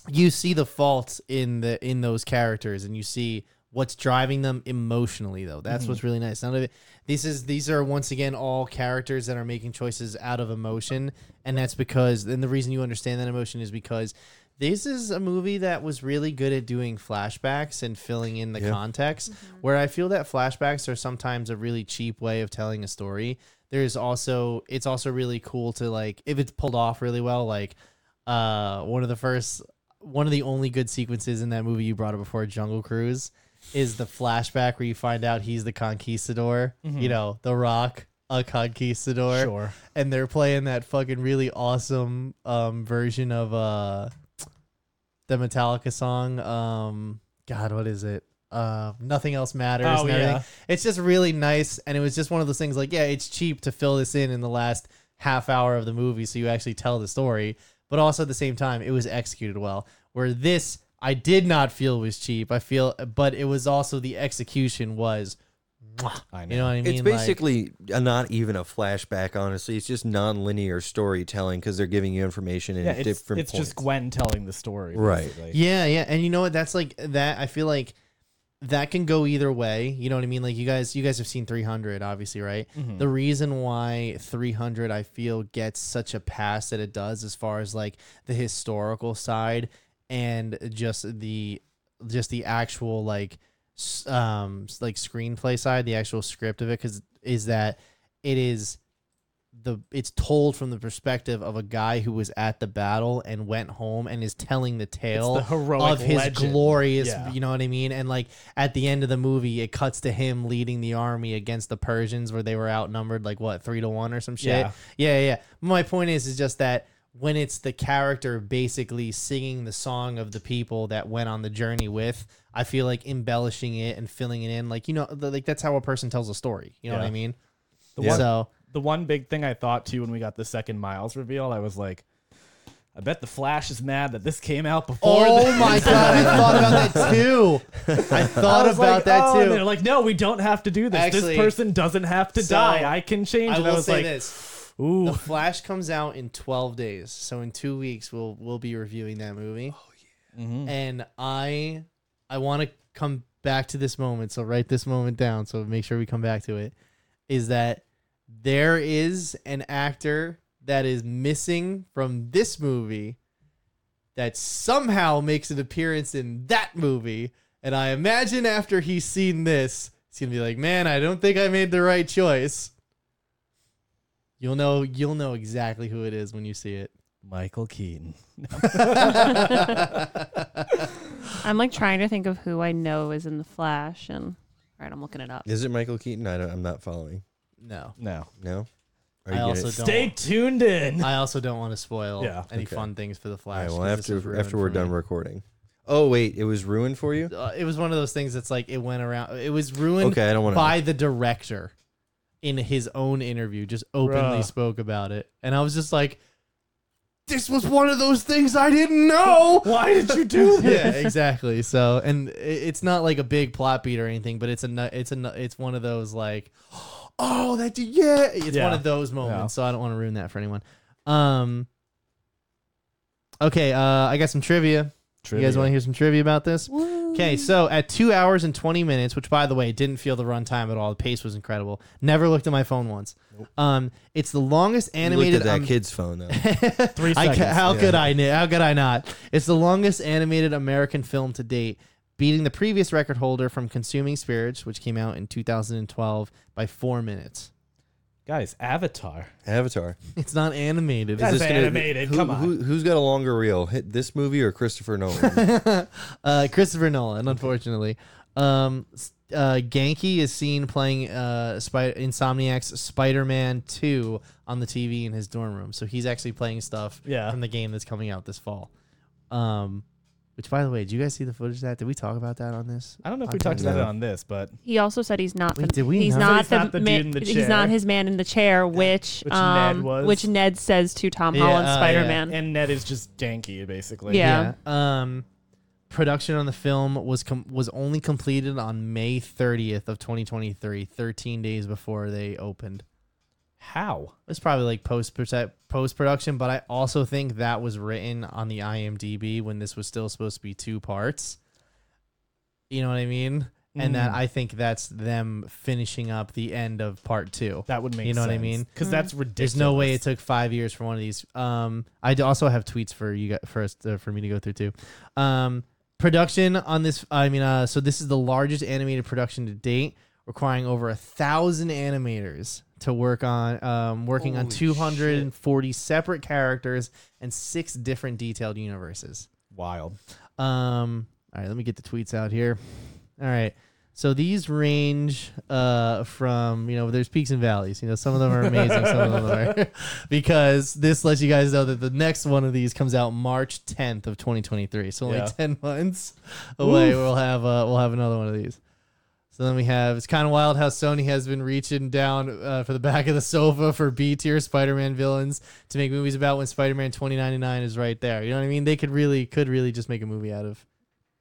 you see the faults in the in those characters, and you see what's driving them emotionally. Though that's what's really nice. None of it. This is these are once again all characters that are making choices out of emotion, and that's because and the reason you understand that emotion is because. This is a movie that was really good at doing flashbacks and filling in the context. Where I feel that flashbacks are sometimes a really cheap way of telling a story there's also it's also really cool to like if it's pulled off really well like uh one of the first one of the only good sequences in that movie you brought up before jungle cruise is the flashback where you find out he's the conquistador you know the rock a conquistador Sure. and they're playing that fucking really awesome um version of uh the metallica song um god what is it uh nothing else matters Oh, and everything. yeah. it's just really nice and it was just one of those things like yeah it's cheap to fill this in in the last half hour of the movie so you actually tell the story but also at the same time it was executed well where this i did not feel was cheap i feel but it was also the execution was mwah. I you know what i mean It's Like- basically a- not even a flashback, honestly. It's just non-linear storytelling because they're giving you information in Yeah, it's, different it's points. just Gwen telling the story. Right. basically. Yeah, yeah. And you know what? That's like that. I feel like that can go either way. You know what I mean? Like you guys, you guys have seen 300, obviously, right? The reason why 300, I feel, gets such a pass that it does, as far as like the historical side and just the just the actual like s- um s- like screenplay side, the actual script of it, because is that it is the it's told from the perspective of a guy who was at the battle and went home and is telling the tale the heroic of his legend. glorious Yeah. you know what I mean and like at the end of the movie it cuts to him leading the army against the Persians where they were outnumbered like what 3 to 1 or some shit Yeah. yeah, yeah, yeah. My point is, is just that when it's the character basically singing the song of the people that went on the journey with, I feel like embellishing it and filling it in, like you know, th- like that's how a person tells a story. You know what Yeah. I mean? The Yeah. one So the one big thing I thought too when we got the second Miles reveal, I was like, I bet the Flash is mad that this came out before. Oh this. my god, I thought about that too. I I thought was about like, that oh, and they're too. like, no, we don't have to do this. Actually, this person doesn't have to so, die. I can change. I it. will I was say like, this: ooh, The Flash comes out in 12 days, so in two weeks we'll we'll be reviewing that movie. Mhm. and I I want to come back to this moment. So write this moment down. So make sure we come back to it. Is that there is an actor that is missing from this movie that somehow makes an appearance in that movie. And I imagine after he's seen this, he's gonna be like, "Man, I don't think I made the right choice." You'll know. You'll know exactly who it is when you see it. Michael Keaton. I'm like trying to think of who I know is in the Flash, and all right, I'm looking it up. Is it Michael Keaton? I don't, I'm not following. No, No. No. Are I you also gonna- don't. Stay tuned in. I also don't want to spoil Yeah. any Okay. fun things for the All right, Flash. well, 'cause this is after ruined after we're for done me. recording. Oh wait, it was ruined for you. Uh, it was one of those things that's like it went around. It was ruined Okay, I don't want to. by the director in his own interview. Just openly Bruh. spoke about it, and I was just like, "This was one of those things I didn't know." Why did you do this? yeah, exactly. So, and i- it's not like a big plot beat or anything, but it's a nu- it's a nu- it's one of those like, oh, that d- yeah, it's one Yeah. of those moments. So I don't want to ruin that for anyone. Um. Okay, uh, I got some trivia. You guys want to hear some trivia about this? Okay, so at two hours and twenty minutes, which by the way, it didn't feel the runtime at all. The pace was incredible. Never looked at my phone once. Um, it's the longest Animated animated looked at that um, kid's phone though. Three I seconds. ca- how yeah. could I? kn- How could I not? It's the longest animated American film to date, beating the previous record holder from *Consuming Spirits*, which came out in 2012 by four minutes. Guys, Avatar. Avatar. Is It's not animated. That's It's this gonna- animated, Who, come on. Who, who's got a longer reel? Hit this movie or Christopher Nolan? uh, Christopher Nolan, unfortunately. Um, s- uh, Genki is seen playing uh, Spy- Insomniac's Spider-Man 2 on the TV in his dorm room. So he's actually playing stuff Yeah. from the game that's coming out this fall. Um, which, by the way, did you guys see the footage of that? Did we talk about that on this? I don't know if we talked about it on this, but He also said he's not. Wait, the, did we he's not? not, So he's not the, the man, dude in the He's not chair. his man in the chair, which Which Ned um, was. which Ned says to Tom Yeah, Holland's oh, yeah. Spider Man. and Ned is just janky basically. Yeah. Um, production on the film was com- was only completed on May 30th of 2023, 13 days before they opened. How? It's probably like post post production, but I also think that was written on the IMDb when this was still supposed to be two parts. You know what I mean? And that I think that's them finishing up the end of part two. That would make You know what I sense. mean? Because that's ridiculous. There's no way it took five years for one of these. Um, I d- also have tweets for you guys, for us uh, for me to go through too. Um, production on this, I mean, uh, so this is the largest animated production to date, requiring over a thousand animators to work on, um, working on Holy 240 separate characters and six different detailed universes. wild. Um, all right, let me get the tweets out here. All right. So these range uh, from, you know, there's peaks and valleys. You know, some of them are amazing, some of them are. because this lets you guys know that the next one of these comes out March 10th of 2023. So only Yeah. 10 months away we'll have uh, we'll have another one of these. So then we have it's kind of wild how Sony has been reaching down uh, for the back of the sofa for B tier Spider Man villains to make movies about when Spider Man twenty ninety nine is right there. You know what I mean? They could really could really just make a movie out of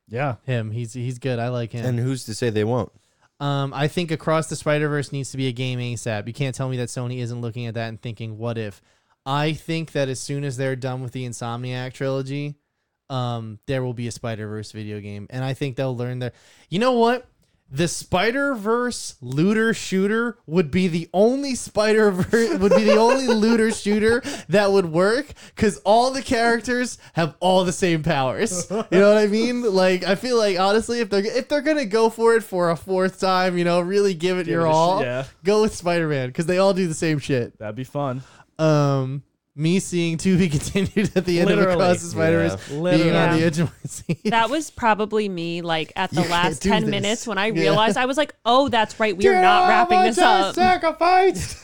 Yeah. him. He's he's good. I like him. and who's to say they won't? um, I think Across the Spider Verse needs to be a game ASAP. You can't tell me that Sony isn't looking at that and thinking, "What if?" I think that as soon as they're done with the Insomniac trilogy, um, there will be a Spider Verse video game, and I think they'll learn their. You know what? The Spider Verse looter shooter would be the only Spider Verse would be the only looter shooter that would work because all the characters have all the same powers. You know what I mean? Like I feel like honestly, if they're if they're gonna go for it for a fourth time, you know, really give it Give your it a sh- all. yeah. Go with Spider Man because they all do the same shit That'd be fun. um me seeing to be continued at the end Literally. of Across the Spider Verse being on Literally. the edge of my seat. That was probably me, like at the You can't last do ten this. minutes when I Yeah. realized I was like, "Oh, that's right, we are not wrapping this up." Sacrifice.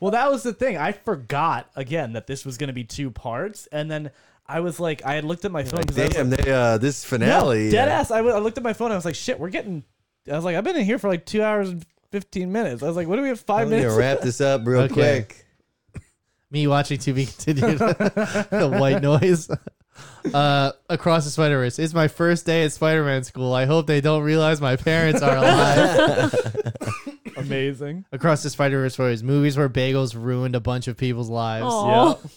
Well, that was the thing. I forgot again that this was going to be two parts, and then I was like, I had looked at my phone. 'cause I was Damn, like, they uh, this no, finale. dead uh, ass. I, w- I looked at my phone. I was like, shit, we're getting. I was like, I've been in here for like two hours and fifteen minutes. I was like, what do we have five I'm minutes? gonna wrap this up real Okay. quick. me watching to be continued. the white noise. Uh, Across the Spider Verse. It's my first day at Spider Man school. I hope they don't realize my parents are alive. Amazing. Across the Spider Verse stories. Movies where bagels ruined a bunch of people's lives. Aw.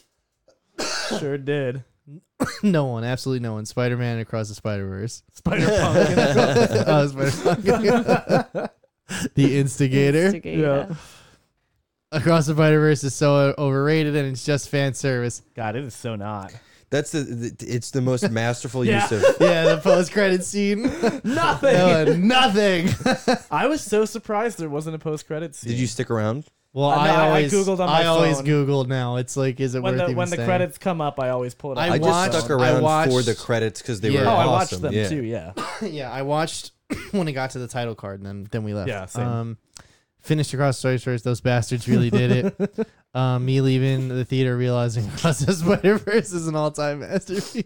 Sure did. no one, absolutely no one. Spider Man across the Spider Verse. Spider Punk. oh, Spider- the instigator. Instigator. Across the Spider Verse is so overrated and it's just fan service. God, it is so not. That's the, the it's the most masterful use Yeah. of Yeah, the post credit scene. Nothing. Uh, nothing. I was so surprised there wasn't a post credit scene. Did you stick around? Well, Uh, I no, I always Googled on I my always phone. Googled now. It's like, is it when worth the even when the staying? credits come up, I always pull it up. I I, on my watched- just phone. stuck I around for watched- the credits because they Yeah. were Oh, I awesome. watched them yeah. too. Yeah. yeah, I watched when it got to the title card, and then then we left. Yeah, same. Um, finished across Toy Story. Those bastards really did it. um, me leaving the theater realizing Across the Spider Verse is an all time masterpiece.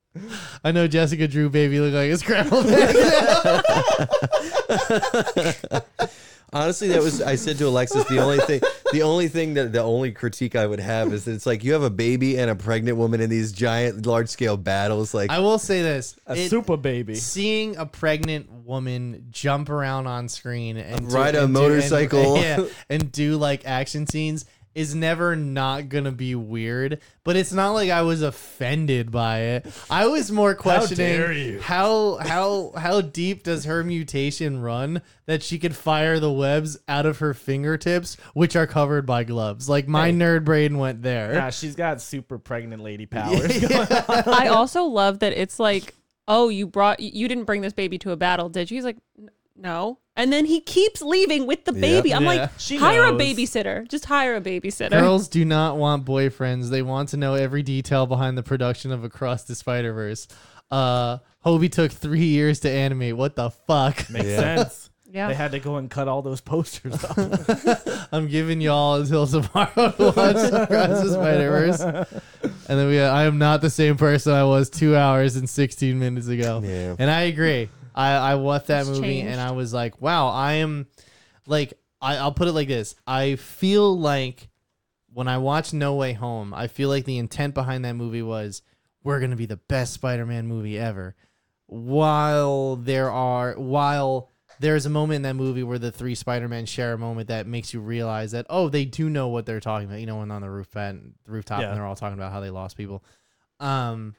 I know Jessica Drew baby look like a scrambled egg. Honestly, that was I said to Alexis the only thing the only thing that the only critique I would have is that it's like you have a baby and a pregnant woman in these giant large scale battles. Like I will say this: A it- super baby. seeing a pregnant woman jump around on screen and Ride a and and- motorcycle. yeah, and do like action scenes is never not gonna be weird. But it's not like I was offended by it. I was more questioning dare you. how how how deep does her mutation run that she could fire the webs out of her fingertips, which are covered by gloves. Like my nerd brain went there. Yeah, she's got super pregnant lady powers. I also love that it's like, oh, you brought you didn't bring this baby to a battle, did you? He's like, "N- no. And then he keeps leaving with the baby. I'm Yeah. like, She hire knows. a babysitter. Just hire a babysitter. Girls do not want boyfriends. They want to know every detail behind the production of Across the Spider Verse. Uh, Hobie took three years to animate. What the fuck? Makes Yeah. sense. Yeah. They had to go and cut all those posters up. I'm giving y'all until tomorrow to watch Across the Spider Verse. And then we, I am not the same person I was two hours and 16 minutes ago. Yeah. And I agree. I, I watched that It's movie changed. and I was like, wow, I am like, I, I'll put it like this. I feel like when I watch No Way Home, I feel like the intent behind that movie was we're going to be the best Spider-Man movie ever. While there are while there's a moment in that movie where the three Spider-Men share a moment that makes you realize that oh, they do know what they're talking about. You know, when on the roof and rooftop Yeah. and they're all talking about how they lost people. Um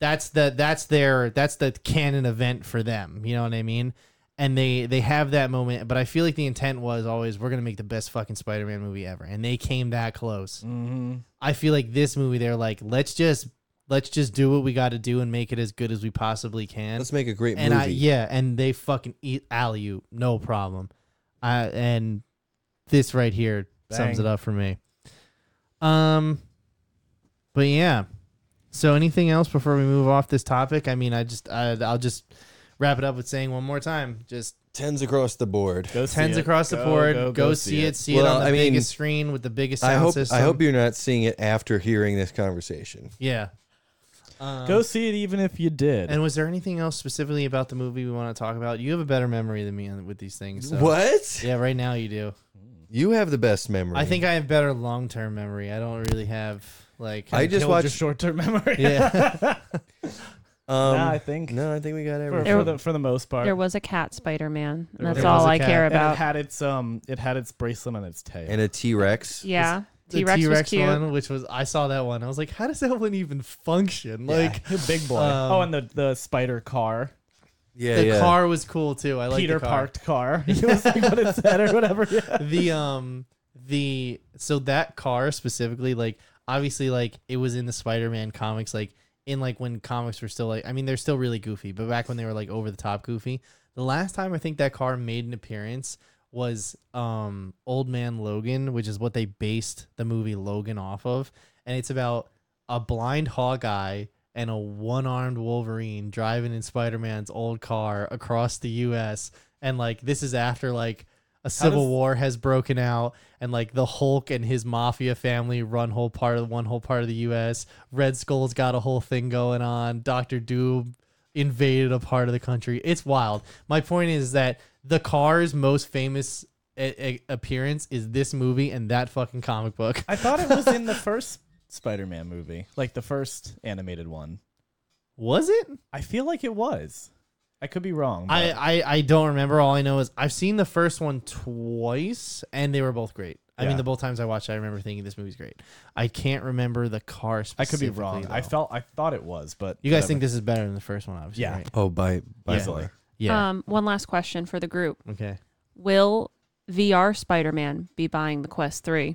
that's the that's their that's the canon event for them. You know what I mean? And they they have that moment, but I feel like the intent was always we're gonna make the best fucking Spider-Man movie ever, and they came that close. mm-hmm. I feel like this movie, they're like, let's just let's just do what we got to do and make it as good as we possibly can. let's make a great and movie. I yeah, and they fucking eat alley you, no problem. I and this right here sums Bang. it up for me. Um, but yeah. So anything else before we move off this topic? I mean, I just I, I'll just wrap it up with saying one more time, just Tens across the board. Go tens see it. across the Go, board. Go, Go, see it, see it Well, on the I mean, biggest screen with the biggest sound I hope system. I hope you're not seeing it after hearing this conversation. yeah. Um, Go see it, even if you did. And was there anything else specifically about the movie we want to talk about? You have a better memory than me on- with these things. So. What? Yeah, right now you do. You have the best memory. I think I have better long term memory. I don't really have like. I just Killed your watched. short-term memory. yeah. Um, Nah, I think no, I think we got for, everything. for the for the most part, There was a cat Spider Man. There That's was all a I cat. care and it about. had its um, it had its bracelet on its tail. and a T Rex. Yeah. The T Rex was T-Rex cute. one, which was I saw that one. I was like, how does that one even function? Like Yeah, big boy. um, oh, and the the spider car, Yeah, the yeah. car was cool too. I like Peter the car. parked car. it was like what it said or whatever. Yeah. the um the so that car specifically like obviously like it was in the spider-man comics like in like when comics were still like i mean they're still really goofy but back when they were like over the top goofy the last time i think that car made an appearance was um old man logan which is what they based the movie logan off of and it's about a blind hawkeye and a one-armed wolverine driving in spider-man's old car across the us and like this is after like a civil does- war has broken out and like the hulk and his mafia family run whole part of one whole part of the us red skull's got a whole thing going on dr doom invaded a part of the country it's wild my point is that the car's most famous a- a- appearance is this movie and that fucking comic book I thought it was in the first Spider-Man movie, like the first animated one. was it I feel like it was. I could be wrong. but- I, I I don't remember all i know is i've seen the first one twice and they were both great I mean, the both times I watched, it, I remember thinking this movie's great. I can't remember the car. I could be specifically, wrong. I though. felt I thought it was, but You guys whatever. think this is better than the first one, obviously. Yeah. Right? Oh, by by Easily. far. Yeah. Um, one last question for the group: okay. Will VR Spider-Man be buying the Quest Three?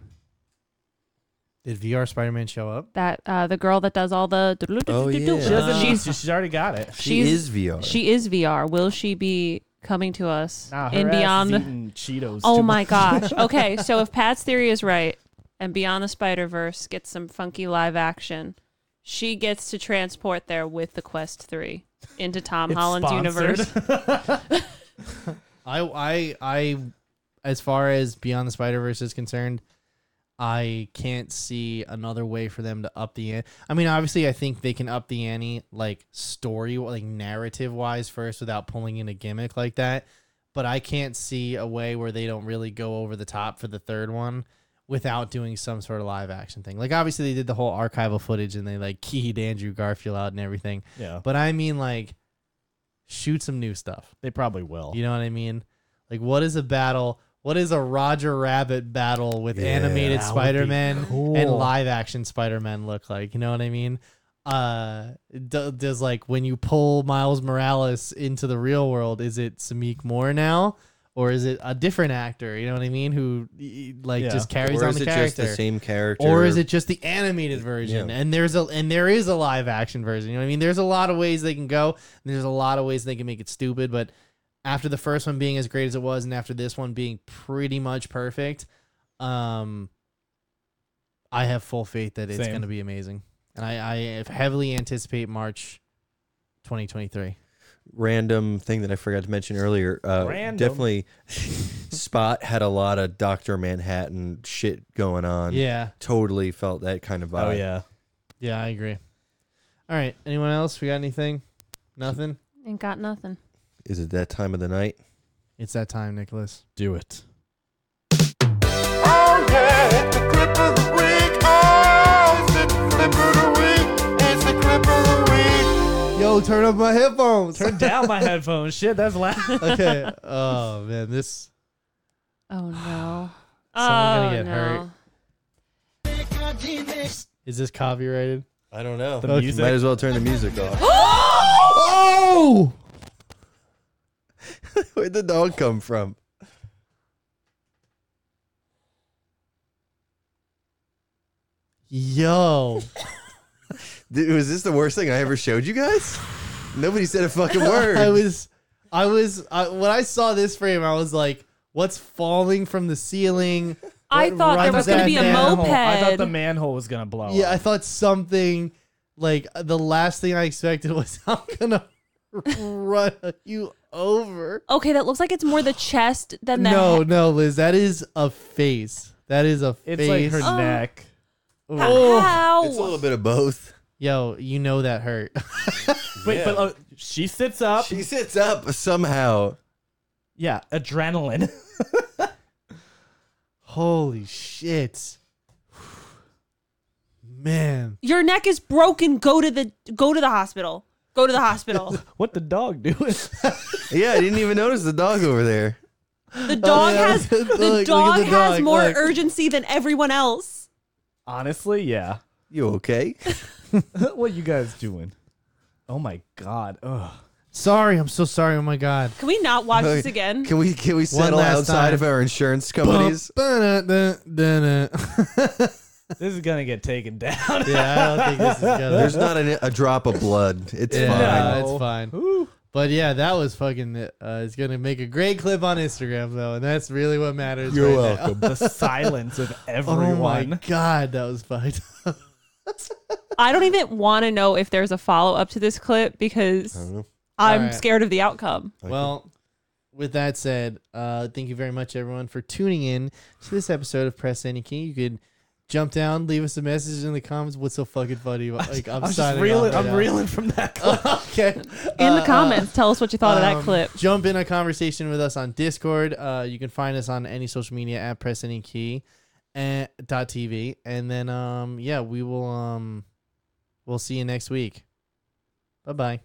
Did VR Spider Man show up? That uh, the girl that does all the Oh, yeah. she doesn't Uh, need she's to. She's already got it. She She's- is VR. she is VR. Will she be coming to us Nah, her in ass is Beyond the eating Cheetos. Oh too my much. gosh. Okay, so if Pat's theory is right and Beyond the Spider Verse gets some funky live action, she gets to transport there with the Quest 3 into Tom It's Holland's sponsored. universe. I I I as far as Beyond the Spider Verse is concerned, I can't see another way for them to up the ante. I mean, obviously, I think they can up the ante like story, like narrative wise first, without pulling in a gimmick like that. But I can't see a way where they don't really go over the top for the third one without doing some sort of live action thing. Like obviously they did the whole archival footage and they like keyed Andrew Garfield out and everything. Yeah, But I mean like shoot some new stuff. they probably will. You know what I mean? Like, what is a battle? What is a Roger Rabbit battle with Yeah, animated that would be Spider Man and cool. live action Spider Man look like? You know what I mean? Uh, do, does like when you pull Miles Morales into the real world, is it Samik Moore now? Or is it a different actor? You know what I mean? Who y- y- like Yeah. just carries or on is the it just character? the same character? or is it just the animated version Yeah. and there's a and there is a live action version you know what i mean there's a lot of ways they can go and there's a lot of ways they can make it stupid but after the first one being as great as it was and after this one being pretty much perfect um i have full faith that it's Same. going to be amazing and i i heavily anticipate march 2023 random thing that I forgot to mention earlier? Uh, Random. Definitely, Spot had a lot of Doctor Manhattan shit going on. yeah totally felt that kind of vibe. Oh yeah. yeah i agree all right anyone else we got anything nothing Ain't got nothing. Is it that time of the night? it's that time nicholas Do it. Oh yeah, it's the clip of the week. Oh, it's the clip of the week. It's the clip of the week. yo turn up my headphones Turn down my headphones. Shit, that's loud. okay. Oh man, this Oh no. Someone gonna oh, get no. hurt. is this copyrighted? I don't know. The music? Might as well turn the music off. Oh! Where'd the dog come from? Yo, Dude, was this the worst thing I ever showed you guys? Nobody said a fucking word. I was, I was, I, when I saw this frame, I was like, "What's falling from the ceiling?" I What thought there runs was going to that be a manhole? moped. I thought the manhole was gonna blow. Yeah, I up. thought something like uh, the last thing I expected was I'm gonna run you over. okay, that looks like it's more the chest than the No, he- no, Liz, that is a face. That is a It's face. Oh. like her Oh. neck. How? It's a little bit of both. Yo, you know that hurt. Wait, Yeah. but uh, she sits up. She sits up somehow. yeah, adrenaline. Holy shit. Man. Your neck is broken. Go to the go to the hospital. Go to the hospital. what the dog doing? Yeah, I didn't even notice the dog over there. The Oh, dog yeah. has the Look, look at dog the has dog, more look. urgency than everyone else. Honestly, yeah. You okay? what you guys doing? Oh my god. Ugh. Sorry, I'm so sorry. Oh my god. Can we not watch this again? Can we can we settle last outside time. of our insurance companies? This is gonna get taken down. yeah, I don't think this is gonna. There's not a, a drop of blood. It's yeah, fine. it's fine. But yeah, that was fucking. Uh, it's gonna make a great clip on Instagram though, and that's really what matters. You're right now. welcome. the silence of Oh my everyone. god, that was fucked. up. I don't even want to know if there's a follow up to this clip because I'm Alright. scared of the outcome. Well, with that said, uh, thank you very much, everyone, for tuning in to this episode of Press Any Key. You could jump down, leave us a message in the comments. What's so fucking funny? about- Like I'm, I'm just signing reeling. off right I'm now. reeling from that. clip. Okay. In Uh, the uh, comments, tell us what you thought of that Um, clip. Jump in a conversation with us on Discord. Uh, you can find us on any social media at Press Any Key and dot TV. And then um, yeah, we will um, we'll see you next week. Bye bye.